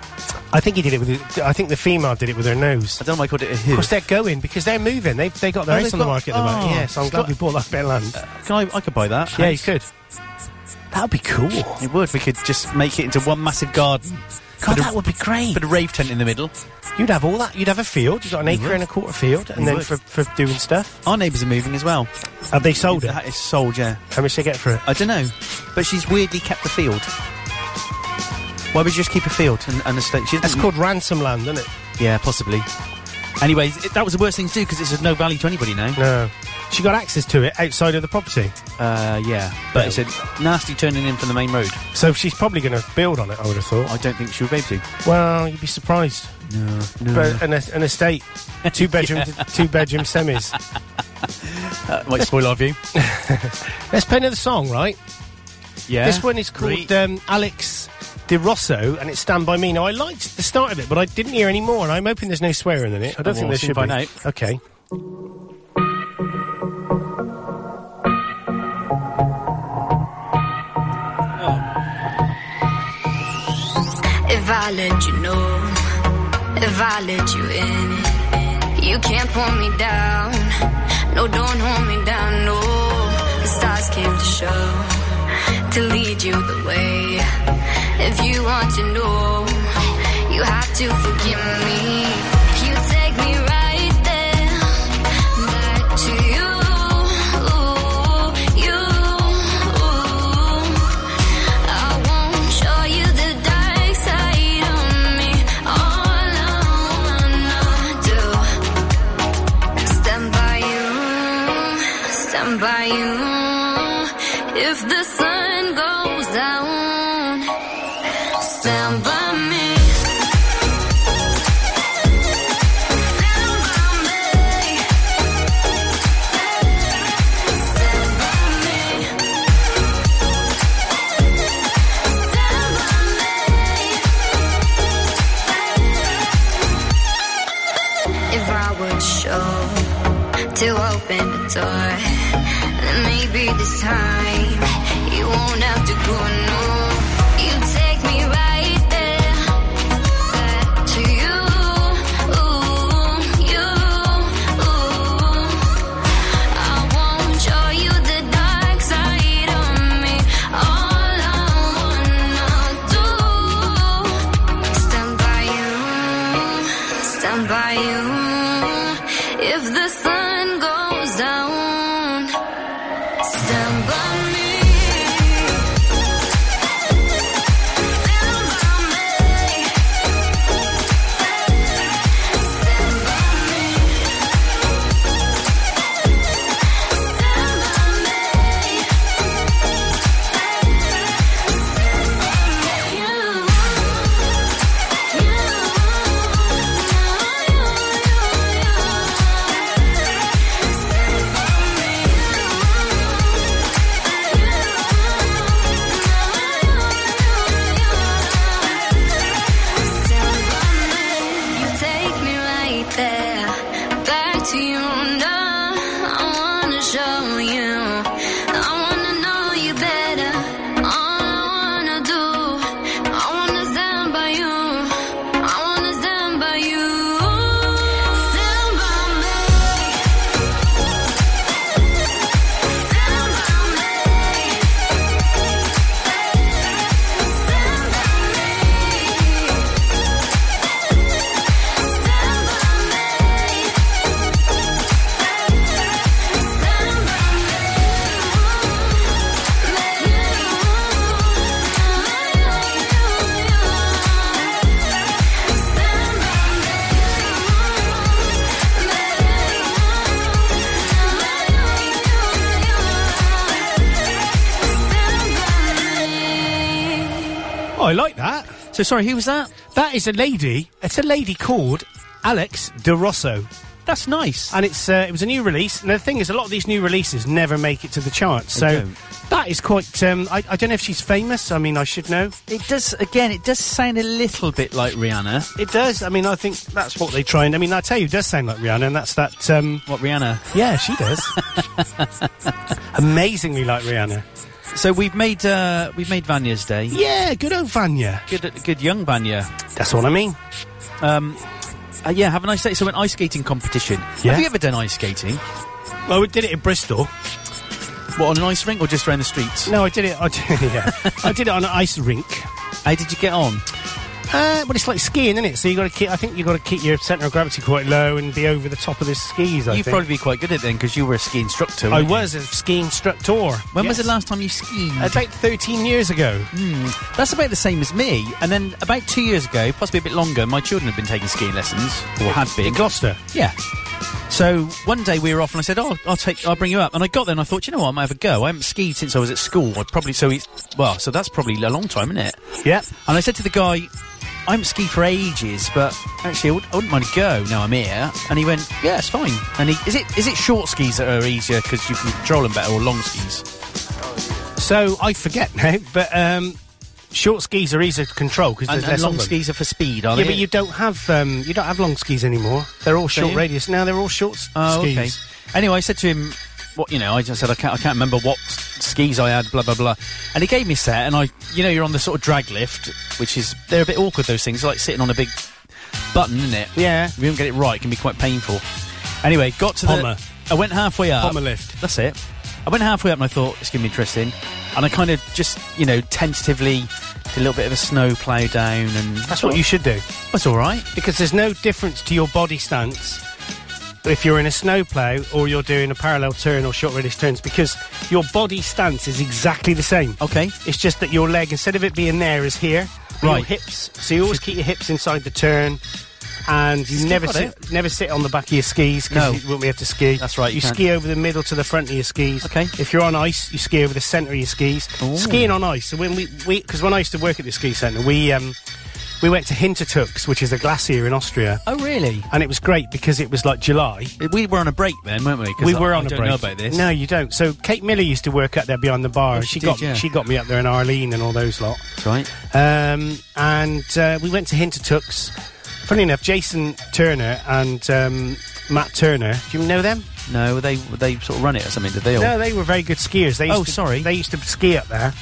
[SPEAKER 5] I think he did it with. His, I think the female did it with her nose.
[SPEAKER 4] I don't know why I called it a
[SPEAKER 5] Of course,
[SPEAKER 4] hoof.
[SPEAKER 5] they're going because they're moving. They've they got their
[SPEAKER 4] Oh,
[SPEAKER 5] house
[SPEAKER 4] they've
[SPEAKER 5] on the
[SPEAKER 4] got-
[SPEAKER 5] market at the moment.
[SPEAKER 4] oh. Uh,
[SPEAKER 5] Yes, I'm glad we bought that bit of land.
[SPEAKER 4] Can I? I could buy that.
[SPEAKER 5] yeah, you
[SPEAKER 4] Thanks.
[SPEAKER 5] could. That'd be cool.
[SPEAKER 4] It would. We could just make it into one massive garden.
[SPEAKER 5] God,
[SPEAKER 4] Put a-
[SPEAKER 5] that would be great.
[SPEAKER 4] Put a rave tent in the middle.
[SPEAKER 5] You'd have all that. You'd have a field. You've got an
[SPEAKER 4] You
[SPEAKER 5] acre
[SPEAKER 4] would.
[SPEAKER 5] and a quarter field, and
[SPEAKER 4] You
[SPEAKER 5] then
[SPEAKER 4] would.
[SPEAKER 5] for, for doing stuff.
[SPEAKER 4] Our neighbours are moving as well.
[SPEAKER 5] Have they sold it?
[SPEAKER 4] That is sold, yeah.
[SPEAKER 5] How much they get for it?
[SPEAKER 4] I don't know, but she's weirdly kept the field. Why would you just keep a field and, and a state? She
[SPEAKER 5] That's
[SPEAKER 4] doesn't-
[SPEAKER 5] called ransom land, isn't it?
[SPEAKER 4] Yeah, possibly. Anyways, it, that was the worst thing to do because it's of no value to anybody now.
[SPEAKER 5] No. She got access to it outside of the property,
[SPEAKER 4] Uh, yeah, but it's a nasty turning in from the main road.
[SPEAKER 5] so she's probably going to build on it. I would have thought.
[SPEAKER 4] I don't think she would be able to.
[SPEAKER 5] Well, you'd be surprised.
[SPEAKER 4] No,
[SPEAKER 5] But an, an estate, two bedroom, two bedroom semis.
[SPEAKER 4] That Uh, might spoil our view.
[SPEAKER 5] Let's play another song, right?
[SPEAKER 4] Yeah,
[SPEAKER 5] This one is called
[SPEAKER 4] Right.
[SPEAKER 5] um, Alex De Rosso, and it's Stand By Me. Now, I liked the start of it, but I didn't hear any more, and I'm hoping there's no swearing in it. I don't
[SPEAKER 4] Oh,
[SPEAKER 5] think
[SPEAKER 4] well,
[SPEAKER 5] there
[SPEAKER 4] soon
[SPEAKER 5] should be.
[SPEAKER 4] find out.
[SPEAKER 5] Okay.
[SPEAKER 9] If I let you know, if I let you in,
[SPEAKER 11] You can't pull me down. No, don't hold me down. No, the stars came to show to lead you the way. If you want to know, you have to forgive me. You take me right there back to you. You, I won't show you the dark side of me. All I wanna do stand by you, stand by you. If the sun goes down, stand by me. If I would show to open the door. And maybe this time you won't have to go. No, you take me right there back to you. you. I won't show you the dark side of me. All I wanna do stand by you, stand by you. If the sun goes down, stand by me. You take me right there, back to you. No, I wanna show you. I wanna know you better. All I wanna do, I wanna stand by you. I wanna stand by you. Stand by me. Stand by me. Stand by me.
[SPEAKER 5] Oh, I like that.
[SPEAKER 4] So sorry, who was that?
[SPEAKER 5] That is a lady. It's a lady called Alex De Rosso.
[SPEAKER 4] That's nice.
[SPEAKER 5] And it's uh, it was a new release. And the thing is, a lot of these new releases never make it to the charts. So
[SPEAKER 4] don't.
[SPEAKER 5] that is quite. Um, I, I don't know if she's famous. I mean, I should know.
[SPEAKER 4] It does again. It does sound a little bit like Rihanna.
[SPEAKER 5] It does. I mean, I think that's what they try. And I mean, I tell you, it does sound like Rihanna, and that's that. Um,
[SPEAKER 4] What Rihanna?
[SPEAKER 5] yeah, she does. Amazingly like Rihanna.
[SPEAKER 4] So we've made uh, we've made Vanya's day.
[SPEAKER 5] Yeah, good old Vanya.
[SPEAKER 4] Good, good young Vanya.
[SPEAKER 5] That's what I mean.
[SPEAKER 4] Uh, yeah, have a nice day. So an ice skating competition.
[SPEAKER 5] Yeah.
[SPEAKER 4] Have you ever done ice skating?
[SPEAKER 5] Well, we did it in Bristol.
[SPEAKER 4] What on an ice rink or just around the streets?
[SPEAKER 5] No, I did it. I did, yeah, I did it on an ice rink.
[SPEAKER 4] How did you get on?
[SPEAKER 5] Uh, well, it's like skiing, isn't it? So you got to keep. I think you got to keep your centre of gravity quite low and be over the top of the skis. I
[SPEAKER 4] You've
[SPEAKER 5] think.
[SPEAKER 4] probably be quite good at it then because you were a ski instructor.
[SPEAKER 5] I
[SPEAKER 4] weren't you?
[SPEAKER 5] was a ski instructor.
[SPEAKER 4] When was
[SPEAKER 5] Yes. Uh,
[SPEAKER 4] the last time you skied?
[SPEAKER 5] About thirteen years ago.
[SPEAKER 4] That's about the same as me. And then about two years ago, possibly a bit longer, my children had been taking skiing lessons or had been.
[SPEAKER 5] in Gloucester.
[SPEAKER 4] Yeah. So one day we were off, and I said, "Oh, I'll take, I'll bring you up." And I got there, and I thought, you know what, I might have a go. I haven't skied since I was at school. I probably so it's well, so that's probably a long time, isn't it?
[SPEAKER 5] Yep.
[SPEAKER 4] And I said to the guy, "I haven't skied for ages, but actually, I would- I wouldn't mind a go now I'm here." And he went, "Yeah, it's fine." And he is it is it short skis that are easier because you can control them better, or long skis?
[SPEAKER 5] So I forget now, but um, short skis are easier to control because
[SPEAKER 4] And,
[SPEAKER 5] there's
[SPEAKER 4] and
[SPEAKER 5] less of
[SPEAKER 4] long
[SPEAKER 5] them.
[SPEAKER 4] skis are for speed, aren't
[SPEAKER 5] Yeah,
[SPEAKER 4] they?
[SPEAKER 5] but you don't have um, you don't have long skis anymore. They're all short
[SPEAKER 4] you?
[SPEAKER 5] radius now. They're all short s-
[SPEAKER 4] Oh,
[SPEAKER 5] skis.
[SPEAKER 4] okay. Anyway, I said to him, "What you know?" I just said, "I can't, I can't remember what s- skis I had." Blah blah blah. And he gave me a set, and I, you know, you're on the sort of drag lift, which is they're a bit awkward. Those things like sitting on a big button, isn't it?
[SPEAKER 5] Yeah.
[SPEAKER 4] If you don't get it right, it can be quite painful. Anyway, got to
[SPEAKER 5] Pommer.
[SPEAKER 4] the. I went halfway up.
[SPEAKER 5] Pommer lift.
[SPEAKER 4] That's it. I went halfway up and I thought it's going to be interesting. And I kind of just, you know, tentatively did a little bit of a snow plow down and.
[SPEAKER 5] That's what you should do.
[SPEAKER 4] That's all right.
[SPEAKER 5] Because there's no difference to your body stance if you're in a snowplow or you're doing a parallel turn or short radius turns because your body stance is exactly the same.
[SPEAKER 4] Okay.
[SPEAKER 5] It's just that your leg, instead of it being there, is here. Your
[SPEAKER 4] Right.
[SPEAKER 5] hips. So you always keep your hips inside the turn. And you
[SPEAKER 4] Still
[SPEAKER 5] never
[SPEAKER 4] got
[SPEAKER 5] sit,
[SPEAKER 4] it.
[SPEAKER 5] never sit on the back of your skis because
[SPEAKER 4] No.
[SPEAKER 5] you won't be able to ski.
[SPEAKER 4] That's right,
[SPEAKER 5] You,
[SPEAKER 4] you can't.
[SPEAKER 5] ski over the middle to the front of your skis.
[SPEAKER 4] Okay.
[SPEAKER 5] If you're on ice, you ski over the centre of your skis.
[SPEAKER 4] Ooh.
[SPEAKER 5] Skiing on ice. So when we because when I used to work at the ski centre, we um, we went to Hintertux, which is a glacier in Austria,
[SPEAKER 4] Oh, really?
[SPEAKER 5] and it was great because it was like July.
[SPEAKER 4] We were on a break then, weren't we? 'Cause
[SPEAKER 5] We
[SPEAKER 4] I-
[SPEAKER 5] were on
[SPEAKER 4] I
[SPEAKER 5] a
[SPEAKER 4] don't
[SPEAKER 5] break.
[SPEAKER 4] know about this.
[SPEAKER 5] No, you don't. So Kate Miller used to work up there behind the bar.
[SPEAKER 4] Oh, she
[SPEAKER 5] she got
[SPEAKER 4] did, yeah.
[SPEAKER 5] she got me up there and Arlene and all those lot.
[SPEAKER 4] That's right.
[SPEAKER 5] Um, and uh, we went to Hintertux. Funny enough, Jason Turner and um, Matt Turner. Do you know them?
[SPEAKER 4] No, they they sort of run it or something, did they? Or-
[SPEAKER 5] No, they were very good skiers. They used
[SPEAKER 4] Oh,
[SPEAKER 5] to,
[SPEAKER 4] sorry.
[SPEAKER 5] They used to ski up there.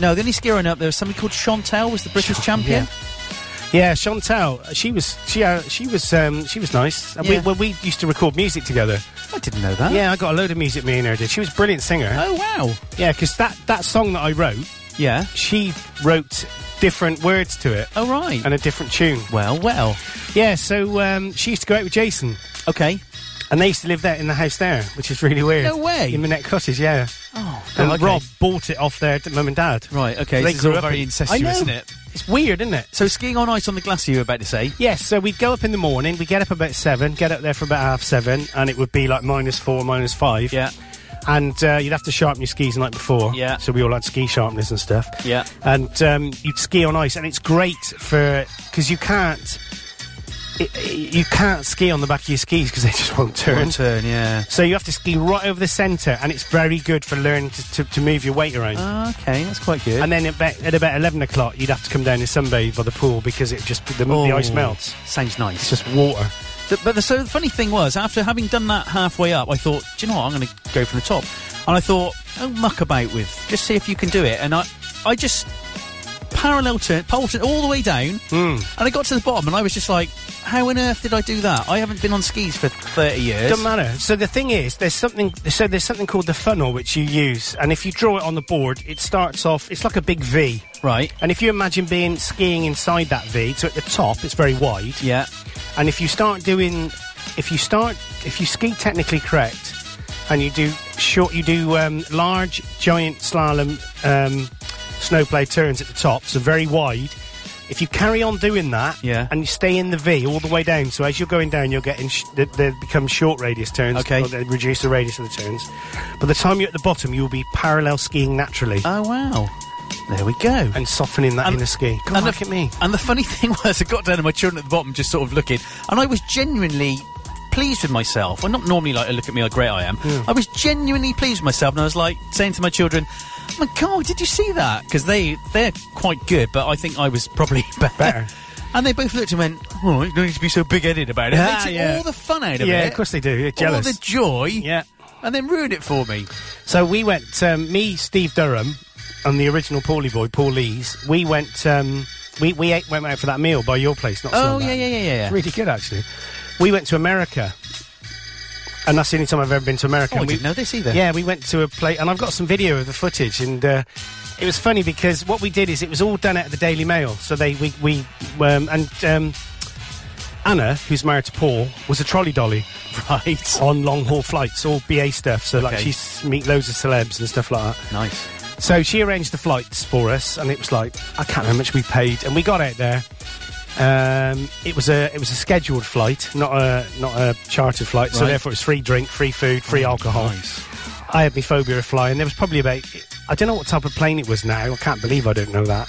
[SPEAKER 4] No, the only skier I know up there was somebody called Chantel, was the British champion.
[SPEAKER 5] Yeah, Chantal. She was she uh, she was um, she was nice. And we,
[SPEAKER 4] Yeah.
[SPEAKER 5] well, we used to record music together.
[SPEAKER 4] I didn't know that.
[SPEAKER 5] Yeah, I got a load of music. Me and her did. She was a brilliant singer.
[SPEAKER 4] Oh, wow.
[SPEAKER 5] Yeah, because that that song that I wrote,
[SPEAKER 4] Yeah.
[SPEAKER 5] she wrote different words to it
[SPEAKER 4] Oh, right.
[SPEAKER 5] and a different tune.
[SPEAKER 4] well, well.
[SPEAKER 5] Yeah, so um, she used to go out with Jason,
[SPEAKER 4] Okay.
[SPEAKER 5] and they used to live there in the house there, which is really weird.
[SPEAKER 4] No way.
[SPEAKER 5] In Minette Cottage, yeah.
[SPEAKER 4] Oh,
[SPEAKER 5] And
[SPEAKER 4] okay.
[SPEAKER 5] Rob bought it off their d- mum and dad.
[SPEAKER 4] Right, okay.
[SPEAKER 5] They
[SPEAKER 4] this is
[SPEAKER 5] grew
[SPEAKER 4] all
[SPEAKER 5] up
[SPEAKER 4] very
[SPEAKER 5] in-
[SPEAKER 4] incestuous,
[SPEAKER 5] I know.
[SPEAKER 4] isn't it?
[SPEAKER 5] It's weird, isn't it?
[SPEAKER 4] So skiing on ice on the glacier, you were about to say?
[SPEAKER 5] Yes, so we'd go up in the morning, we'd get up about seven, get up there for about half seven, and it would be like minus four, minus five. And uh, you'd have to sharpen your skis the night before.
[SPEAKER 4] Yeah.
[SPEAKER 5] So we all had ski sharpeners and stuff.
[SPEAKER 4] Yeah.
[SPEAKER 5] And um, you'd ski on ice, and it's great for. because you can't. i i- you can't ski on the back of your skis because they just won't
[SPEAKER 4] Turn,
[SPEAKER 5] turn.
[SPEAKER 4] turn, yeah.
[SPEAKER 5] So you have to ski right over the centre, and it's very good for learning to, to, to move your weight around.
[SPEAKER 4] Uh. Okay, that's quite good.
[SPEAKER 5] and then at about, at about 11 o'clock, you'd have to come down and sunbathe by the pool because it just the, the ice melts.
[SPEAKER 4] Oh. Sounds
[SPEAKER 5] It's
[SPEAKER 4] nice.
[SPEAKER 5] just water.
[SPEAKER 4] Th- but the, so the funny thing was, after having done that halfway up, I thought, do you know what, I'm going to go from the top. And I thought, oh, muck about with, just see if you can do it. And I, I just parallel turned, pole turned all the way down,
[SPEAKER 5] Hmm.
[SPEAKER 4] and I got to the bottom, and I was just like, how on earth did I do that? I haven't been on skis for 30 years.
[SPEAKER 5] Doesn't matter. So the thing is, there's something. So there's something called the funnel which you use, and if you draw it on the board, it starts off. It's like a big V,
[SPEAKER 4] Right.
[SPEAKER 5] and if you imagine being skiing inside that V, so at the top, it's very wide.
[SPEAKER 4] Yeah.
[SPEAKER 5] And if you start doing, if you start, if you ski technically correct, and you do short, you do um, large, giant slalom, um, snowplay turns at the top, so very wide. If you carry on doing that,
[SPEAKER 4] Yeah.
[SPEAKER 5] and you stay in the V all the way down, so as you're going down, you're getting sh- they, they become short radius turns.
[SPEAKER 4] Okay.
[SPEAKER 5] or they reduce the radius of the turns. By the time you're at the bottom, you'll be parallel skiing naturally
[SPEAKER 4] Oh, wow. There we go.
[SPEAKER 5] and softening that
[SPEAKER 4] And-
[SPEAKER 5] inner ski. Come on,
[SPEAKER 4] the-
[SPEAKER 5] look at me.
[SPEAKER 4] And the funny thing was, I got down and my children at the bottom just sort of looking, and I was genuinely pleased with myself. Well, not normally like, look at me how great I am. I was genuinely pleased with myself, and I was like saying to my children, "Oh "My God, did you see that?" Because they they're quite good, but I think I was probably better.
[SPEAKER 5] Better.
[SPEAKER 4] And they both looked and went, "Oh, you don't need to be so big-headed about it."
[SPEAKER 5] Ah,
[SPEAKER 4] they took
[SPEAKER 5] yeah.
[SPEAKER 4] all the fun out of it.
[SPEAKER 5] Yeah, of course they do. You're jealous.
[SPEAKER 4] All the joy.
[SPEAKER 5] Yeah.
[SPEAKER 4] And then ruined it for me.
[SPEAKER 5] So we went, um, me, Steve Durham, and the original Paulie boy, Paul Lees. We went, um, we, we ate, went out for that meal by your place. Not so
[SPEAKER 4] Oh
[SPEAKER 5] long
[SPEAKER 4] yeah,
[SPEAKER 5] back.
[SPEAKER 4] yeah, yeah, yeah. yeah.
[SPEAKER 5] It's really good actually. We went to America, and that's the only time I've ever been to America.
[SPEAKER 4] Oh, I
[SPEAKER 5] And we,
[SPEAKER 4] didn't know this either.
[SPEAKER 5] yeah, we went to a place, and I've got some video of the footage, and uh, it was funny because what we did is it was all done out of the Daily Mail. So they we we um, and um, Anna, who's married to Paul, was a trolley dolly, right, on long haul flights, all BA stuff. So like
[SPEAKER 4] Okay.
[SPEAKER 5] she s- meet loads of celebs and stuff like that.
[SPEAKER 4] Nice.
[SPEAKER 5] So she arranged the flights for us, and it was like I can't remember how much we paid, and we got out there. Um, it was a it was a scheduled flight, not a not a chartered flight. So
[SPEAKER 4] Right. Oh,
[SPEAKER 5] therefore, it was free drink, free food, free alcohol.
[SPEAKER 4] Nice.
[SPEAKER 5] I had my phobia of flying. There was probably about I don't know what type of plane it was now. I can't believe I don't know that.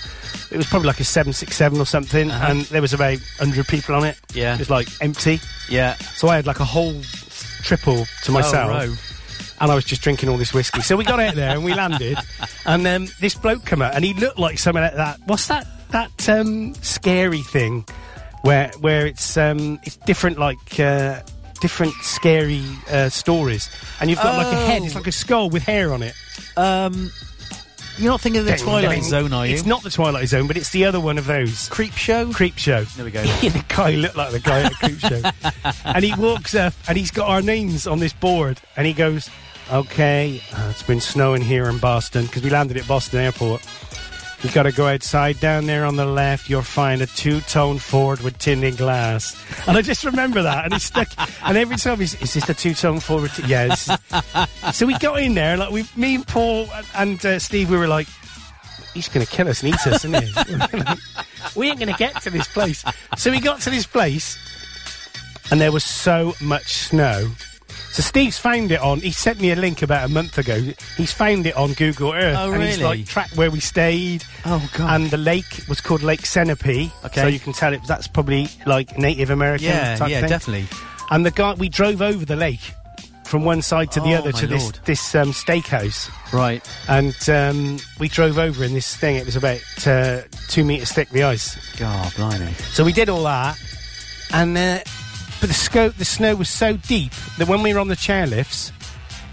[SPEAKER 5] It was probably like a seven six seven or something, and there was about hundred people on it.
[SPEAKER 4] Uh-huh. Yeah.
[SPEAKER 5] it was like empty.
[SPEAKER 4] Yeah.
[SPEAKER 5] So I had like a whole triple to myself,
[SPEAKER 4] Oh, row.
[SPEAKER 5] and I was just drinking all this whiskey. So we got out there and we landed, and um, this bloke come out, and he looked like something like that. What's that? That um, scary thing where where it's um, it's different, like. Uh, Different scary uh, stories, and you've got like a head.
[SPEAKER 4] Oh.
[SPEAKER 5] It's like a skull with hair on it.
[SPEAKER 4] Um, You're not thinking of the
[SPEAKER 5] Ding,
[SPEAKER 4] Twilight
[SPEAKER 5] ding.
[SPEAKER 4] Zone, are you?
[SPEAKER 5] It's not the Twilight Zone, but it's the other one of those.
[SPEAKER 4] Creep Show.
[SPEAKER 5] Creep Show.
[SPEAKER 4] There we go.
[SPEAKER 5] the guy looked like the guy at Creep Show. and he walks up and he's got our names on this board and he goes, Okay, uh, it's been snowing here in Boston because we landed at Boston Airport. You got to go outside down there on the left. You'll find a two-tone Ford with tinted glass. And I just remember that. And he stuck. And every time he's, is this the two-tone Ford? With t-? Yes. so we got in there. Like we, me and Paul and, and uh, Steve, we were like, he's going to kill us and eat us, isn't he? we ain't going to get to this place. So we got to this place, and there was so much snow. So Steve's found it on. He sent me a link about a month ago. He's found it on Google Earth,
[SPEAKER 4] Oh,
[SPEAKER 5] and he's
[SPEAKER 4] really?
[SPEAKER 5] like tracked where we stayed.
[SPEAKER 4] Oh, God.
[SPEAKER 5] And the lake was called Lake Centipede.
[SPEAKER 4] Okay.
[SPEAKER 5] so you can tell it. That's probably like Native American.
[SPEAKER 4] Yeah,
[SPEAKER 5] type
[SPEAKER 4] yeah,
[SPEAKER 5] thing.
[SPEAKER 4] definitely.
[SPEAKER 5] And the guy, we drove over the lake from one side to the
[SPEAKER 4] Oh,
[SPEAKER 5] other
[SPEAKER 4] my
[SPEAKER 5] to this
[SPEAKER 4] lord.
[SPEAKER 5] this um, steakhouse
[SPEAKER 4] Right.
[SPEAKER 5] and um, we drove over in this thing. It was about uh, two meters thick, the ice.
[SPEAKER 4] God, blimey.
[SPEAKER 5] So we did all that, and uh, but the scope, the snow was so deep that when we were on the chairlifts,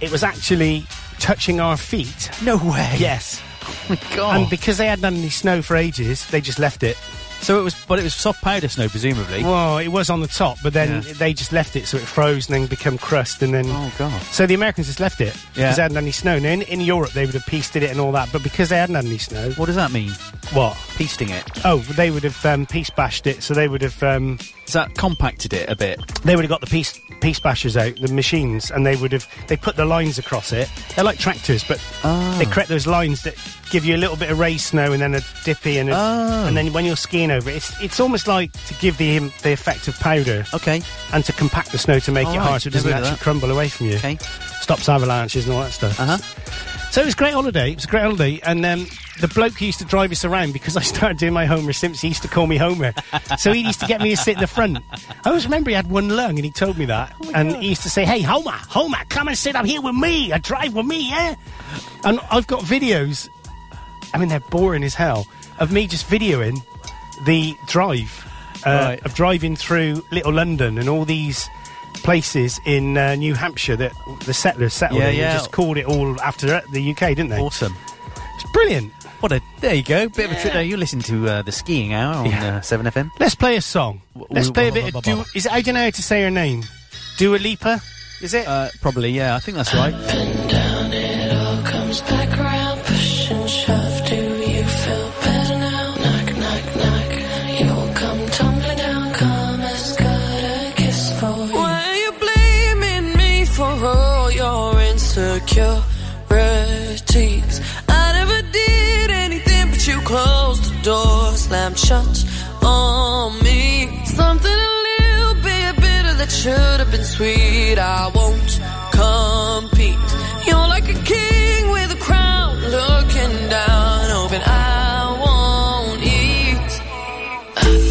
[SPEAKER 5] it was actually touching our feet.
[SPEAKER 4] No way.
[SPEAKER 5] Yes,
[SPEAKER 4] my God.
[SPEAKER 5] and because they hadn't had any snow for ages, they just left it.
[SPEAKER 4] so it was, but it was soft powder snow, presumably.
[SPEAKER 5] Well, it was on the top, but then
[SPEAKER 4] Yeah.
[SPEAKER 5] they just left it, so it froze and then become crust, and then.
[SPEAKER 4] Oh, God.
[SPEAKER 5] So the Americans just left it because
[SPEAKER 4] Yeah.
[SPEAKER 5] they hadn't had any snow. Now in, in Europe they would have pasted it and all that, but because they hadn't had any snow,
[SPEAKER 4] What does that mean?
[SPEAKER 5] what?
[SPEAKER 4] Pasting it.
[SPEAKER 5] Oh, they would have um, piece bashed it, so they would have um,
[SPEAKER 4] Is that compacted it a bit?
[SPEAKER 5] they would have got the piece piece bashers out, the machines, and they would have they put the lines across it. They're like tractors, but
[SPEAKER 4] Ah.
[SPEAKER 5] they create those lines that give you a little bit of raised snow and then a dippy, and a,
[SPEAKER 4] Oh.
[SPEAKER 5] and then when you're skiing over it, it's it's almost like to give the im- the effect of powder
[SPEAKER 4] Okay.
[SPEAKER 5] and to compact the snow to make
[SPEAKER 4] All
[SPEAKER 5] it
[SPEAKER 4] right,
[SPEAKER 5] hard so it doesn't
[SPEAKER 4] never heard of
[SPEAKER 5] actually
[SPEAKER 4] that.
[SPEAKER 5] crumble away from you.
[SPEAKER 4] Okay.
[SPEAKER 5] Stops avalanches and all that stuff.
[SPEAKER 4] Uh huh.
[SPEAKER 5] So it was a great holiday. It was a great holiday. And um, the bloke who used to drive us around, because I started doing my Homer Simpson, he used to call me Homer. so he used to get me to sit in the front. I always remember he had one lung and he told me that. and he used to say, hey, Homer, Homer, come and sit up here with me. I drive with me, yeah? And I've got videos. I mean, they're boring as hell. Of me just videoing the drive. Uh,
[SPEAKER 4] Right.
[SPEAKER 5] Of driving through Little London and all these places in uh, New Hampshire that the settlers settled
[SPEAKER 4] Yeah,
[SPEAKER 5] in
[SPEAKER 4] yeah.
[SPEAKER 5] and just called it all after uh, the UK, didn't they?
[SPEAKER 4] Awesome.
[SPEAKER 5] It's brilliant.
[SPEAKER 4] What a there you go. Bit of a trip there. You listen to uh, the skiing hour on
[SPEAKER 5] Yeah.
[SPEAKER 4] uh, Seven FM.
[SPEAKER 5] Let's play a song.
[SPEAKER 4] W-
[SPEAKER 5] Let's
[SPEAKER 4] w-
[SPEAKER 5] play a
[SPEAKER 4] w-
[SPEAKER 5] bit of.
[SPEAKER 4] w-
[SPEAKER 5] Du- is it, I don't know how to say her name. Dua Lipa. Is it? Ah.
[SPEAKER 4] Uh, probably, yeah. I think that's right.
[SPEAKER 9] Why you blaming me for all your insecurities? I never did anything, but you closed the door, slammed shut on me. Something a little bit bitter that should have been sweet. I won't compete. You're like a king with a crown, looking down, hoping I won't eat.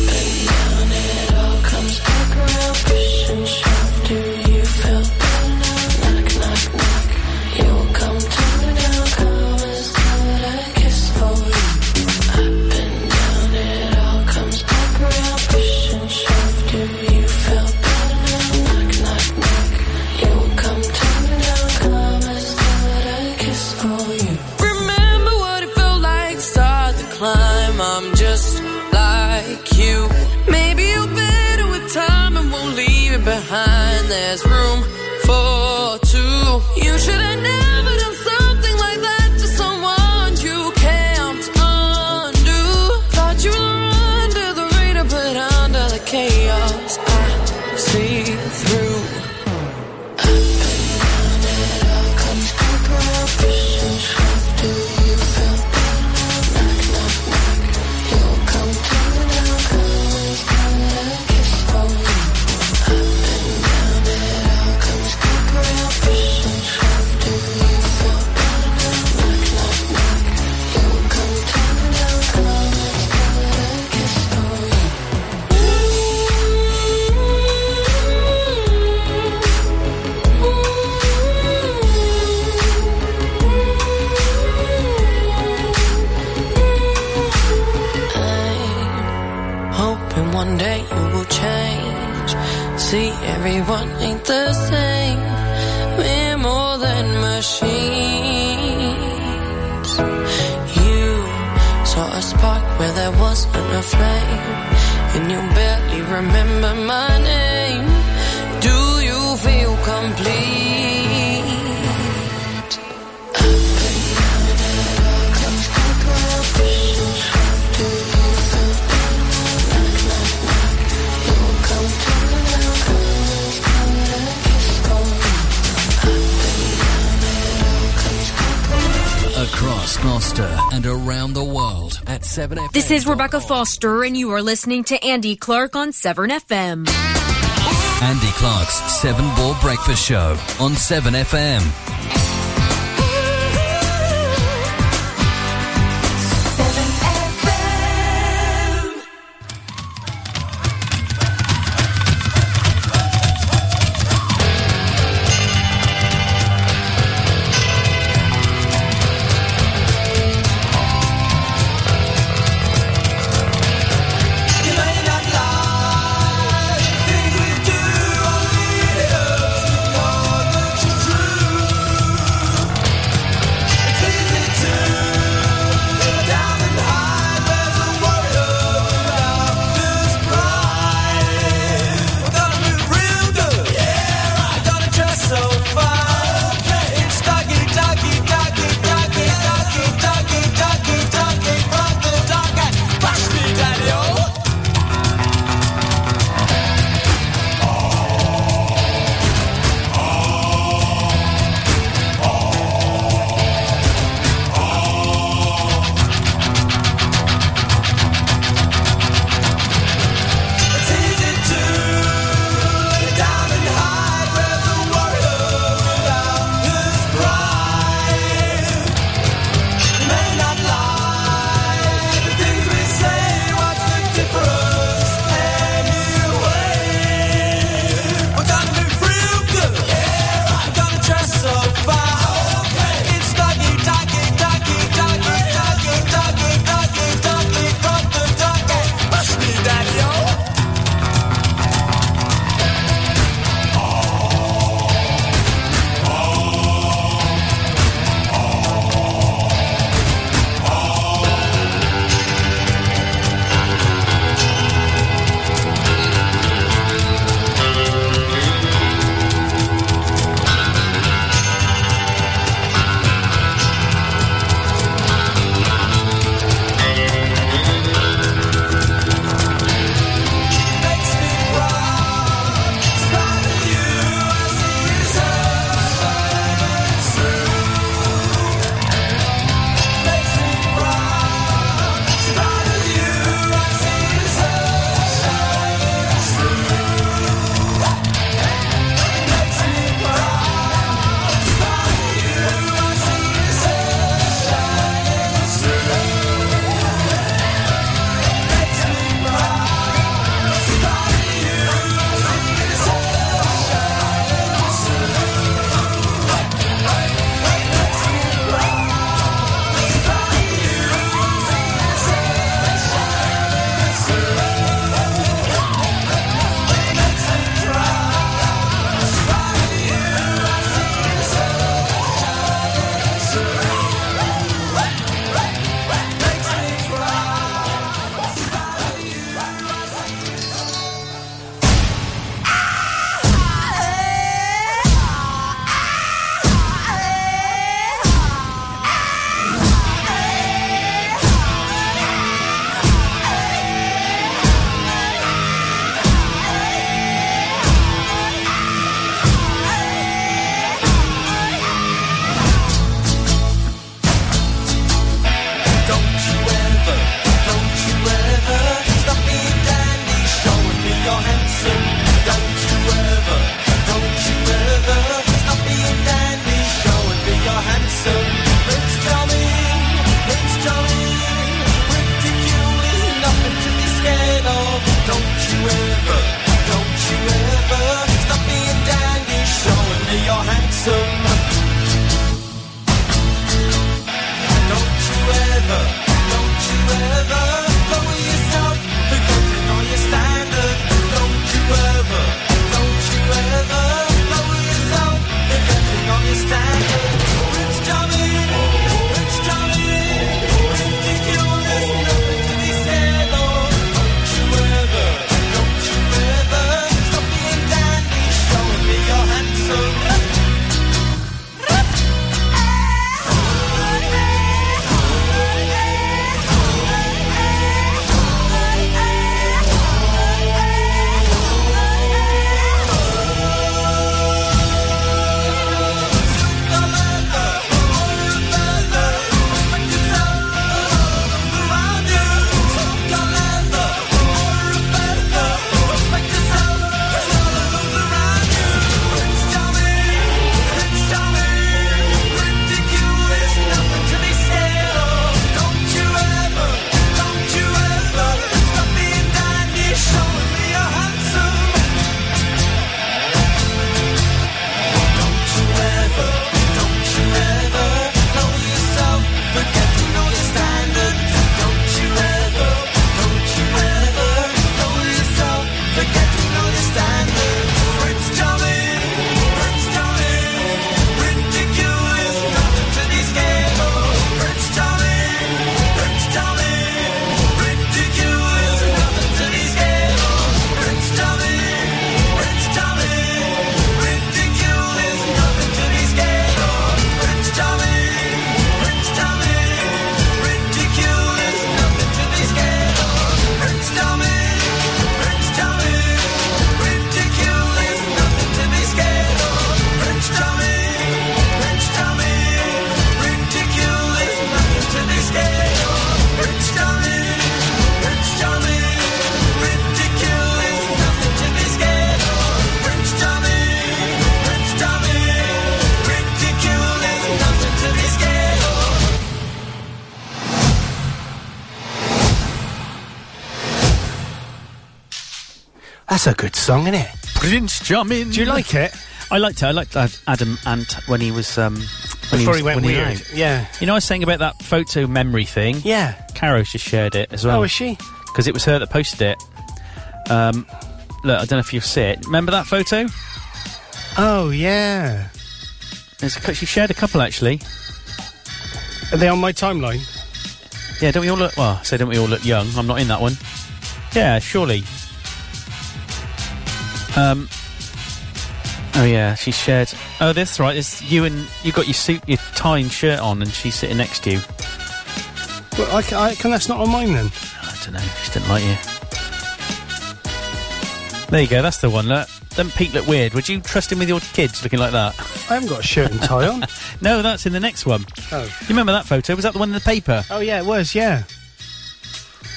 [SPEAKER 9] Remember what it felt like to start the climb. I'm just like you. Maybe you'll better with time and won't leave it behind. There's room for two. You should have never done something like that to someone you can't undo. Thought you were under the radar, but under the chaos, I see through. Hoping one day you will change. See, everyone ain't the same. We're more than machines. Not a spark where there wasn't a flame. And you barely remember my name. Do you feel complete?
[SPEAKER 2] Across Gloucester and around the world at 7
[SPEAKER 1] This is Rebecca Foster, and you are listening to Andy Clark on Severn FM.
[SPEAKER 2] Andy Clark's Seven Ball Breakfast Show on 7FM.
[SPEAKER 12] You may not like the things we do, only us know that you're true.
[SPEAKER 5] That's a good song, isn't it?
[SPEAKER 4] Prince Charming.
[SPEAKER 5] Do you like it?
[SPEAKER 4] I liked it. I liked Ad- Adam Ant when he was um, when
[SPEAKER 5] Before
[SPEAKER 4] was,
[SPEAKER 5] he went
[SPEAKER 4] when
[SPEAKER 5] weird.
[SPEAKER 4] out.
[SPEAKER 5] yeah.
[SPEAKER 4] You know, I was saying about that photo memory thing.
[SPEAKER 5] Yeah.
[SPEAKER 4] Caro's just shared it as well.
[SPEAKER 5] Oh, is she?
[SPEAKER 4] Because it was her that posted it. Um, look, I don't know if you'll see it. Remember that photo?
[SPEAKER 5] Oh, yeah.
[SPEAKER 4] There's a, cou- she shared a couple actually.
[SPEAKER 5] Are they on my timeline?
[SPEAKER 4] Yeah, don't we all look? Well, I say don't we all look young? I'm not in that one. Yeah, surely. Um. Oh yeah, she shared. Oh, that's right. It's you and you got your suit, your tie and shirt on, and she's sitting next to you.
[SPEAKER 5] Well, I, ca- I, can that's not on mine then?
[SPEAKER 4] I don't know. She didn't like you. There you go. That's the one. Look, doesn't Pete look weird? Would you trust him with your kids looking like that?
[SPEAKER 5] I haven't got a shirt and tie on.
[SPEAKER 4] No, that's in the next one.
[SPEAKER 5] Oh.
[SPEAKER 4] You remember that photo? Was that the one in the paper?
[SPEAKER 5] Oh, yeah, it was, yeah.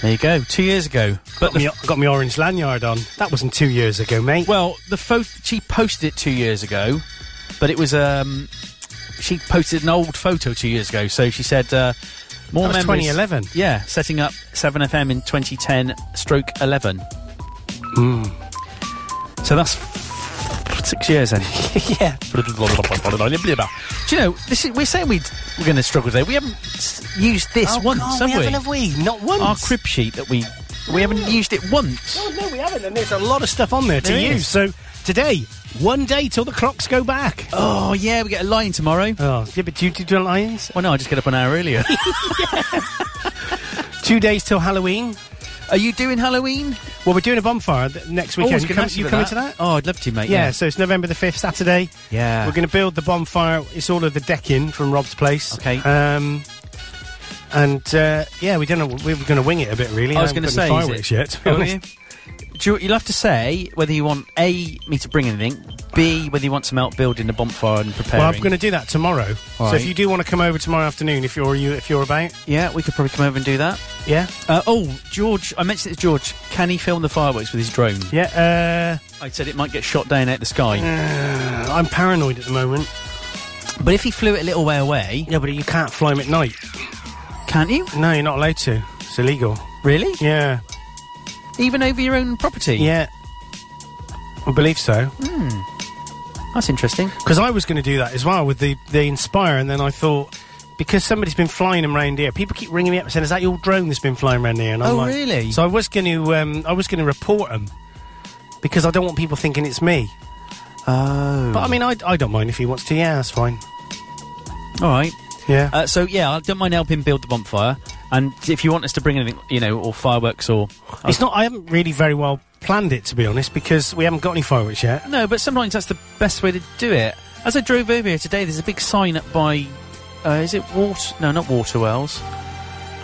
[SPEAKER 4] There you go. Two years ago. But
[SPEAKER 5] Got
[SPEAKER 4] the
[SPEAKER 5] me, got me orange lanyard on. That wasn't two years ago, mate.
[SPEAKER 4] Well, the photo she posted it two years ago, but it was um, she posted an old photo two years ago. So she said uh, more
[SPEAKER 5] That was
[SPEAKER 4] memories.
[SPEAKER 5] 2011.
[SPEAKER 4] Yeah, setting up Seven FM in 2010, stroke 11. Hmm. So that's six years then. yeah. Do you know this is we're saying we we're going to struggle there. We haven't s- used this
[SPEAKER 5] Oh,
[SPEAKER 4] once,
[SPEAKER 5] God,
[SPEAKER 4] have we?
[SPEAKER 5] haven't, have we? Not once.
[SPEAKER 4] Our crib sheet that we we haven't used it once.
[SPEAKER 5] Oh, no, we haven't. And there's a lot of stuff on there to
[SPEAKER 4] There
[SPEAKER 5] use.
[SPEAKER 4] is.
[SPEAKER 5] So today, one day till the clocks go back.
[SPEAKER 4] Oh yeah, we get a line tomorrow.
[SPEAKER 5] Oh, yeah, but do you do the lions?
[SPEAKER 4] Well, no, I just get up an hour earlier.
[SPEAKER 5] Two days till Halloween.
[SPEAKER 4] Are you doing Halloween?
[SPEAKER 5] Well, we're doing a bonfire th- next
[SPEAKER 4] Oh, I
[SPEAKER 5] weekend.
[SPEAKER 4] was
[SPEAKER 5] you
[SPEAKER 4] gonna
[SPEAKER 5] come,
[SPEAKER 4] ask
[SPEAKER 5] you
[SPEAKER 4] about
[SPEAKER 5] coming to that?
[SPEAKER 4] Oh, I'd love to, mate.
[SPEAKER 5] Yeah, so it's November the 5th, Saturday.
[SPEAKER 4] Yeah.
[SPEAKER 5] We're going to build the bonfire. It's all of the decking from Rob's place.
[SPEAKER 4] Okay.
[SPEAKER 5] Um, and uh, yeah, we don't know. We were going to wing it a bit, really.
[SPEAKER 4] I was
[SPEAKER 5] haven't
[SPEAKER 4] going to say
[SPEAKER 5] put any
[SPEAKER 4] is
[SPEAKER 5] fireworks
[SPEAKER 4] it-
[SPEAKER 5] yet. to be
[SPEAKER 4] Oh,
[SPEAKER 5] honest.
[SPEAKER 4] yeah. Do you, you'll have to say whether you want a me to bring anything, b whether you want some help building a bonfire and preparing.
[SPEAKER 5] Well, I'm going to do that tomorrow.
[SPEAKER 4] All
[SPEAKER 5] So if
[SPEAKER 4] right.
[SPEAKER 5] you do want to come over tomorrow afternoon, if you're you, if you're about,
[SPEAKER 4] Yeah, we could probably come over and do that.
[SPEAKER 5] yeah,
[SPEAKER 4] Uh, oh, George, I mentioned it to George. Can he film the fireworks with his drone?
[SPEAKER 5] yeah.
[SPEAKER 4] I said it might get shot down out the sky,
[SPEAKER 5] Uh, I'm paranoid at the moment.
[SPEAKER 4] but if he flew it a little way away,
[SPEAKER 5] Yeah, but you can't fly them at night.
[SPEAKER 4] can't you?
[SPEAKER 5] No, you're not allowed to. It's illegal.
[SPEAKER 4] Really?
[SPEAKER 5] Yeah,
[SPEAKER 4] Even over your own property?
[SPEAKER 5] yeah. I believe so.
[SPEAKER 4] that's interesting.
[SPEAKER 5] Because I was going to do that as well with the, the Inspire, and then I thought, because somebody's been flying them around here, people keep ringing me up and saying, "Is that your drone that's been flying around here?" And I'm
[SPEAKER 4] Oh,
[SPEAKER 5] like,
[SPEAKER 4] really?
[SPEAKER 5] So I was going to um, I was going to report them because I don't want people thinking it's me.
[SPEAKER 4] Oh,
[SPEAKER 5] But I mean, I, I don't mind if he wants to. Yeah, that's fine.
[SPEAKER 4] all right.
[SPEAKER 5] Yeah.
[SPEAKER 4] Uh, so yeah, I don't mind helping build the bonfire. And if you want us to bring anything, you know, or fireworks or
[SPEAKER 5] it's not. I haven't really very well planned it to be honest because we haven't got any fireworks yet.
[SPEAKER 4] No, but sometimes that's the best way to do it. As I drove over here today, there's a big sign up by. Uh, is it Water? No, not Waterwells.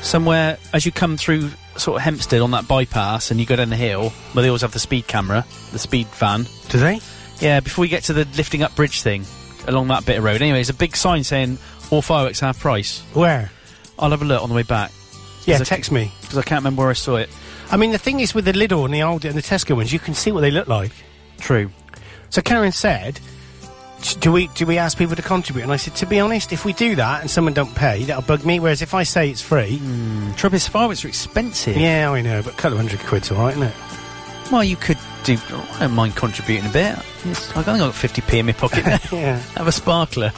[SPEAKER 4] Somewhere as you come through sort of Hempstead on that bypass and you go down the hill where they always have the speed camera, the speed van.
[SPEAKER 5] Do they?
[SPEAKER 4] Yeah, before you get to the lifting up bridge thing along that bit of road. Anyway, there's a big sign saying all fireworks half price.
[SPEAKER 5] Where?
[SPEAKER 4] I'll have a look on the way back
[SPEAKER 5] Yeah,
[SPEAKER 4] There's a-
[SPEAKER 5] text me.
[SPEAKER 4] because I can't remember where I saw it.
[SPEAKER 5] I mean, the thing is with the Lidl and the Aldi and the Tesco ones, you can see what they look like.
[SPEAKER 4] True.
[SPEAKER 5] So Karen said, "Sh- "Do we do we ask people to contribute?" And I said, "To be honest, if we do that and someone don't pay, that'll bug me. Whereas if I say it's free,
[SPEAKER 4] Trouble is, fireworks are expensive.
[SPEAKER 5] yeah, I know, but a couple of hundred quid's all right, isn't it?
[SPEAKER 4] Well, you could do. I don't mind contributing a bit. I think I've got 50p in my pocket.
[SPEAKER 5] Yeah.
[SPEAKER 4] Have a sparkler.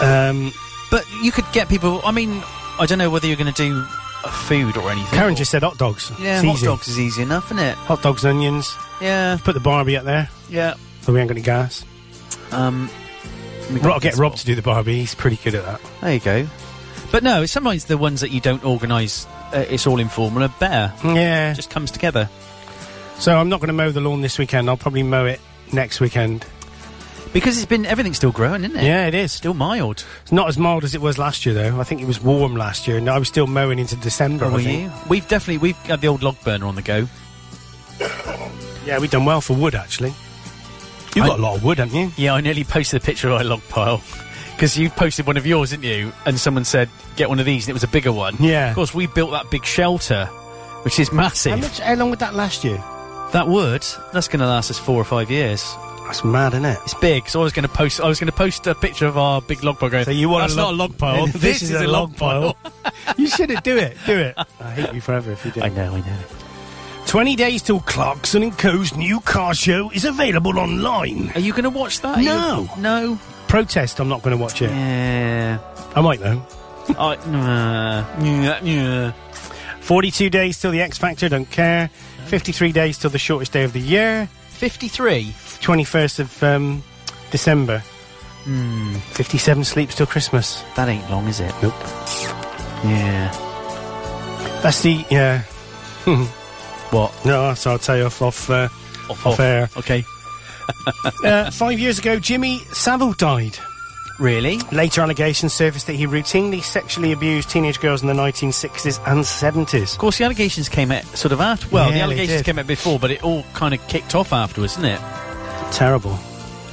[SPEAKER 5] Um,
[SPEAKER 4] But you could get people. I mean, I don't know whether you're going to do a food or anything.
[SPEAKER 5] Karen just said hot dogs.
[SPEAKER 4] Yeah,
[SPEAKER 5] It's
[SPEAKER 4] hot
[SPEAKER 5] easy.
[SPEAKER 4] dogs is easy enough, isn't it?
[SPEAKER 5] hot dogs, and onions.
[SPEAKER 4] Yeah,
[SPEAKER 5] Put the Barbie up there.
[SPEAKER 4] yeah.
[SPEAKER 5] So we ain't got any gas.
[SPEAKER 4] Um, we
[SPEAKER 5] Ro-
[SPEAKER 4] got-
[SPEAKER 5] get Rob to do the Barbie. He's pretty good at that.
[SPEAKER 4] There you go. But no, sometimes the ones that you don't organise, uh, it's all informal, are better.
[SPEAKER 5] Yeah.
[SPEAKER 4] It just comes together.
[SPEAKER 5] So I'm not going to mow the lawn this weekend. I'll probably mow it next weekend.
[SPEAKER 4] Because it's been. Everything's still growing, isn't it?
[SPEAKER 5] Yeah, it is.
[SPEAKER 4] Still mild.
[SPEAKER 5] It's not as mild as it was last year, though. I think it was warm last year, and I was still mowing into December. I
[SPEAKER 4] Were
[SPEAKER 5] think.
[SPEAKER 4] you? We've definitely. We've got the old log burner on the go.
[SPEAKER 5] Yeah, we've done well for wood, actually. You've
[SPEAKER 4] I-
[SPEAKER 5] got a lot of wood, haven't you?
[SPEAKER 4] Yeah, I nearly posted a picture of my log pile because you posted one of yours, didn't you? And someone said, "Get one of these," and it was a bigger one.
[SPEAKER 5] Yeah.
[SPEAKER 4] Of course, we built that big shelter, which is massive.
[SPEAKER 5] How, much, how long would that last you?
[SPEAKER 4] that wood that's going to last us four or five years.
[SPEAKER 5] That's mad, isn't it?
[SPEAKER 4] It's big, so I was going to post. I was going to post a picture of our big log pile. Going,
[SPEAKER 5] So you want
[SPEAKER 4] that's
[SPEAKER 5] a
[SPEAKER 4] not a
[SPEAKER 5] log-
[SPEAKER 4] log pile.
[SPEAKER 5] This is a log pile." you shouldn't do it. Do it. I hate you forever if you do.
[SPEAKER 4] I know, I know.
[SPEAKER 5] 20 days till Clarkson and Co.'s new car show is available online.
[SPEAKER 4] Are you going to watch that?
[SPEAKER 5] No.
[SPEAKER 4] No.
[SPEAKER 5] Protest, I'm not going to watch it.
[SPEAKER 4] Yeah.
[SPEAKER 5] I might, though.
[SPEAKER 4] I, uh, yeah, yeah.
[SPEAKER 5] 42 days till the X Factor, don't care. 53 days till the shortest day of the year.
[SPEAKER 4] 53.
[SPEAKER 5] 21st of um, December.
[SPEAKER 4] Hmm.
[SPEAKER 5] 57 sleeps till Christmas.
[SPEAKER 4] That ain't long, is it?
[SPEAKER 5] Nope.
[SPEAKER 4] Yeah.
[SPEAKER 5] That's the, yeah.
[SPEAKER 4] What?
[SPEAKER 5] No, so I'll tell you off, off, uh, off, air.
[SPEAKER 4] Okay.
[SPEAKER 5] uh, five years ago, Jimmy Savile died.
[SPEAKER 4] Really?
[SPEAKER 5] Later allegations surfaced that he routinely sexually abused teenage girls in the 1960s and 70s.
[SPEAKER 4] Of course, the allegations came at sort of after. Well,
[SPEAKER 5] Yeah,
[SPEAKER 4] the
[SPEAKER 5] they
[SPEAKER 4] allegations
[SPEAKER 5] did.
[SPEAKER 4] came out before, but it all kind of kicked off afterwards, didn't it?
[SPEAKER 5] Terrible.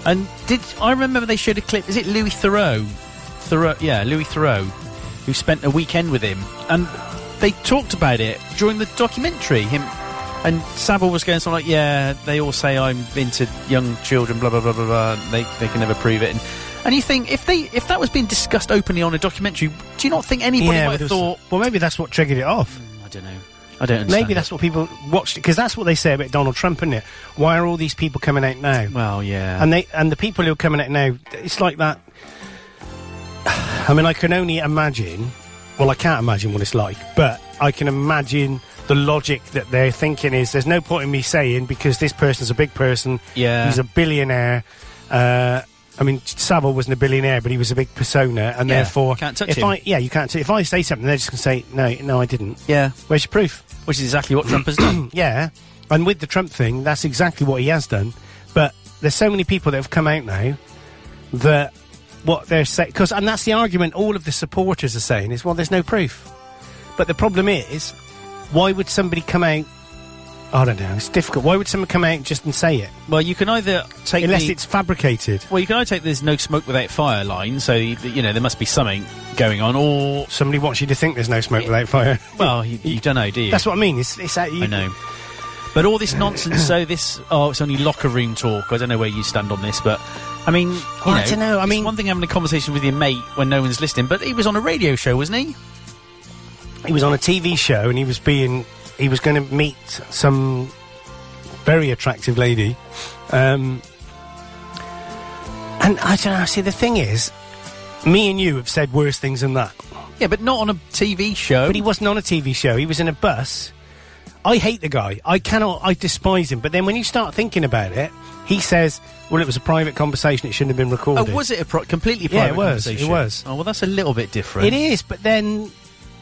[SPEAKER 4] And did I remember they showed a clip? Is it Louis Thoreau? Thoreau, yeah, Louis Thoreau, who spent a weekend with him, and they talked about it during the documentary. Him and Savile was going something like, "Yeah, they all say I'm into young children, blah blah blah blah blah. and They they can never prove it." And, and you think if they if that was being discussed openly on a documentary, do you not think anybody
[SPEAKER 5] Yeah,
[SPEAKER 4] might
[SPEAKER 5] but it
[SPEAKER 4] have
[SPEAKER 5] was-
[SPEAKER 4] thought?
[SPEAKER 5] well, maybe that's what triggered it off.
[SPEAKER 4] I don't know. I don't. Understand
[SPEAKER 5] Maybe that's what people watched because that's what they say about Donald Trump, isn't it? Why are all these people coming out now?
[SPEAKER 4] well, yeah.
[SPEAKER 5] And they and the people who are coming out now, it's like that. I mean, I can only imagine. Well, I can't imagine what it's like, but I can imagine the logic that they're thinking is there's no point in me saying because this person's a big person.
[SPEAKER 4] Yeah.
[SPEAKER 5] he's a billionaire. Uh, I mean, Savile wasn't a billionaire, but he was a big persona, and
[SPEAKER 4] Yeah,
[SPEAKER 5] therefore,
[SPEAKER 4] can't touch
[SPEAKER 5] if
[SPEAKER 4] him.
[SPEAKER 5] I yeah, you can't. t- If I say something, they're just going to say no, no, I didn't.
[SPEAKER 4] yeah,
[SPEAKER 5] Where's your proof?
[SPEAKER 4] which is exactly what Trump has done.
[SPEAKER 5] Yeah, and with the Trump thing, that's exactly what he has done. But there's so many people that have come out now that what they're saying, because and that's the argument all of the supporters are saying is, well, there's no proof. But the problem is, why would somebody come out? I don't know. It's difficult. Why would someone come out just and say it
[SPEAKER 4] Well, you can either take
[SPEAKER 5] unless
[SPEAKER 4] the-
[SPEAKER 5] it's fabricated?
[SPEAKER 4] Well, you can either take there's no smoke without fire line, so y- you know there must be something going on, or
[SPEAKER 5] Somebody wants you to think there's no smoke without fire.
[SPEAKER 4] well, you, you don't know, do you?
[SPEAKER 5] That's what I mean. It's, uh, it's out, you,
[SPEAKER 4] I know. But all this nonsense, so this oh, it's only locker room talk. I don't know where you stand on this, but I mean, you
[SPEAKER 5] I don't know, I
[SPEAKER 4] it's
[SPEAKER 5] mean-
[SPEAKER 4] one thing having a conversation with your mate when no one's listening, but he was on a radio show, wasn't he?
[SPEAKER 5] he was on a TV show and he was being he was going to meet some very attractive lady. Um, and I don't know. See, the thing is, me and you have said worse things than that.
[SPEAKER 4] Yeah, but not on a TV show.
[SPEAKER 5] But he wasn't on a TV show. He was in a bus. I hate the guy. I cannot. I despise him. But then when you start thinking about it, he says, "Well, it was a private conversation. It shouldn't have been
[SPEAKER 4] oh,
[SPEAKER 5] recorded."
[SPEAKER 4] was it a pro- completely
[SPEAKER 5] Yeah,
[SPEAKER 4] private
[SPEAKER 5] it was, it
[SPEAKER 4] conversation?
[SPEAKER 5] was.
[SPEAKER 4] Oh well, that's a little bit different.
[SPEAKER 5] It is, but then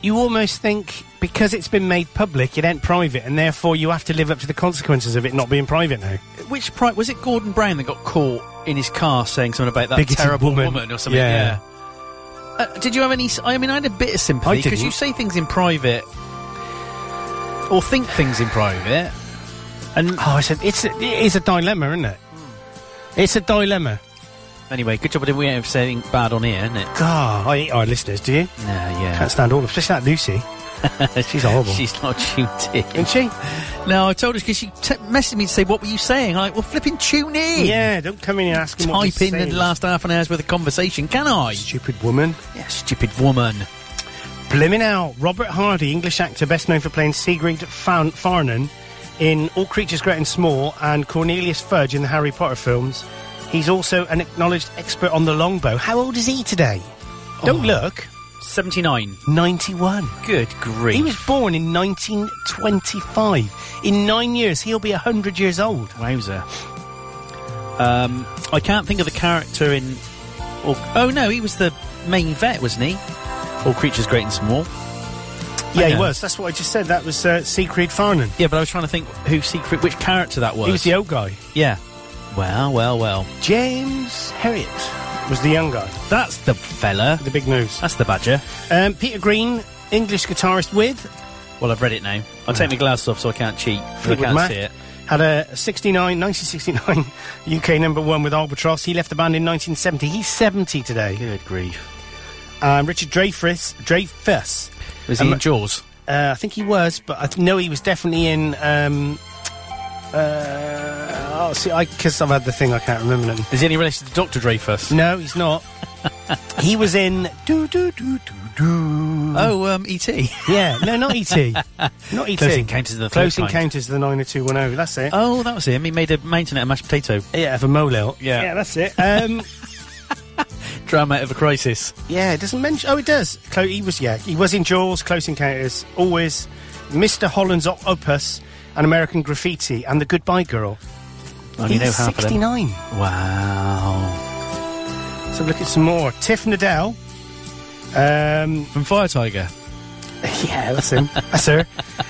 [SPEAKER 5] you almost think because it's been made public, it ain't private, and therefore you have to live up to the consequences of it not being private now.
[SPEAKER 4] Which pri- was it? Gordon Brown that got caught in his car saying something about that
[SPEAKER 5] Bigoted
[SPEAKER 4] terrible woman.
[SPEAKER 5] woman.
[SPEAKER 4] or something. Yeah.
[SPEAKER 5] Yeah.
[SPEAKER 4] Uh, did you have any? s- I mean, I had a bit of sympathy
[SPEAKER 5] I
[SPEAKER 4] because you
[SPEAKER 5] didn't.
[SPEAKER 4] say things in private or think things in private, and
[SPEAKER 5] Oh, it's a, it's a, it is a dilemma, isn't it? It's a dilemma.
[SPEAKER 4] anyway, good job. I didn't we have saying bad on here, isn't it?
[SPEAKER 5] God, I hate our listeners, do you?
[SPEAKER 4] No, yeah,
[SPEAKER 5] Can't stand all of Especially that Lucy. she's horrible.
[SPEAKER 4] she's not tuned in.
[SPEAKER 5] Isn't she?
[SPEAKER 4] No, I told her because she te- messaged me to say, "What were you saying?" I'm like, well, flipping tune in.
[SPEAKER 5] Yeah, don't come in and ask him what
[SPEAKER 4] Type
[SPEAKER 5] he's
[SPEAKER 4] in the
[SPEAKER 5] saying.
[SPEAKER 4] last half an hour's worth of conversation, can I?
[SPEAKER 5] Stupid woman.
[SPEAKER 4] Yeah, stupid woman.
[SPEAKER 5] Blimmin' out. Robert Hardy, English actor best known for playing Sigrid Farn- Farnan in All Creatures Great and Small and Cornelius Fudge in the Harry Potter films. He's also an acknowledged expert on the longbow. How old is he today? Don't
[SPEAKER 4] Oh.
[SPEAKER 5] look.
[SPEAKER 4] Seventy-nine.
[SPEAKER 5] 91.
[SPEAKER 4] Good grief.
[SPEAKER 5] He was born in 1925. In nine years, he'll be 100 years old.
[SPEAKER 4] Wowzer. Um, I can't think of the character in. Or, oh no, he was the main vet, wasn't he? All creatures great and small.
[SPEAKER 5] Yeah, he
[SPEAKER 4] know.
[SPEAKER 5] was. That's what I just said. That was uh, Siegfried Farnan.
[SPEAKER 4] Yeah, but I was trying to think who secret, which character that was.
[SPEAKER 5] He was the old guy.
[SPEAKER 4] yeah. Well, well, well.
[SPEAKER 5] James Herriot was the young guy.
[SPEAKER 4] That's the fella.
[SPEAKER 5] The big news.
[SPEAKER 4] That's the badger.
[SPEAKER 5] Um, Peter Green, English guitarist with
[SPEAKER 4] Well, I've read it now. I'll take my glasses off so I can't cheat. I
[SPEAKER 5] Fleetwood
[SPEAKER 4] can't
[SPEAKER 5] Mac.
[SPEAKER 4] see it.
[SPEAKER 5] Had a 69, 1969 UK number one with Albatross. He left the band in 1970. He's 70 today.
[SPEAKER 4] Good grief.
[SPEAKER 5] Um, Richard Dreyfuss. Dreyfuss.
[SPEAKER 4] Was he
[SPEAKER 5] Um,
[SPEAKER 4] in Jaws?
[SPEAKER 5] Uh, I think he was, but I th- know he was definitely in. Um, uh, Oh, see, I because I've had the thing, I can't remember it.
[SPEAKER 4] Is he any relation to Dr. Dreyfus?
[SPEAKER 5] No, he's not. he was in do do do do do.
[SPEAKER 4] Oh, um, E.T.
[SPEAKER 5] yeah, no, not E.T. Not E.T.
[SPEAKER 4] Close Encounters of the Third
[SPEAKER 5] Close
[SPEAKER 4] Kind.
[SPEAKER 5] Encounters of the 90210. That's it.
[SPEAKER 4] Oh, that was him. He made a mountain out of mashed potato.
[SPEAKER 5] Yeah, for Molel.
[SPEAKER 4] Yeah.
[SPEAKER 5] yeah, that's it. Um,
[SPEAKER 4] Drama out of a crisis.
[SPEAKER 5] yeah, it doesn't mention. Oh, it does. Clo- he was yeah, he was in Jaws, Close Encounters, always Mr. Holland's op- Opus, and American Graffiti, and The Goodbye Girl.
[SPEAKER 4] I only
[SPEAKER 5] He's
[SPEAKER 4] know half of them.
[SPEAKER 5] 69.
[SPEAKER 4] Wow.
[SPEAKER 5] So look at some more. Tiff Nadell. Um,
[SPEAKER 4] From Fire Tiger.
[SPEAKER 5] yeah, that's him. that's her.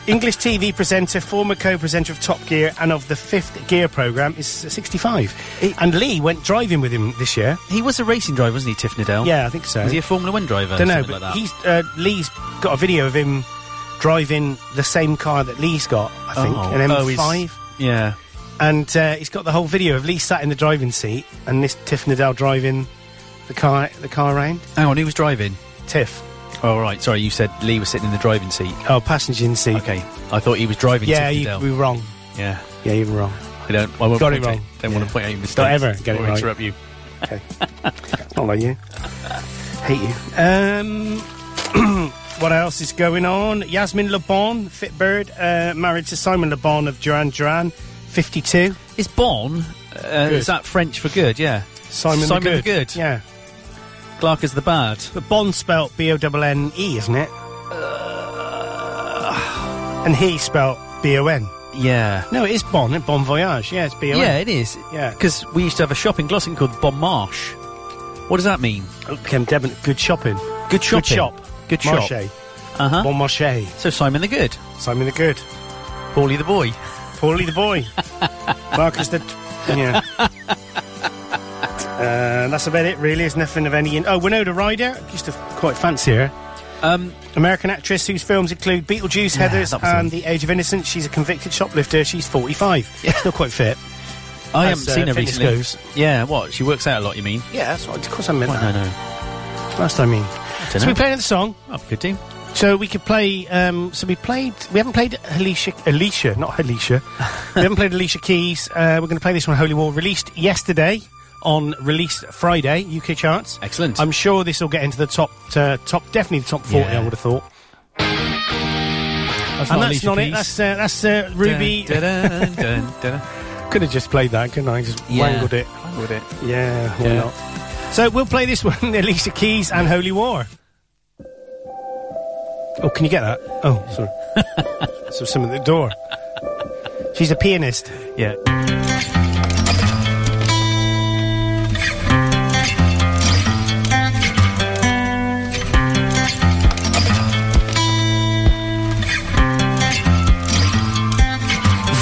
[SPEAKER 5] English TV presenter, former co-presenter of Top Gear and of the Fifth Gear program, is 65. and Lee went driving with him this year.
[SPEAKER 4] He was a racing driver, wasn't he, Tiff Nadell?
[SPEAKER 5] Yeah, I think so.
[SPEAKER 4] Oh. Was he a Formula One driver?
[SPEAKER 5] Don't know,
[SPEAKER 4] Something
[SPEAKER 5] but
[SPEAKER 4] like that.
[SPEAKER 5] he's uh, Lee's got a video of him driving the same car that Lee's got. I think
[SPEAKER 4] Oh.
[SPEAKER 5] an
[SPEAKER 4] Oh,
[SPEAKER 5] M5.
[SPEAKER 4] he's- Yeah.
[SPEAKER 5] and uh, he's got the whole video of Lee sat in the driving seat and this Tiff Nadell driving the car the car around.
[SPEAKER 4] Hang on, he was driving.
[SPEAKER 5] Tiff,
[SPEAKER 4] Oh, right. Sorry, you said Lee was sitting in the driving seat.
[SPEAKER 5] oh passenger in seat.
[SPEAKER 4] Okay. I thought he was driving
[SPEAKER 5] Yeah,
[SPEAKER 4] Tiff
[SPEAKER 5] you,
[SPEAKER 4] Nadell.
[SPEAKER 5] we were wrong.
[SPEAKER 4] Yeah.
[SPEAKER 5] Yeah, you were wrong.
[SPEAKER 4] I don't. I won't
[SPEAKER 5] Got it
[SPEAKER 4] point out-
[SPEAKER 5] wrong.
[SPEAKER 4] Don't want to point out your mistakes.
[SPEAKER 5] ever get it
[SPEAKER 4] or
[SPEAKER 5] right.
[SPEAKER 4] interrupt you.
[SPEAKER 5] Okay, it's not like you. Hate you. Um, what else is going on? Yasmin LeBon, Fitbird, uh, married to Simon LeBon of Duran Duran, fifty-two.
[SPEAKER 4] Is Bon? Uh, is that French for good? Yeah.
[SPEAKER 5] Simon,
[SPEAKER 4] Simon
[SPEAKER 5] the
[SPEAKER 4] the
[SPEAKER 5] Good.
[SPEAKER 4] Good.
[SPEAKER 5] Yeah.
[SPEAKER 4] Clark is the bad.
[SPEAKER 5] But Bond spelt B O N N E, isn't it?
[SPEAKER 4] Uh.
[SPEAKER 5] and he spelt B O N.
[SPEAKER 4] Yeah.
[SPEAKER 5] No, it is Bon. eh? Bon Voyage. Yeah, it's B O N.
[SPEAKER 4] Yeah, it is.
[SPEAKER 5] Yeah.
[SPEAKER 4] Because we used to have a shop in Glossing called Bon Marsh. What does that mean?
[SPEAKER 5] Oh, Clem Devon, good shopping.
[SPEAKER 4] Good shop.
[SPEAKER 5] Good shop.
[SPEAKER 4] Good shop.
[SPEAKER 5] Marché.
[SPEAKER 4] Uh huh.
[SPEAKER 5] Bon Marché.
[SPEAKER 4] So Simon the Good,
[SPEAKER 5] Simon the Good.
[SPEAKER 4] Paulie the Boy.
[SPEAKER 5] Paulie the boy. Marcus the. yeah. Uh, that's about it, really. There's nothing of any. In- oh, Winona Ryder. I used to quite fancy her.
[SPEAKER 4] Um,
[SPEAKER 5] American actress whose films include Beetlejuice,
[SPEAKER 4] Yeah,
[SPEAKER 5] Heathers,
[SPEAKER 4] that was
[SPEAKER 5] and
[SPEAKER 4] it.
[SPEAKER 5] The Age of Innocence. She's a convicted shoplifter. She's 45. Still quite fit.
[SPEAKER 4] I
[SPEAKER 5] As,
[SPEAKER 4] haven't
[SPEAKER 5] uh,
[SPEAKER 4] seen her
[SPEAKER 5] fitness
[SPEAKER 4] recently.
[SPEAKER 5] goes.
[SPEAKER 4] Yeah. What? She works out a lot. You mean?
[SPEAKER 5] Yeah, that's what, of course I meant
[SPEAKER 4] Well,
[SPEAKER 5] that.
[SPEAKER 4] no, no.
[SPEAKER 5] Last I mean.
[SPEAKER 4] Dunno.
[SPEAKER 5] So we played another song.
[SPEAKER 4] Oh, good team.
[SPEAKER 5] So we could play. Um, so we played. We haven't played Alicia. Alicia, not Alicia. we haven't played Alicia Keys. Uh, we're going to play this one, Holy War, released yesterday on release Friday UK charts.
[SPEAKER 4] Excellent.
[SPEAKER 5] I'm sure this will get into the top, uh, top, definitely the top forty.
[SPEAKER 4] Yeah.
[SPEAKER 5] I would have thought.
[SPEAKER 4] That's
[SPEAKER 5] and that's not it. That's uh, that's uh, Ruby. Could have just played that, couldn't I? Just wangled it.
[SPEAKER 4] Wangled it.
[SPEAKER 5] Yeah, why
[SPEAKER 4] Yeah.
[SPEAKER 5] not? So we'll play this one, Alicia Keys and Holy War. Oh, can you get that? Oh, sorry. so some at the door. She's a pianist.
[SPEAKER 4] Yeah.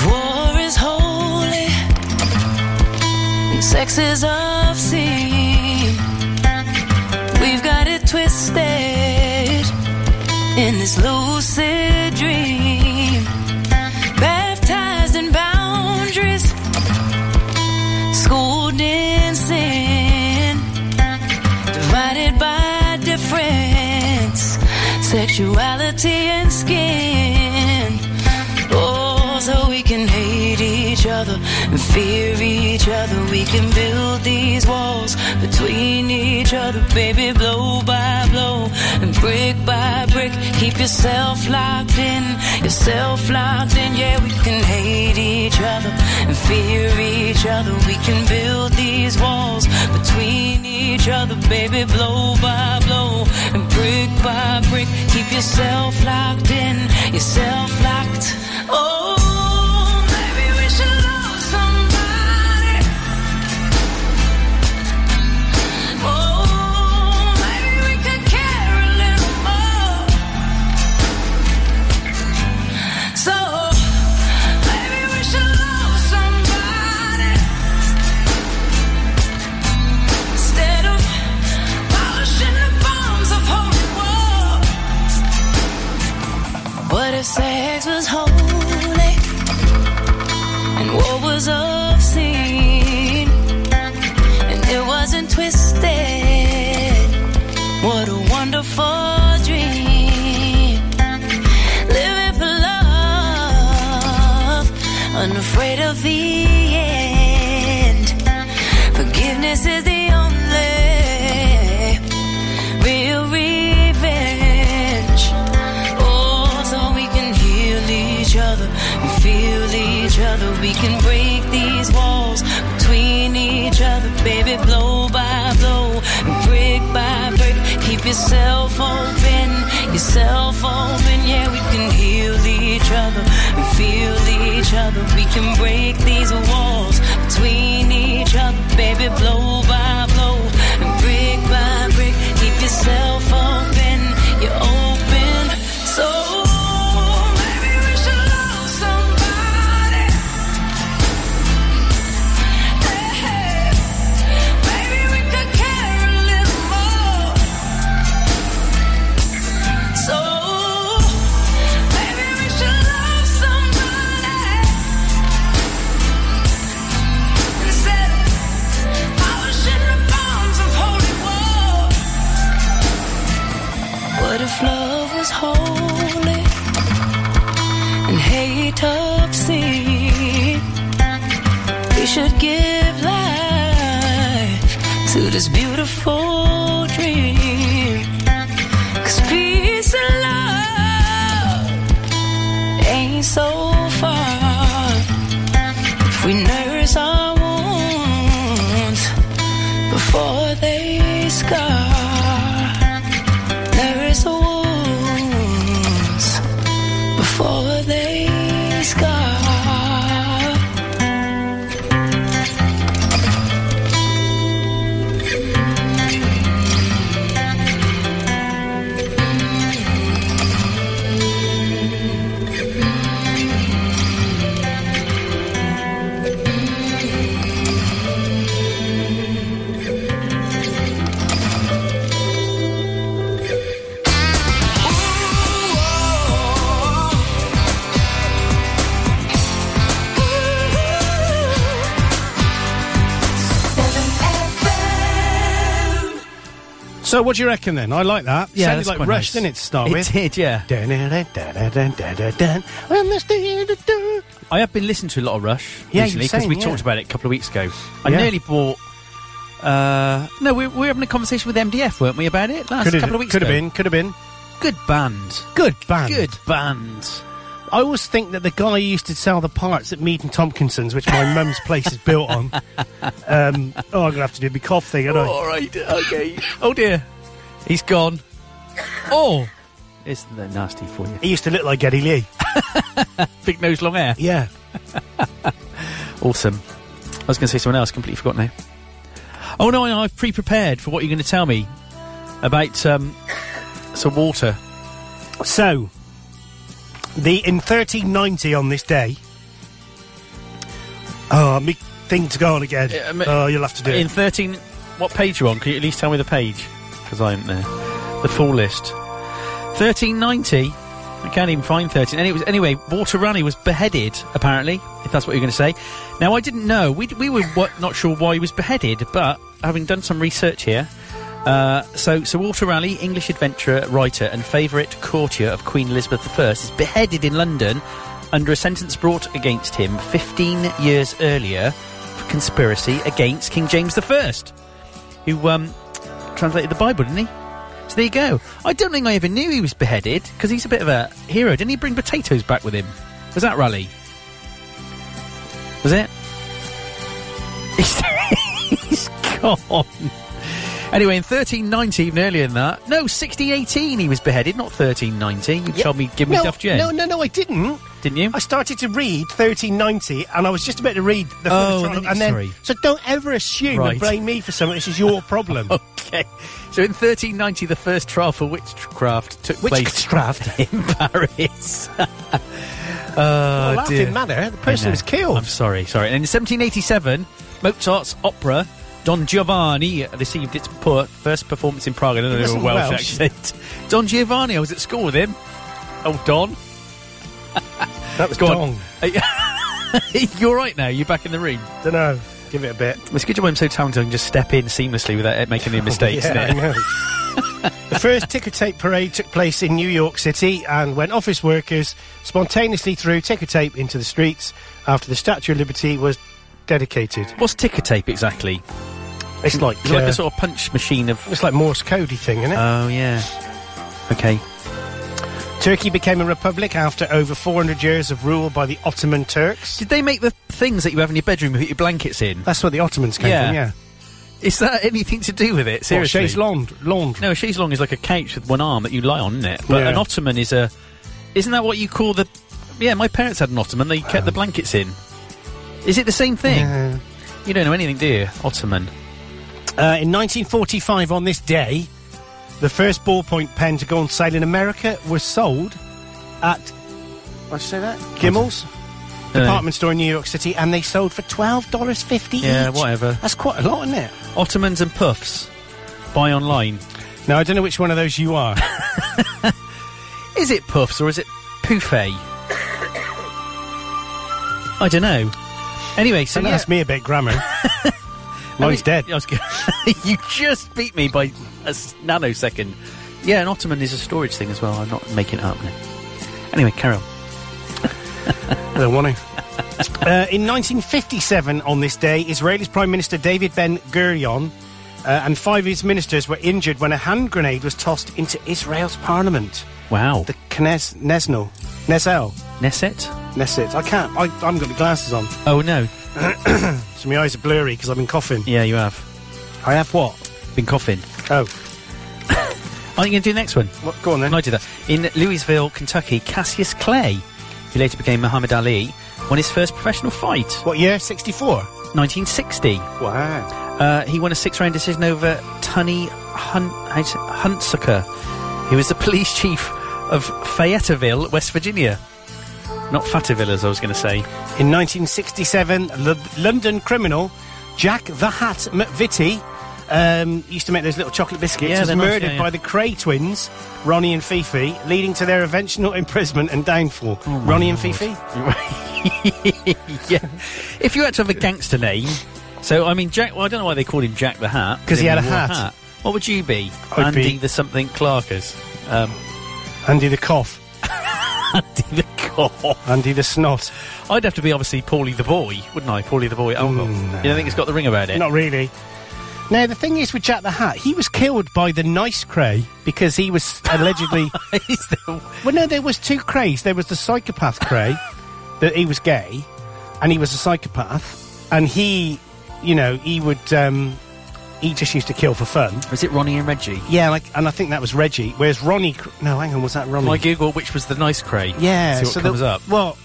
[SPEAKER 13] War is holy, and sex is obscene. We've got it twisted in this lucid dream. Baptized in boundaries, schooled in sin, divided by difference, sexuality and skin. Oh, so we can hate each other and fear each other. We can build these walls between each other, baby, blow by blow and brick by brick. Keep yourself locked in, yourself locked in. Yeah, we can hate each other and fear each other. We can build these walls between each other, baby, blow by blow and brick by brick. Keep yourself locked in, yourself locked. Oh, maybe we should love somebody. Oh, maybe we could care a little more. So maybe we should love somebody instead of polishing the bombs of holy war. What if sex was holy and war was obscene and it wasn't twisted? What a wonderful dream. Living for love, unafraid of the end. this is the only real revenge. Oh, so we can heal each other, we feel each other, we can break these walls between each other, baby, blow by blow, brick by brick. Keep yourself open, yourself open, yeah, we can heal each other, we feel each other, we can break these walls between each other, baby, blow by blow, brick by brick. Keep yourself open, you're open. So maybe we should love somebody. Hey, maybe we could care a little more. So maybe we should love somebody. Instead of polishing the bombs of holy war. What if love was holy and hate obscene? We should give life to this beautiful dream. Cause peace and love ain't so far. If we nurse our wounds before they scar, nurse our wounds before they scar.
[SPEAKER 5] So what do you reckon then? I like that.
[SPEAKER 4] Yeah,
[SPEAKER 5] Sounded
[SPEAKER 4] that's
[SPEAKER 5] like
[SPEAKER 4] quite
[SPEAKER 5] Rush,
[SPEAKER 4] nice.
[SPEAKER 5] didn't it? To start
[SPEAKER 4] It
[SPEAKER 5] with.
[SPEAKER 4] did, yeah.
[SPEAKER 5] Dun-dun-dun-dun-dun-dun-dun. I'm the standard-
[SPEAKER 4] I have been listening to a lot of Rush
[SPEAKER 5] Yeah, you were
[SPEAKER 4] recently because
[SPEAKER 5] saying,
[SPEAKER 4] we
[SPEAKER 5] yeah.
[SPEAKER 4] talked about it a couple of weeks ago. I
[SPEAKER 5] Yeah.
[SPEAKER 4] nearly bought. Uh, no, we, we were having a conversation with MDF, weren't we, about it? Last
[SPEAKER 5] Could
[SPEAKER 4] a
[SPEAKER 5] have
[SPEAKER 4] couple of weeks
[SPEAKER 5] could have
[SPEAKER 4] ago.
[SPEAKER 5] been. Could have been.
[SPEAKER 4] Good band.
[SPEAKER 5] Good band.
[SPEAKER 4] Good band.
[SPEAKER 5] I always think that the guy who used to sell the parts at Mead and Tompkinson's, which my mum's place is built on. Um, oh, I'm gonna have to do the cough thing, aren't I?
[SPEAKER 4] All right, okay. Oh dear, he's gone. Oh, isn't that nasty for you?
[SPEAKER 5] He used to look like Geddy Lee.
[SPEAKER 4] Big nose, long hair.
[SPEAKER 5] Yeah.
[SPEAKER 4] Awesome. I was going to say something else, completely eh? forgot now. Oh no, I, I've pre-prepared for what you're going to tell me about um, some water.
[SPEAKER 5] So, the in 1390 on this day. Oh, me thing to go on again.
[SPEAKER 4] Yeah, I mean-
[SPEAKER 5] oh, you'll have to do
[SPEAKER 4] In
[SPEAKER 5] it.
[SPEAKER 4] 13, what page you on? Can you at least tell me the page? Because I am there. The full list. 1390. I can't even find 13. And it was, anyway, Walter Raleigh was beheaded, apparently, if that's what you're going to say. Now, I didn't know. We, d- we were what, not sure why he was beheaded, but having done some research here, uh, so Sir Walter Raleigh, English adventurer, writer, and favourite courtier of Queen Elizabeth I, is beheaded in London under a sentence brought against him 15 years earlier for conspiracy against King James I, who um, translated the Bible, didn't he? So there you go. I don't think I ever knew he was beheaded because he's a bit of a hero. Didn't he bring potatoes back with him? Was that Raleigh? Was it? he's gone. Anyway, in 1390, even earlier than that, no, 1618 he was beheaded, not 1390. You told me, give me
[SPEAKER 5] no,
[SPEAKER 4] Duff Jen,
[SPEAKER 5] No, no, no, I didn't.
[SPEAKER 4] didn't you?
[SPEAKER 5] I started to read 1390, and I was just about to read the
[SPEAKER 4] Oh, and
[SPEAKER 5] first one,
[SPEAKER 4] then-
[SPEAKER 5] and then
[SPEAKER 4] sorry.
[SPEAKER 5] so don't ever assume
[SPEAKER 4] Right. Oh,
[SPEAKER 5] and blame me for something. This is your problem.
[SPEAKER 4] Okay. So in 1390, the first trial for witchcraft took place
[SPEAKER 5] Witchcraft.
[SPEAKER 4] in Paris. oh,
[SPEAKER 5] Well, that
[SPEAKER 4] dear.
[SPEAKER 5] didn't matter. The
[SPEAKER 4] I know.
[SPEAKER 5] person was killed.
[SPEAKER 4] I'm sorry, sorry. And in 1787, Mozart's opera Don Giovanni uh, received its poor first performance in Prague. I don't know a
[SPEAKER 5] wasn't
[SPEAKER 4] Welsh,
[SPEAKER 5] Welsh.
[SPEAKER 4] accent. Don Giovanni. I was at school with him. Oh, Don.
[SPEAKER 5] that was
[SPEAKER 4] Go
[SPEAKER 5] gone.
[SPEAKER 4] on. You're right now. You're back in the ring.
[SPEAKER 5] Don't know. Give it a bit.
[SPEAKER 4] It's good job I'm so talented. I can just step in seamlessly without it making any mistakes.
[SPEAKER 5] Oh, yeah, I
[SPEAKER 4] innit?
[SPEAKER 5] know. the first ticker tape parade took place in New York City and when office workers spontaneously threw ticker tape into the streets after the Statue of Liberty was dedicated.
[SPEAKER 4] What's ticker tape exactly?
[SPEAKER 5] It's like
[SPEAKER 4] It's like
[SPEAKER 5] uh,
[SPEAKER 4] a sort of punch machine of.
[SPEAKER 5] It's like Morse codey thing, isn't it?
[SPEAKER 4] Oh yeah. Okay.
[SPEAKER 5] Turkey became a republic after over 400 years of rule by the Ottoman Turks.
[SPEAKER 4] Did they make the things that you have in your bedroom? You put your blankets in.
[SPEAKER 5] That's where the Ottomans came
[SPEAKER 4] Yeah.
[SPEAKER 5] from, yeah.
[SPEAKER 4] Is that anything to do with it?
[SPEAKER 5] Or
[SPEAKER 4] Seriously.
[SPEAKER 5] chaise laund- laundry.
[SPEAKER 4] No, a chaise longue is like a couch with one arm that you lie on, isn't it? But
[SPEAKER 5] Yeah.
[SPEAKER 4] an ottoman is a. Isn't that what you call the? Yeah, my parents had an ottoman. They kept the blankets in. Is it the same thing?
[SPEAKER 5] Oh. Yeah.
[SPEAKER 4] You don't know anything, do you? Ottoman.
[SPEAKER 5] Uh, in 1945, on this day, the first ballpoint pen to go on sale in America was sold at. What'd you say that? Gimmel's
[SPEAKER 4] No, no.
[SPEAKER 5] department store in New York City, and they sold for twelve dollars fifty.
[SPEAKER 4] Yeah,
[SPEAKER 5] each.
[SPEAKER 4] whatever.
[SPEAKER 5] That's quite a lot, isn't it?
[SPEAKER 4] Ottomans and puffs. Buy online.
[SPEAKER 5] Now I don't know which one of those you are.
[SPEAKER 4] Is it puffs or is it pouffet? I don't know. Anyway, so
[SPEAKER 5] Don't
[SPEAKER 4] yeah,
[SPEAKER 5] ask me about grammar.
[SPEAKER 4] I mean-
[SPEAKER 5] Mine's dead.
[SPEAKER 4] I was gonna- you just beat me by a s- nanosecond. Yeah, an ottoman is a storage thing as well. I'm not making it up now. Anyway, carry on.
[SPEAKER 5] I don't want to. uh, in 1957, on this day, Israeli's Prime Minister David Ben Gurion uh, and five of his ministers were injured when a hand grenade was tossed into Israel's parliament.
[SPEAKER 4] Wow.
[SPEAKER 5] The Knez Nesno Nezel
[SPEAKER 4] Neset?
[SPEAKER 5] Neset. I can't. I, I haven't got my glasses on,
[SPEAKER 4] Oh no.
[SPEAKER 5] so my eyes are blurry because I've been coughing.
[SPEAKER 4] Yeah, you have.
[SPEAKER 5] I have what?
[SPEAKER 4] Been coughing.
[SPEAKER 5] Oh,
[SPEAKER 4] Aren't you going to do the next one?
[SPEAKER 5] what, go on then.
[SPEAKER 4] Can I do that? In Louisville, Kentucky, Cassius Clay, who later became Muhammad Ali, won his first professional fight,
[SPEAKER 5] What year? 64.
[SPEAKER 4] 1960.
[SPEAKER 5] Wow.
[SPEAKER 4] Uh, he won a six-round decision over Tunny Hun- how do you say- Huntsucker, who was the police chief of Fayetteville, West Virginia. Not Fatteville, as I was going to say.
[SPEAKER 5] In 1967, L- London criminal Jack the Hat McVitie um, used to make those little chocolate biscuits.
[SPEAKER 4] Yeah,
[SPEAKER 5] was
[SPEAKER 4] they're nice,
[SPEAKER 5] murdered
[SPEAKER 4] yeah, yeah.
[SPEAKER 5] by the Cray twins, Ronnie and Fifi, leading to their eventual imprisonment and downfall.
[SPEAKER 4] Oh
[SPEAKER 5] Ronnie and Fifi?
[SPEAKER 4] yeah. If you had to have a gangster name, so I mean Jack. Well, I don't know why they called him Jack the Hat
[SPEAKER 5] 'Cause he had a
[SPEAKER 4] wore
[SPEAKER 5] hat.
[SPEAKER 4] What would you be?
[SPEAKER 5] I'd
[SPEAKER 4] Andy
[SPEAKER 5] be-
[SPEAKER 4] the something Clarkers.
[SPEAKER 5] Andy the cough.
[SPEAKER 4] Andy the cop.
[SPEAKER 5] Andy the snot.
[SPEAKER 4] I'd have to be obviously Paulie the boy, wouldn't I? Paulie the boy. Oh,
[SPEAKER 5] Mm,
[SPEAKER 4] you don't think it's got the ring about it?
[SPEAKER 5] Not really. Now, the thing is with Jack the Hat, he was killed by the nice Cray because he was allegedly.
[SPEAKER 4] It's the-
[SPEAKER 5] Well, no, there was two craze. There was the psychopath cray that he was gay, and he was a psychopath, and he, you know, he would, um, he just used to kill for fun.
[SPEAKER 4] was it Ronnie and Reggie?
[SPEAKER 5] Yeah, like, and I think that was Reggie. Whereas Ronnie, Cr- no, hang on, was that Ronnie?
[SPEAKER 4] I Google which was the nice cray.
[SPEAKER 5] yeah,
[SPEAKER 4] see what
[SPEAKER 5] so
[SPEAKER 4] comes
[SPEAKER 5] the,
[SPEAKER 4] up.
[SPEAKER 5] Well,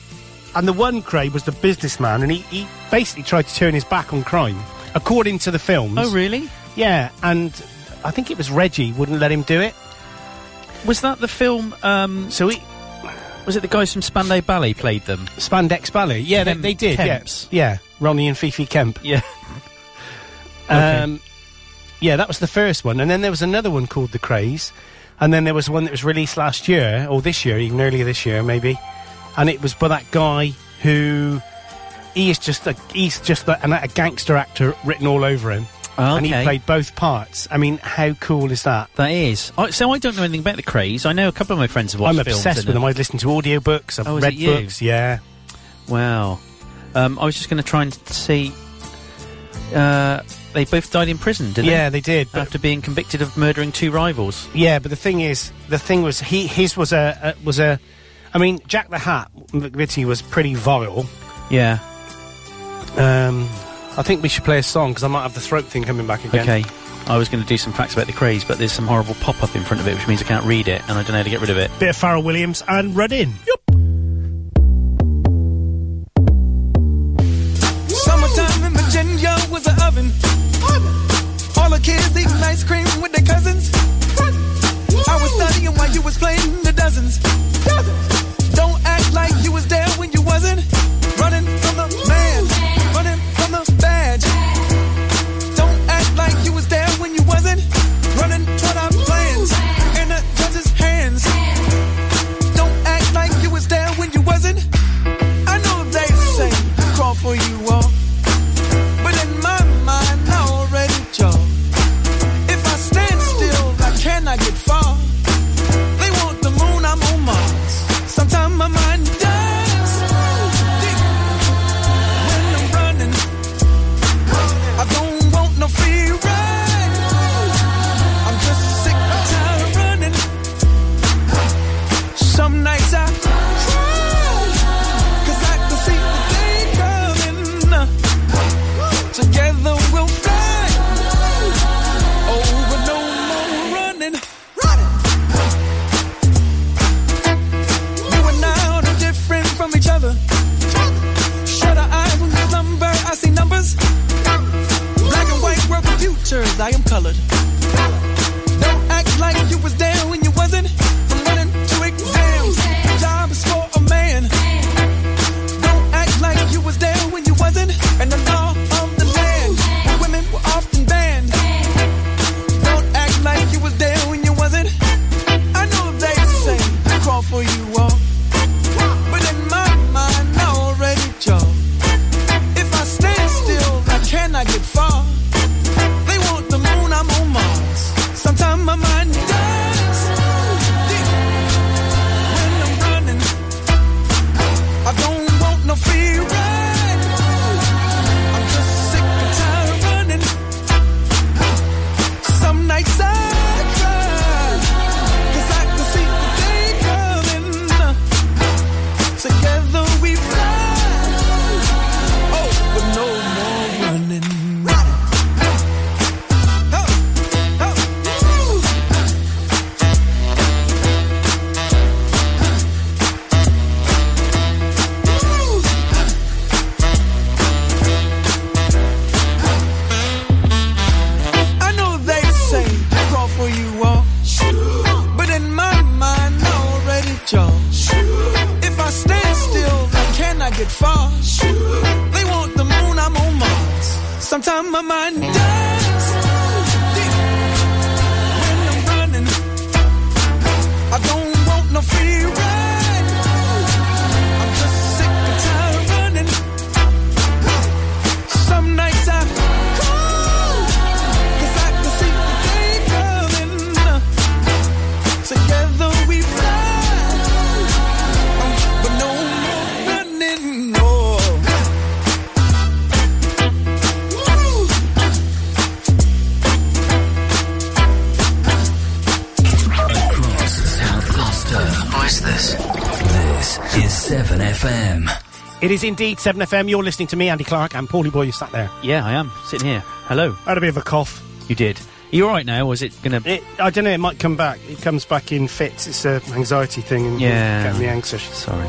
[SPEAKER 5] and the one cray was the businessman, and he, he basically tried to turn his back on crime, according to the films.
[SPEAKER 4] Oh really?
[SPEAKER 5] Yeah, and I think it was Reggie wouldn't let him do it.
[SPEAKER 4] Was that the film? Um,
[SPEAKER 5] So he,
[SPEAKER 4] was it the guys from Spandau Ballet played them?
[SPEAKER 5] Spandex Ballet. Yeah,
[SPEAKER 4] Kemp-
[SPEAKER 5] they, they did. yeah.
[SPEAKER 4] Kemps.
[SPEAKER 5] yeah, Ronnie and Fifi Kemp.
[SPEAKER 4] Yeah.
[SPEAKER 5] Um, yeah, that was the first one, and then there was another one called The Craze, and then there was one that was released last year or this year, even earlier this year maybe, and it was by that guy who he is just a he's just a, an, a gangster actor written all over him,
[SPEAKER 4] Oh,
[SPEAKER 5] and he
[SPEAKER 4] okay.
[SPEAKER 5] played both parts. I mean, how cool is that?
[SPEAKER 4] That is. I, so I don't know anything about the craze. I know a couple of my friends have watched
[SPEAKER 5] I'm
[SPEAKER 4] films
[SPEAKER 5] obsessed
[SPEAKER 4] in
[SPEAKER 5] with them. I listen to audiobooks. I've
[SPEAKER 4] Oh, is it
[SPEAKER 5] read
[SPEAKER 4] you?
[SPEAKER 5] books. Yeah.
[SPEAKER 4] Wow. Um, I was just going to try and see. Uh, they both died in prison, didn't
[SPEAKER 5] Yeah,
[SPEAKER 4] they?
[SPEAKER 5] they did. But
[SPEAKER 4] After being convicted of murdering two rivals.
[SPEAKER 5] Yeah, but the thing is, the thing was, he his was a, a was a. I mean, Jack the Hat McVitie was pretty vile.
[SPEAKER 4] Yeah.
[SPEAKER 5] Um, I think we should play a song because I might have the throat thing coming back again.
[SPEAKER 4] Okay. I was going to do some facts about the craze, but there's some horrible pop up in front of it, which means I can't read it, and I don't know how to get rid of it.
[SPEAKER 5] Bit of Pharrell Williams and Red In.
[SPEAKER 14] Summertime in Virginia was an oven. All the kids eating ice cream with their cousins. I was studying while you was playing the dozens. Don't act like you was there when you wasn't. Running from the man, running from the badge. Don't act like you was there when you wasn't. Running toward our plans in the judge's hands. Don't act like you was there when you wasn't. I know they say crawl for you all, but in my mind I already chose. If I stand still, I cannot get far. They want the moon, I'm on Mars. Oh, colored. Don't act like you was there when you wasn't. From running to exams, the job is for a man. Don't act like you was there when you wasn't. And the law of the land, women were often banned. Don't act like you was there when you wasn't. I know they say I crawl for you all, but in my mind I already chose. If I stand still, I cannot get far. They want the moon, I'm on Mars. Sometimes my mind dies. Deep. When I'm running, I don't want no free ride. I'm just sick and tired of running. Some nights I cry. 'Cause I can see the day coming. Together we fly. Oh, but no more running. I know they say I crawl for you all, but in my mind I already chose. If I stand still, I cannot get far. They want the moon, I'm on Mars. Sometimes my mind dies. Deep. When I'm running, I don't want no free ride. I'm just sick and tired of running. Some nights I call, 'cause I can see the day coming. Together we fly, Um, but no more running. No.
[SPEAKER 2] Across South Gloucester. Voice this. This is 7FM.
[SPEAKER 5] It is indeed 7FM. You're listening to me, Andy Clark, and Paulie Boy, you sat there.
[SPEAKER 4] Yeah, I am sitting here. Hello.
[SPEAKER 5] I had a bit of a cough.
[SPEAKER 4] You did. Are you all right now? Or is it gonna?
[SPEAKER 5] It, I don't know, it might come back. It comes back in fits. It's an anxiety thing and
[SPEAKER 4] Yeah.
[SPEAKER 5] getting me anxious.
[SPEAKER 4] Sorry.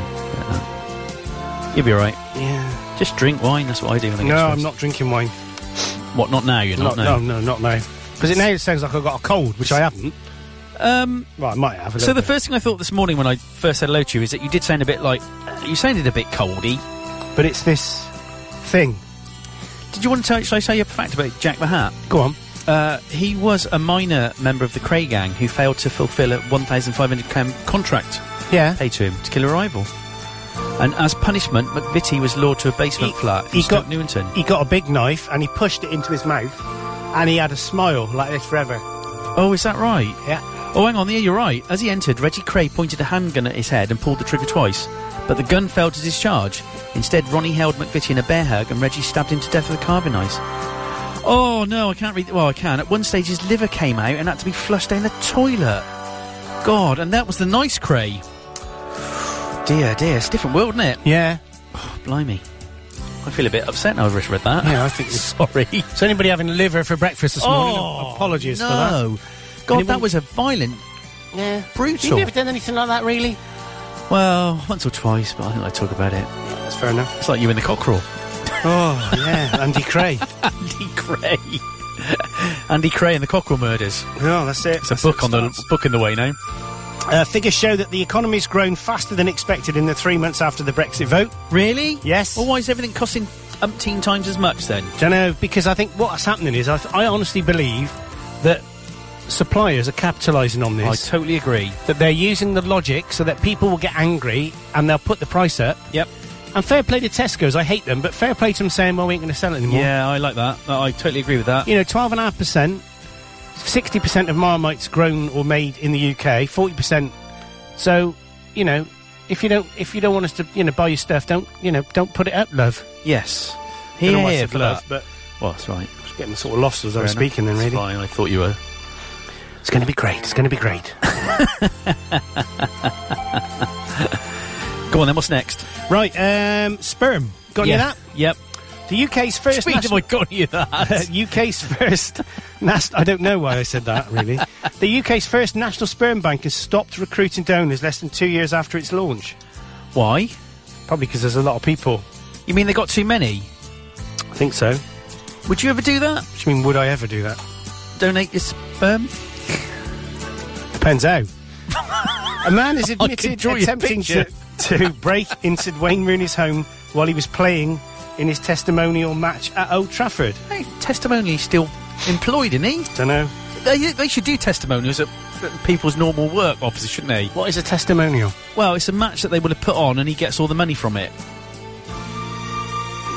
[SPEAKER 4] You'll be all right.
[SPEAKER 5] Yeah.
[SPEAKER 4] Just drink wine. That's what I do. When I get
[SPEAKER 5] No,
[SPEAKER 4] stressed.
[SPEAKER 5] I'm not drinking wine.
[SPEAKER 4] What? Not now. You're not,
[SPEAKER 5] Not-
[SPEAKER 4] now.
[SPEAKER 5] no, no, not now. Because it now sounds like I've got a cold, which I haven't.
[SPEAKER 4] Um.
[SPEAKER 5] Well, I might have. A
[SPEAKER 4] So the
[SPEAKER 5] little
[SPEAKER 4] first thing I thought this morning when I first said hello to you is that you did sound a bit like you sounded a bit coldy.
[SPEAKER 5] bit. but it's this thing.
[SPEAKER 4] Did you want to tell? Shall I say a fact about Jack the Hat?
[SPEAKER 5] Go on.
[SPEAKER 4] Uh, he was a minor member of the Cray Gang who failed to fulfil a 1,500 cam- contract
[SPEAKER 5] Yeah.
[SPEAKER 4] paid to him to kill a rival. And as punishment, McVitie was lured to a basement flat in Stoke Newington.
[SPEAKER 5] He got a big knife and he pushed it into his mouth, and he had a smile like this forever.
[SPEAKER 4] oh, is that right?
[SPEAKER 5] Yeah.
[SPEAKER 4] Oh, hang on, there, you're right. As he entered, Reggie Cray pointed a handgun at his head and pulled the trigger twice, but the gun failed to discharge. Instead, Ronnie held McVitie in a bear hug and Reggie stabbed him to death with a carbine knife. Oh, no, I can't read. Well, I can. At one stage, his liver came out and had to be flushed down the toilet. God, and that was the nice Cray. Dear, dear, it's a different world, isn't it?
[SPEAKER 5] Yeah.
[SPEAKER 4] Blimey. I feel a bit upset now I've just read that.
[SPEAKER 5] Yeah, I think it's-
[SPEAKER 4] Sorry.
[SPEAKER 5] So anybody having liver for breakfast this morning?
[SPEAKER 4] Oh,
[SPEAKER 5] Apologies for that.
[SPEAKER 4] no. God,
[SPEAKER 5] Anyone-
[SPEAKER 4] that was a violent
[SPEAKER 5] Yeah.
[SPEAKER 4] Brutal. You've never
[SPEAKER 5] done anything like that, really?
[SPEAKER 4] Well, once or twice, but I don't like to talk about it.
[SPEAKER 5] That's fair enough.
[SPEAKER 4] It's like you in the cockerel.
[SPEAKER 5] Oh, yeah. Andy Cray.
[SPEAKER 4] Andy Cray. Andy Cray and the Cockerel Murders.
[SPEAKER 5] Oh, that's it.
[SPEAKER 4] It's a book on the book in the way now.
[SPEAKER 5] Uh, figures show that the economy's grown faster than expected in the three months after the Brexit vote.
[SPEAKER 4] Really?
[SPEAKER 5] Yes.
[SPEAKER 4] Well, why is everything costing umpteen times as much then?
[SPEAKER 5] Don't know because I think what's happening is I, I honestly believe that suppliers are capitalising on
[SPEAKER 4] I
[SPEAKER 5] this.
[SPEAKER 4] totally agree.
[SPEAKER 5] that they're using the logic so that people will get angry and they'll put the price up.
[SPEAKER 4] Yep.
[SPEAKER 5] And fair play to Tesco's. I hate them, but fair play to them saying, "Well, we ain't going to sell it anymore."
[SPEAKER 4] Yeah, I like that. I I totally agree with that.
[SPEAKER 5] You know, twelve and a half percent, sixty percent of Marmite's grown or made in the UK, forty percent. So, you know, if you don't, if you don't want us to, you know, buy your stuff, don't, you know, don't put it up, love.
[SPEAKER 4] Yes.
[SPEAKER 5] Don't know why I
[SPEAKER 4] Here,
[SPEAKER 5] said
[SPEAKER 4] for that.
[SPEAKER 5] love, but
[SPEAKER 4] Well, that's right.
[SPEAKER 5] I was getting sort of lost as I
[SPEAKER 4] Fair
[SPEAKER 5] was
[SPEAKER 4] enough.
[SPEAKER 5] speaking. Then
[SPEAKER 4] It's
[SPEAKER 5] really,
[SPEAKER 4] fine, I thought you were.
[SPEAKER 5] it's going to be great. It's going to be great.
[SPEAKER 4] Go on then. What's next?
[SPEAKER 5] right, um, sperm. Got any
[SPEAKER 4] yeah.
[SPEAKER 5] of
[SPEAKER 4] Yep.
[SPEAKER 5] that? The UK's first.
[SPEAKER 4] Speak to
[SPEAKER 5] national-
[SPEAKER 4] my god, you
[SPEAKER 5] Uh,
[SPEAKER 4] that.
[SPEAKER 5] UK's first nas- I don't know why I said that really. the UK's first national sperm bank has stopped recruiting donors less than two years after its launch.
[SPEAKER 4] why?
[SPEAKER 5] Probably because there's a lot of people.
[SPEAKER 4] You mean they got too many?
[SPEAKER 5] I think so.
[SPEAKER 4] Would you ever do that?
[SPEAKER 5] Which mean, would I ever do that?
[SPEAKER 4] donate your sperm?
[SPEAKER 5] Depends how. A man is admitted
[SPEAKER 4] draw you a
[SPEAKER 5] attempting to, to break into Wayne Rooney's home while he was playing in his testimonial match at Old Trafford.
[SPEAKER 4] Hey, testimony still employed, isn't he?
[SPEAKER 5] Don't know.
[SPEAKER 4] They, they should do testimonials at at people's normal work offices, shouldn't they?
[SPEAKER 5] What is a testimonial?
[SPEAKER 4] Well, it's a match that they would have put on, and he gets all the money from it.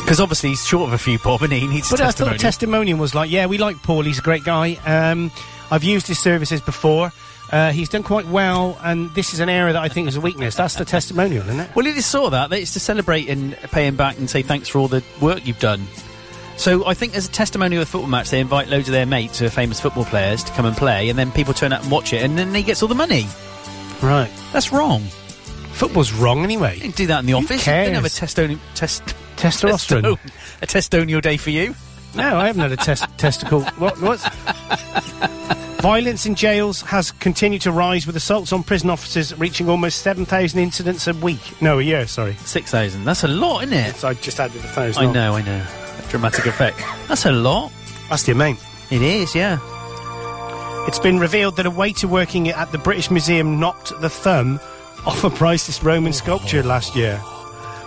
[SPEAKER 4] Because obviously he's short of a few bob, and he He needs
[SPEAKER 5] But
[SPEAKER 4] a
[SPEAKER 5] I thought
[SPEAKER 4] testimonial.
[SPEAKER 5] a testimonial was like, yeah, we like Paul. He's a great guy. Um, I've used his services before. Uh, he's done quite well, and this is an area that I think is a weakness. That's the testimonial, isn't it?
[SPEAKER 4] Well, it is sort of that. It's to celebrate and pay him back and say thanks for all the work you've done. So I think as a testimonial of a football match, they invite loads of their mates who are famous football players to come and play, and then people turn up and watch it, and then he gets all the money.
[SPEAKER 5] Right.
[SPEAKER 4] That's wrong.
[SPEAKER 5] Football's wrong anyway.
[SPEAKER 4] You didn't do that in the office. You didn't have a testoni- test
[SPEAKER 5] Testosterone.
[SPEAKER 4] testo- a testimonial day for you.
[SPEAKER 5] No, I haven't had a test testicle. What? What's? Violence in jails has continued to rise, with assaults on prison officers reaching almost seven thousand incidents a week. No, a year. Sorry.
[SPEAKER 4] Six thousand. That's a lot, isn't it?
[SPEAKER 5] So I just added a thousand.
[SPEAKER 4] I
[SPEAKER 5] on.
[SPEAKER 4] know. I know. Dramatic effect. That's a lot.
[SPEAKER 5] That's the amount.
[SPEAKER 4] It is. Yeah.
[SPEAKER 5] It's been revealed that a waiter working at the British Museum knocked the thumb off a priceless Roman sculpture last year.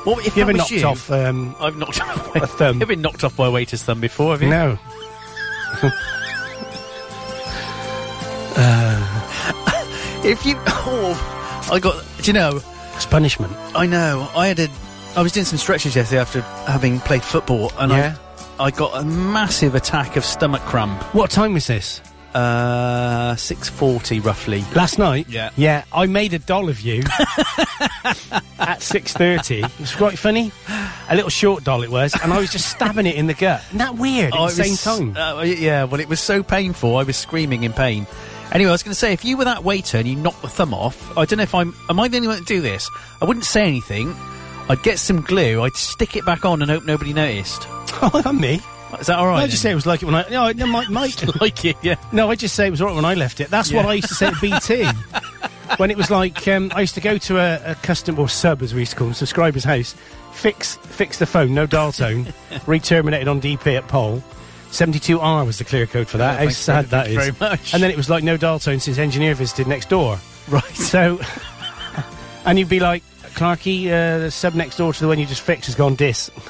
[SPEAKER 4] What if
[SPEAKER 5] You
[SPEAKER 4] that
[SPEAKER 5] ever
[SPEAKER 4] was
[SPEAKER 5] knocked
[SPEAKER 4] you?
[SPEAKER 5] off? Um,
[SPEAKER 4] I've knocked off
[SPEAKER 5] A thumb.
[SPEAKER 4] You've been knocked off by a waiter's thumb before, have you?
[SPEAKER 5] no.
[SPEAKER 4] If you, oh, I got. Do you know?
[SPEAKER 5] It's punishment.
[SPEAKER 4] I know. I had a. I was doing some stretches yesterday after having played football, and
[SPEAKER 5] Yeah.
[SPEAKER 4] I, I got a massive attack of stomach cramp.
[SPEAKER 5] What time was this?
[SPEAKER 4] Uh, six forty roughly.
[SPEAKER 5] Last night.
[SPEAKER 4] Yeah.
[SPEAKER 5] Yeah. I made a doll of you at six thirty. It was quite funny. A little short doll it was, and I was just stabbing it in the gut. Isn't that weird?
[SPEAKER 4] Oh, it
[SPEAKER 5] at the
[SPEAKER 4] was-
[SPEAKER 5] same time.
[SPEAKER 4] uh, yeah, well, it was so painful. I was screaming in pain. Anyway, I was going to say, if you were that waiter and you knocked the thumb off, I don't know if I'm. Am I the only one to do this? I wouldn't say anything. I'd get some glue. I'd stick it back on and hope nobody noticed.
[SPEAKER 5] oh, not me.
[SPEAKER 4] Is that all uh, right?
[SPEAKER 5] I just say it was like it when I. No, I- no Mike. Mike
[SPEAKER 4] then? like it, yeah.
[SPEAKER 5] No, I just say it was all right when I left it. That's what
[SPEAKER 4] Yeah.
[SPEAKER 5] I used to say at BT. when it was like, um, I used to go to a, a customer or sub, as we used to call them, subscriber's house, fix fix the phone, no dial tone, re-terminated on DP at Pole. 72R was the clear code for that.
[SPEAKER 4] Oh,
[SPEAKER 5] How
[SPEAKER 4] thanks
[SPEAKER 5] sad
[SPEAKER 4] very-
[SPEAKER 5] that is.
[SPEAKER 4] thank you very much.
[SPEAKER 5] And then it was like no dial tone since engineer visited next door. Right. So, and you'd be like, Clarky, uh, the sub next door to the one you just fixed has gone dis. up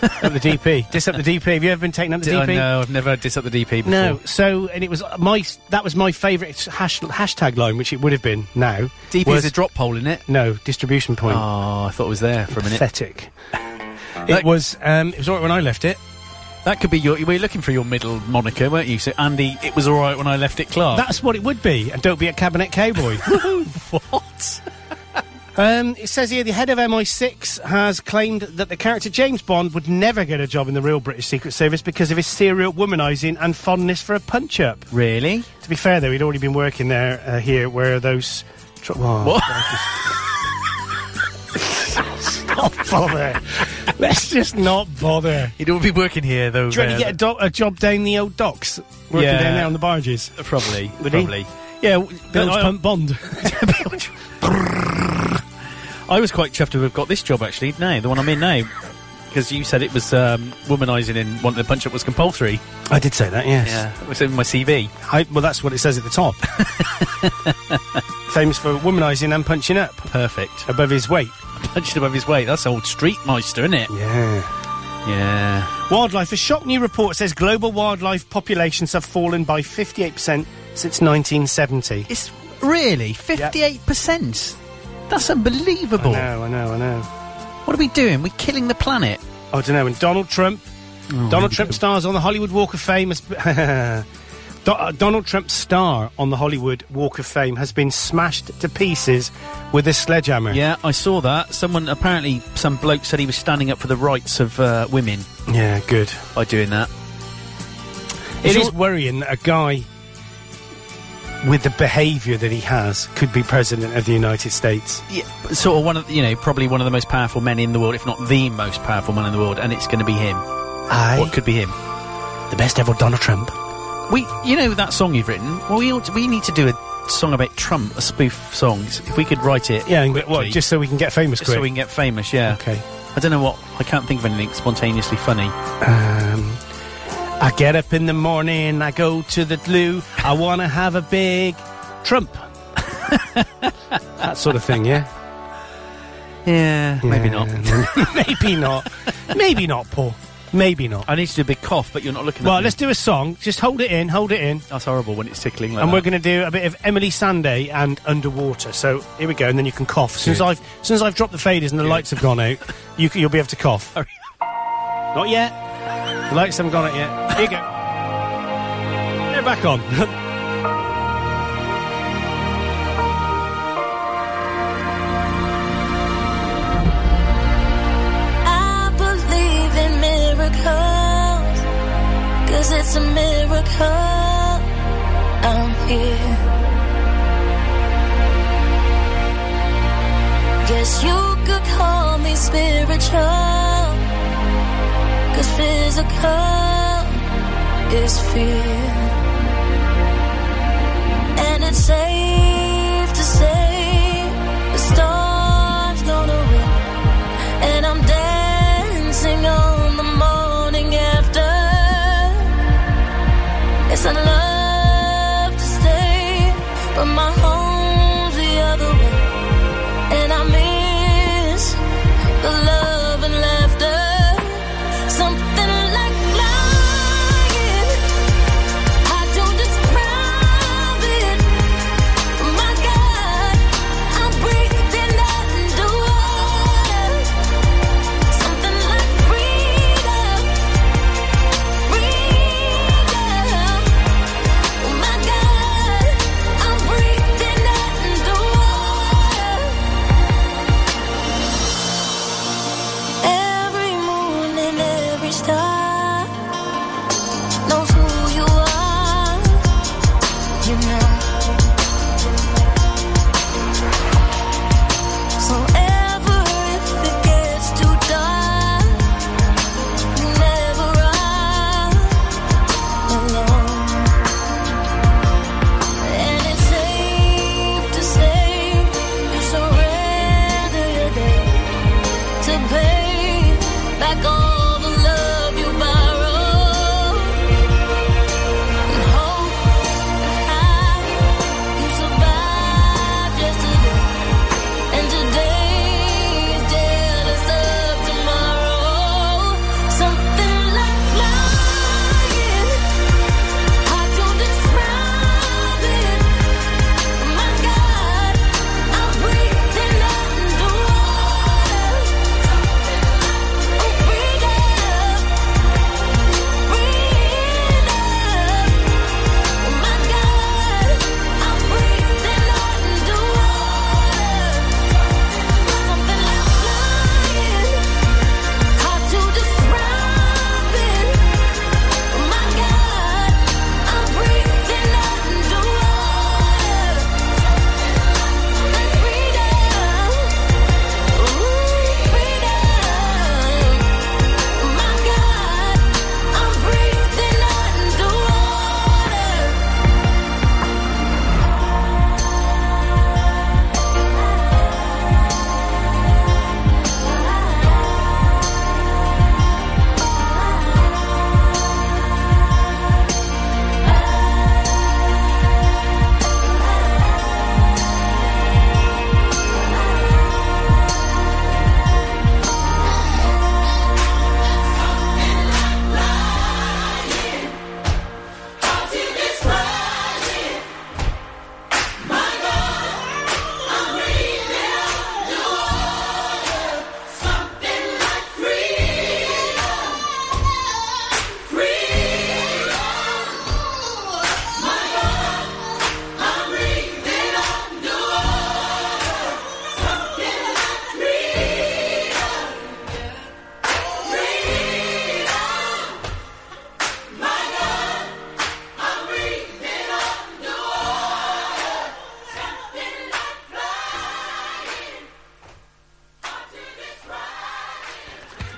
[SPEAKER 5] the DP. Dis up the DP. Have you ever been taken up the
[SPEAKER 4] I
[SPEAKER 5] DP?
[SPEAKER 4] know. I've never dis up the DP before.
[SPEAKER 5] No, so and it was my that was my favourite hash, hashtag line, which it would have been now.
[SPEAKER 4] DP
[SPEAKER 5] was,
[SPEAKER 4] is a drop hole in it.
[SPEAKER 5] no distribution point.
[SPEAKER 4] Oh, I thought it was there for a minute.
[SPEAKER 5] Pathetic. it was um, it was alright when I left it.
[SPEAKER 4] That could be your. You were looking for your middle moniker, weren't you? So, Andy, it was all right when I left it, Clark.
[SPEAKER 5] That's what it would be. And don't be a cabinet cowboy.
[SPEAKER 4] what?
[SPEAKER 5] um, it says here the head of MI6 has claimed that the character James Bond would never get a job in the real British Secret Service because of his serial womanising and fondness for a punch up.
[SPEAKER 4] Really?
[SPEAKER 5] To be fair, though, he'd already been working there uh, here where those. Tr- oh,
[SPEAKER 4] What?
[SPEAKER 5] Not bother. Let's just not bother.
[SPEAKER 4] It would be working here though. uh,
[SPEAKER 5] Do you reckon
[SPEAKER 4] there,
[SPEAKER 5] you get a, do- a job down the old docks? Working
[SPEAKER 4] Yeah.
[SPEAKER 5] down there on the barges?
[SPEAKER 4] but- probably?
[SPEAKER 5] Would he?
[SPEAKER 4] probably. Yeah. w-
[SPEAKER 5] Bill's
[SPEAKER 4] I- I-
[SPEAKER 5] Uh, Pump Bond.
[SPEAKER 4] I was quite chuffed to have got this job actually. No, the one I'm in now, because you said it was um, womanising and wanting the punch up was compulsory.
[SPEAKER 5] I did say that, yes.
[SPEAKER 4] it was in my CV.
[SPEAKER 5] I, well, that's what it says at the top. Famous for womanising and punching up
[SPEAKER 4] Perfect.
[SPEAKER 5] above his weight.
[SPEAKER 4] Punched above his weight. That's old street meister, isn't it?
[SPEAKER 5] Yeah.
[SPEAKER 4] Yeah.
[SPEAKER 5] Wildlife. A shock new report says global wildlife populations have fallen by 58% since 1970.
[SPEAKER 4] It's really fifty-eight percent. That's unbelievable.
[SPEAKER 5] I know, I know.
[SPEAKER 4] What are we doing? We're killing the planet.
[SPEAKER 5] I don't Oh, know. And Donald Trump. Donald Trump stars on the Hollywood Walk of Fame. As, Do- uh, Donald Trump's star on the Hollywood Walk of Fame has been smashed to pieces with a sledgehammer.
[SPEAKER 4] Yeah, I saw that. Someone apparently, some bloke said he was standing up for the rights of uh, women
[SPEAKER 5] Yeah, good.
[SPEAKER 4] by doing that.
[SPEAKER 5] It
[SPEAKER 4] Sure.
[SPEAKER 5] is worrying that a guy with the behaviour that he has could be president of the United States.
[SPEAKER 4] Yeah, sort of one of the- you know probably one of the most powerful men in the world, if not the most powerful man in the world, and it's going to be him.
[SPEAKER 5] I,
[SPEAKER 4] What could be him?
[SPEAKER 5] the best ever Donald Trump.
[SPEAKER 4] We, you know, that song you've written. Well, we ought to, we need to do a song about Trump, a spoof song. If we could write it,
[SPEAKER 5] Yeah, and what,
[SPEAKER 4] quickly,
[SPEAKER 5] just so we can get famous
[SPEAKER 4] just
[SPEAKER 5] quick.
[SPEAKER 4] so we can get famous. Yeah.
[SPEAKER 5] Okay.
[SPEAKER 4] I don't know what. I can't think of anything spontaneously funny.
[SPEAKER 5] Um, I get up in the morning, I go to the loo, I want to have a big Trump. that sort of thing, yeah?
[SPEAKER 4] Yeah, maybe not.
[SPEAKER 5] maybe not. Maybe not, Paul. Maybe not.
[SPEAKER 4] I need to do a big cough, but you're not looking.
[SPEAKER 5] Well,
[SPEAKER 4] at
[SPEAKER 5] let's
[SPEAKER 4] me.
[SPEAKER 5] do a song. Just hold it in, hold it in.
[SPEAKER 4] That's horrible when it's tickling. Like
[SPEAKER 5] And
[SPEAKER 4] that.
[SPEAKER 5] we're going to do a bit of Emily Sande and Underwater. So here we go, and then you can cough. As soon as I've, as soon as I've dropped the faders and the lights have gone out, you, c- you'll be able to cough. Not yet. The lights haven't gone out yet. Here you go. They're back on.
[SPEAKER 8] I believe in miracles, cause it's a miracle I'm here. Guess you could call me spiritual, cause physical is fear. And it's safe to say the storm's gonna win. And I'm dancing on the morning after. It's a love to stay, but my home's the other way. And I miss the love and laughter. Something like flying. I don't describe it. Oh My God, I'm breathing underwater. Something like freedom, freedom. Oh my God, I'm breathing underwater. Every moon and every star knows who you are. You know. So ever if it gets too dark, you never are alone. And it's safe to say you surrender your day to pay back all the love you borrow and hope how you survived yesterday. And today is jealous of tomorrow. Something like flying. I don't describe it. My God, I'm breathing underwater. Oh, freedom, freedom. Oh my God, I'm breathing underwater. Something like flying, hard to describe it. Oh my God, I'm breathing underwater. Like freedom, ooh freedom. Oh my God, I'm breathing underwater.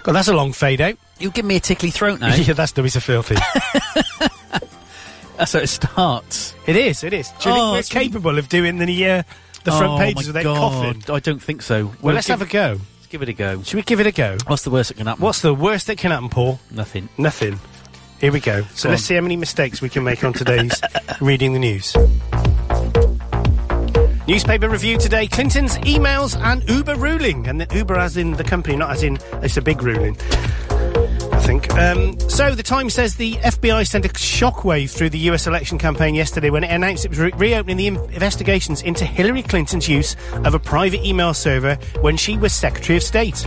[SPEAKER 5] God, that's a long fade out.
[SPEAKER 4] You'll give me a tickly throat now.
[SPEAKER 5] yeah, that's Louisa Filthy.
[SPEAKER 4] That's how it starts.
[SPEAKER 5] it is, it is. Do you
[SPEAKER 4] Oh,
[SPEAKER 5] think we're
[SPEAKER 4] it's really-
[SPEAKER 5] capable of doing the uh, the front
[SPEAKER 4] Oh, my
[SPEAKER 5] pages without
[SPEAKER 4] God.
[SPEAKER 5] coughing?
[SPEAKER 4] I don't think so.
[SPEAKER 5] Well, let's have a go.
[SPEAKER 4] let's give it a go.
[SPEAKER 5] Should we give it a go?
[SPEAKER 4] What's the worst that can happen?
[SPEAKER 5] What's the worst that can happen, Paul?
[SPEAKER 4] nothing?
[SPEAKER 5] Nothing. Here we go. So
[SPEAKER 4] Go
[SPEAKER 5] let's
[SPEAKER 4] on.
[SPEAKER 5] see how many mistakes we can make on today's reading the news. Newspaper review today Clinton's emails and Uber ruling. And the Uber as in the company, not as in it's a big ruling. I think. Um, so, The Times says the FBI sent a shockwave through the US election campaign yesterday when it announced it was re- reopening the in- investigations into Hillary Clinton's use of a private email server when she was Secretary of State.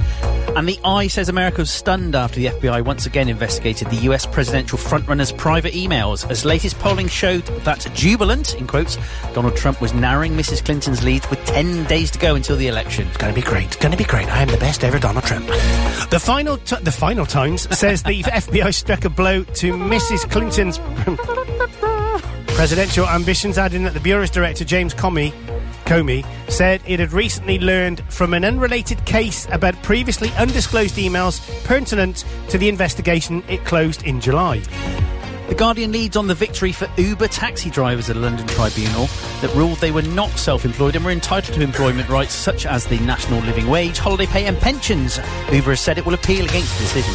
[SPEAKER 4] And the I says America was stunned after the FBI once again investigated the US presidential frontrunner's private emails, as latest polling showed that jubilant, in quotes, Donald Trump was narrowing Mrs. Clinton's lead with 10 days to go until the election.
[SPEAKER 5] It's going to be great. It's going to be great. I am the best ever Donald Trump. The final, t- the final times says the FBI struck a blow to Mrs. Clinton's presidential ambitions, adding that the bureau's director James Comey, Comey, said it had recently learned from an unrelated case about previously undisclosed emails pertinent to the investigation. It closed in July.
[SPEAKER 4] The Guardian leads on the victory for Uber taxi drivers at a London tribunal that ruled they were not self employed and were entitled to employment rights such as the national living wage, holiday pay, and pensions. Uber has said it will appeal against the decision.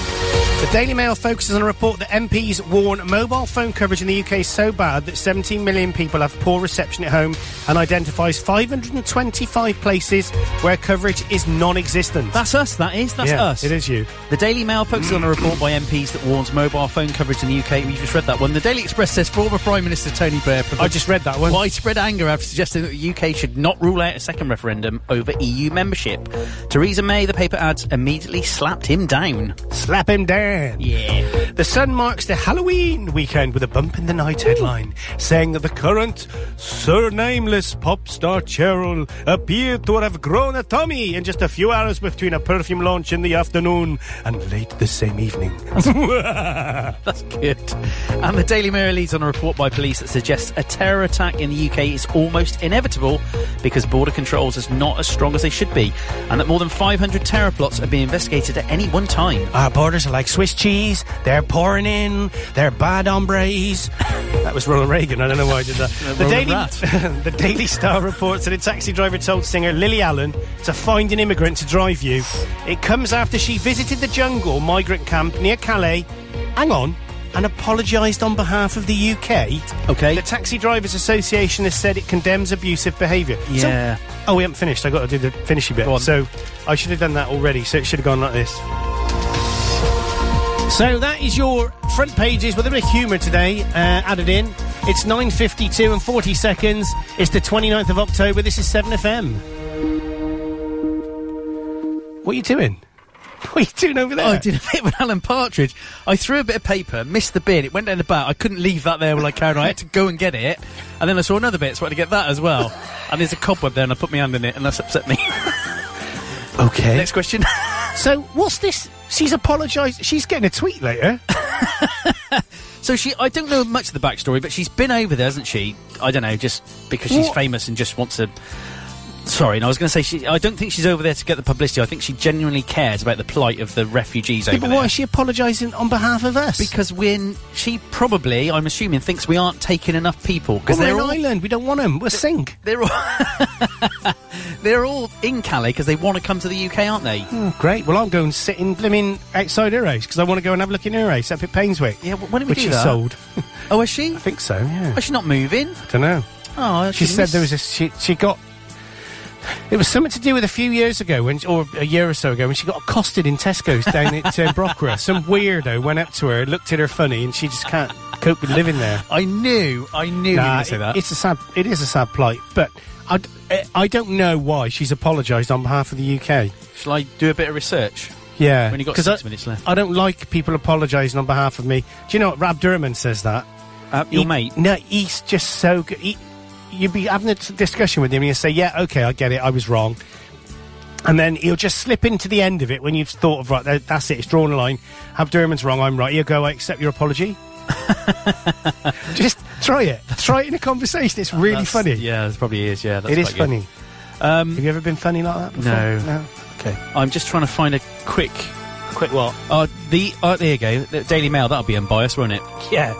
[SPEAKER 5] The Daily Mail focuses on a report that MPs warn mobile phone coverage in the UK is so bad that 17 million people have poor reception at home and identifies 525 places where coverage is non existent.
[SPEAKER 4] That's us, that is, that's
[SPEAKER 5] Yeah,
[SPEAKER 4] us.
[SPEAKER 5] It is you.
[SPEAKER 4] The Daily Mail focuses on a report by MPs that warns mobile phone coverage in the UK. We just read that one. The Daily Express says former Prime Minister Tony Blair provoked
[SPEAKER 5] I just read that one.
[SPEAKER 4] widespread anger after suggesting that the UK should not rule out a second referendum over EU membership. Theresa May, the paper adds, immediately slapped him down.
[SPEAKER 5] Slap him down.
[SPEAKER 4] Yeah.
[SPEAKER 5] The Sun marks the Halloween weekend with a bump in the night headline saying that the current surnameless pop star Cheryl appeared to have grown a tummy in just a few hours between a perfume launch in the afternoon and late the same evening.
[SPEAKER 4] That's good. And the Daily Mirror leads on a report by police that suggests a terror attack in the UK is almost inevitable because border controls is not as strong as they should be, and that more than 500 terror plots are being investigated at any one time.
[SPEAKER 5] Our borders are like Swiss cheese. They're pouring in. They're bad hombres. that was Ronald Reagan. I don't know why I did that. the,
[SPEAKER 4] Ronald
[SPEAKER 5] Daily, the Daily Star reports that a taxi driver told singer Lily Allen to find an immigrant to drive you. It comes after she visited the jungle migrant camp near Calais. Hang on. And apologised on behalf of the UK.
[SPEAKER 4] Okay.
[SPEAKER 5] The Taxi Drivers Association has said it condemns abusive behaviour. So-
[SPEAKER 4] Yeah.
[SPEAKER 5] oh, we haven't finished. i got to do the finishy bit.
[SPEAKER 4] Go on.
[SPEAKER 5] So I should have done that already, so it should have gone like this. So that is your front pages with a bit of humour today uh, added in. It's 9.52 and 40 seconds. It's the 29th of October. This is 7FM. What are you doing? What are you doing over there?
[SPEAKER 4] Oh, I did a bit with Alan Partridge. I threw a bit of paper, missed the bin, it went down the bat. I couldn't leave that there while I carried on. I had to go and get it. And then I saw another bit, so I had to get that as well. And there's a cobweb there, and I put my hand in it, and that's upset me.
[SPEAKER 5] Okay.
[SPEAKER 4] Next question.
[SPEAKER 5] so what's this? She's apologised. She's getting a tweet later.
[SPEAKER 4] so she, I don't know much of the backstory, but she's been over there, hasn't she? I don't know, just because she's
[SPEAKER 5] What?
[SPEAKER 4] famous and just wants to. Sorry, and I was going to say, she, I don't think she's over there to get the publicity. I think she genuinely cares about the plight of the refugees over
[SPEAKER 5] but
[SPEAKER 4] there.
[SPEAKER 5] why is she apologising on behalf of us?
[SPEAKER 4] because when she probably, I'm assuming, thinks we aren't taking enough people because
[SPEAKER 5] Because we're
[SPEAKER 4] they're
[SPEAKER 5] an
[SPEAKER 4] all
[SPEAKER 5] island. We don't want them. We'll sink.
[SPEAKER 4] They're all they're all in Calais because they want to come to the UK, aren't they?
[SPEAKER 5] Oh, great. Well, I'll go and sit in blimmin' outside her house because I want to go and have a look in her house up at Painswick.
[SPEAKER 4] Yeah, wh- when did we
[SPEAKER 5] Which
[SPEAKER 4] do
[SPEAKER 5] is
[SPEAKER 4] that?
[SPEAKER 5] sold.
[SPEAKER 4] Oh, is she?
[SPEAKER 5] I think so, yeah.
[SPEAKER 4] Oh, she's not moving.
[SPEAKER 5] I don't know.
[SPEAKER 4] Oh, I
[SPEAKER 5] She
[SPEAKER 4] should've
[SPEAKER 5] said there was
[SPEAKER 4] missed-
[SPEAKER 5] a. She, she got. It was something to do with a few years ago, when, or a year or so ago, when she got accosted in Tesco's down at uh, Brockra. Some weirdo went up to her, looked at her funny, and she just can't cope with living there.
[SPEAKER 4] I knew. I knew you were
[SPEAKER 5] Nah,
[SPEAKER 4] going to say
[SPEAKER 5] it-
[SPEAKER 4] that.
[SPEAKER 5] It's a sad. It is a sad plight, but I, d- eh, I don't know why she's apologised on behalf of the UK.
[SPEAKER 4] Shall I do a bit of research?
[SPEAKER 5] Yeah,
[SPEAKER 4] When you got
[SPEAKER 5] 'cause
[SPEAKER 4] six
[SPEAKER 5] I,
[SPEAKER 4] minutes left.
[SPEAKER 5] I don't like people apologising on behalf of me. Do you know what Rab Durman says that?
[SPEAKER 4] Uh, your
[SPEAKER 5] He-
[SPEAKER 4] mate.
[SPEAKER 5] No, he's just so good. He, you'd be having a t- discussion with him, and you say, "Yeah, okay, I get it. I was wrong." And then he'll just slip into the end of it when you've thought of right. that- That's it. It's drawn a line. Abdurman's wrong. I'm right. He'll go. I accept your apology. just try it. Try it in a conversation. It's really
[SPEAKER 4] That's-
[SPEAKER 5] funny.
[SPEAKER 4] Yeah, it probably is. Yeah, that's
[SPEAKER 5] it is
[SPEAKER 4] quite good.
[SPEAKER 5] funny. Um, Have you ever been funny like that? Before?
[SPEAKER 4] no.
[SPEAKER 5] No. Okay.
[SPEAKER 4] I'm just trying to find a quick.
[SPEAKER 5] Quick what?
[SPEAKER 4] Uh, the uh, there you go. The Daily Mail. That'll be unbiased, won't it?
[SPEAKER 5] Yeah.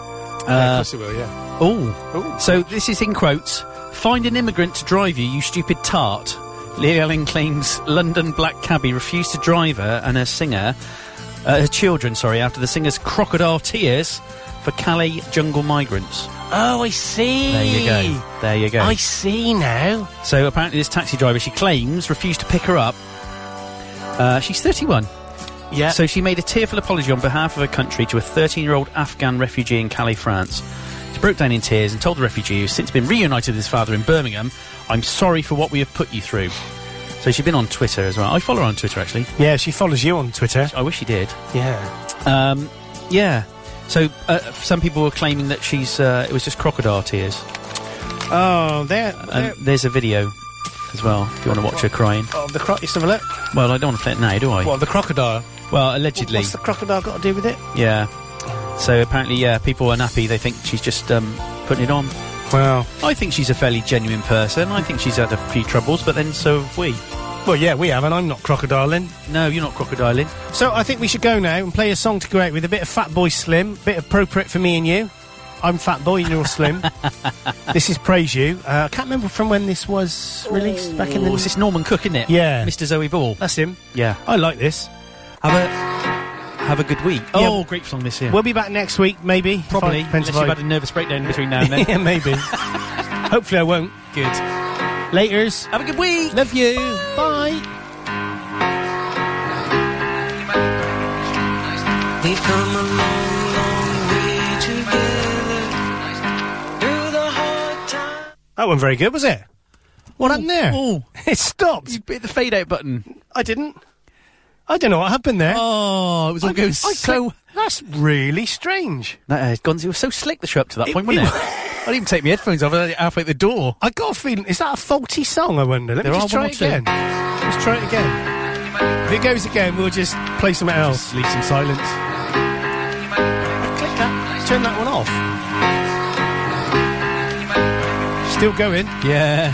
[SPEAKER 4] Uh,
[SPEAKER 5] it will. Yeah.
[SPEAKER 4] Oh. So this is in quotes. Find an immigrant to drive you, you stupid tart. Lee Ellen claims London black cabbie refused to drive her and her singer, uh, her children, sorry, after the singer's crocodile tears for Calais jungle migrants.
[SPEAKER 15] Oh, I see.
[SPEAKER 4] There you go. There you go.
[SPEAKER 15] I see now.
[SPEAKER 4] So apparently, this taxi driver she claims refused to pick her up. Uh, she's 31.
[SPEAKER 15] Yeah.
[SPEAKER 4] So she made a tearful apology on behalf of her country to a 13-year-old Afghan refugee in Calais, France. She broke down in tears and told the refugee, who's since been reunited with his father in Birmingham, "I'm sorry for what we have put you through." So she's been on Twitter as well. I follow her on Twitter actually.
[SPEAKER 5] Yeah, she follows you on Twitter.
[SPEAKER 4] I wish she did.
[SPEAKER 15] Yeah.
[SPEAKER 4] Um, yeah. So uh, some people were claiming that she's uh, it was just crocodile tears.
[SPEAKER 5] Oh, there.
[SPEAKER 4] And there's a video as well if you want to watch her crying.
[SPEAKER 5] Oh, the cro- let's have a look.
[SPEAKER 4] Well, I don't want to play it now, do I?
[SPEAKER 5] What, the crocodile?
[SPEAKER 4] Well, allegedly,
[SPEAKER 5] What's the crocodile got to do with it?
[SPEAKER 4] yeah. So apparently, yeah, people are nappy. They think she's just um, putting it on.
[SPEAKER 5] Well,
[SPEAKER 4] I think she's a fairly genuine person. I think she's had a few troubles, but then so have we.
[SPEAKER 5] well, yeah, we have, and I'm not crocodiling.
[SPEAKER 4] No, you're not crocodiling.
[SPEAKER 5] So I think we should go now and play a song to go out with a bit of Fat Boy Slim, bit appropriate for me and you. I'm Fat Boy, you're Slim. this is Praise You. Uh, I can't remember from when this was released back in the.
[SPEAKER 4] Oh, it's this Norman Cook, isn't it?
[SPEAKER 5] Yeah.
[SPEAKER 4] Mr. Zoe Ball.
[SPEAKER 5] That's him.
[SPEAKER 4] Yeah.
[SPEAKER 5] I like this.
[SPEAKER 4] Have a have a good week. Oh, great song this year.
[SPEAKER 5] We'll be back next week, maybe. if I-
[SPEAKER 4] probably. Unless
[SPEAKER 5] depends if
[SPEAKER 4] you've
[SPEAKER 5] I-
[SPEAKER 4] had a nervous breakdown between now and then.
[SPEAKER 5] yeah, maybe. Hopefully, I won't.
[SPEAKER 4] Good.
[SPEAKER 5] Later's.
[SPEAKER 4] Have a good week.
[SPEAKER 5] Love you. Bye.
[SPEAKER 14] We've come a long, long way together. Through the hard times.
[SPEAKER 5] That wasn't very good, was it? What happened there?
[SPEAKER 4] oh.
[SPEAKER 5] It stopped.
[SPEAKER 4] You hit the fade out button.
[SPEAKER 5] I didn't. I don't know what happened there.
[SPEAKER 4] Oh, it was all
[SPEAKER 5] I-
[SPEAKER 4] going
[SPEAKER 5] I
[SPEAKER 4] so.
[SPEAKER 5] clicked- That's really strange.
[SPEAKER 4] That, uh, Gonzi was so slick the show up to that point,
[SPEAKER 5] it
[SPEAKER 4] wasn't it?
[SPEAKER 5] was.
[SPEAKER 4] I didn't even take my headphones off. I had it halfway at the door.
[SPEAKER 5] I got a feeling. Is that a faulty song? I wonder. Let
[SPEAKER 4] There
[SPEAKER 5] me
[SPEAKER 4] are
[SPEAKER 5] just try
[SPEAKER 4] one
[SPEAKER 5] it
[SPEAKER 4] or two.
[SPEAKER 5] again. Let's try it again. If it goes again, we'll just play something else.
[SPEAKER 4] leave some silence.
[SPEAKER 5] Click that. Turn that one off. Still going.
[SPEAKER 4] Yeah.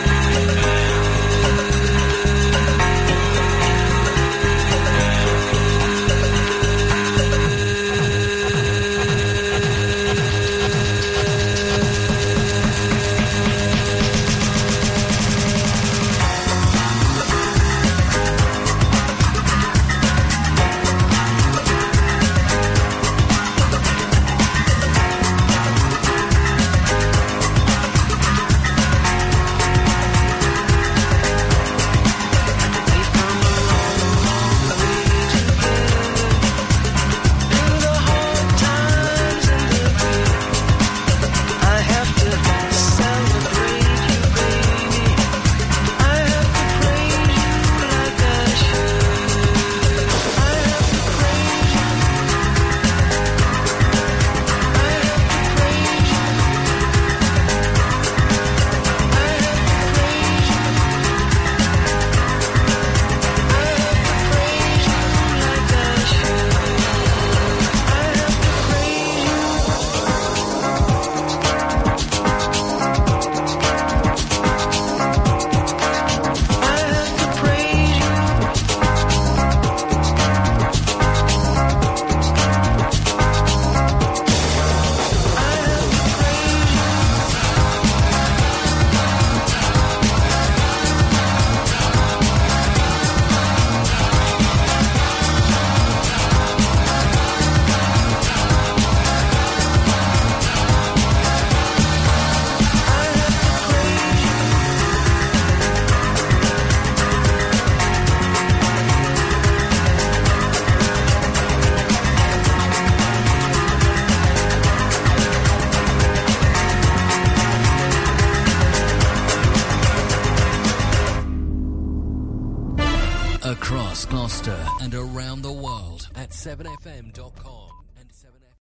[SPEAKER 4] Oh,
[SPEAKER 2] Gloucester, and around the world at 7fm.com.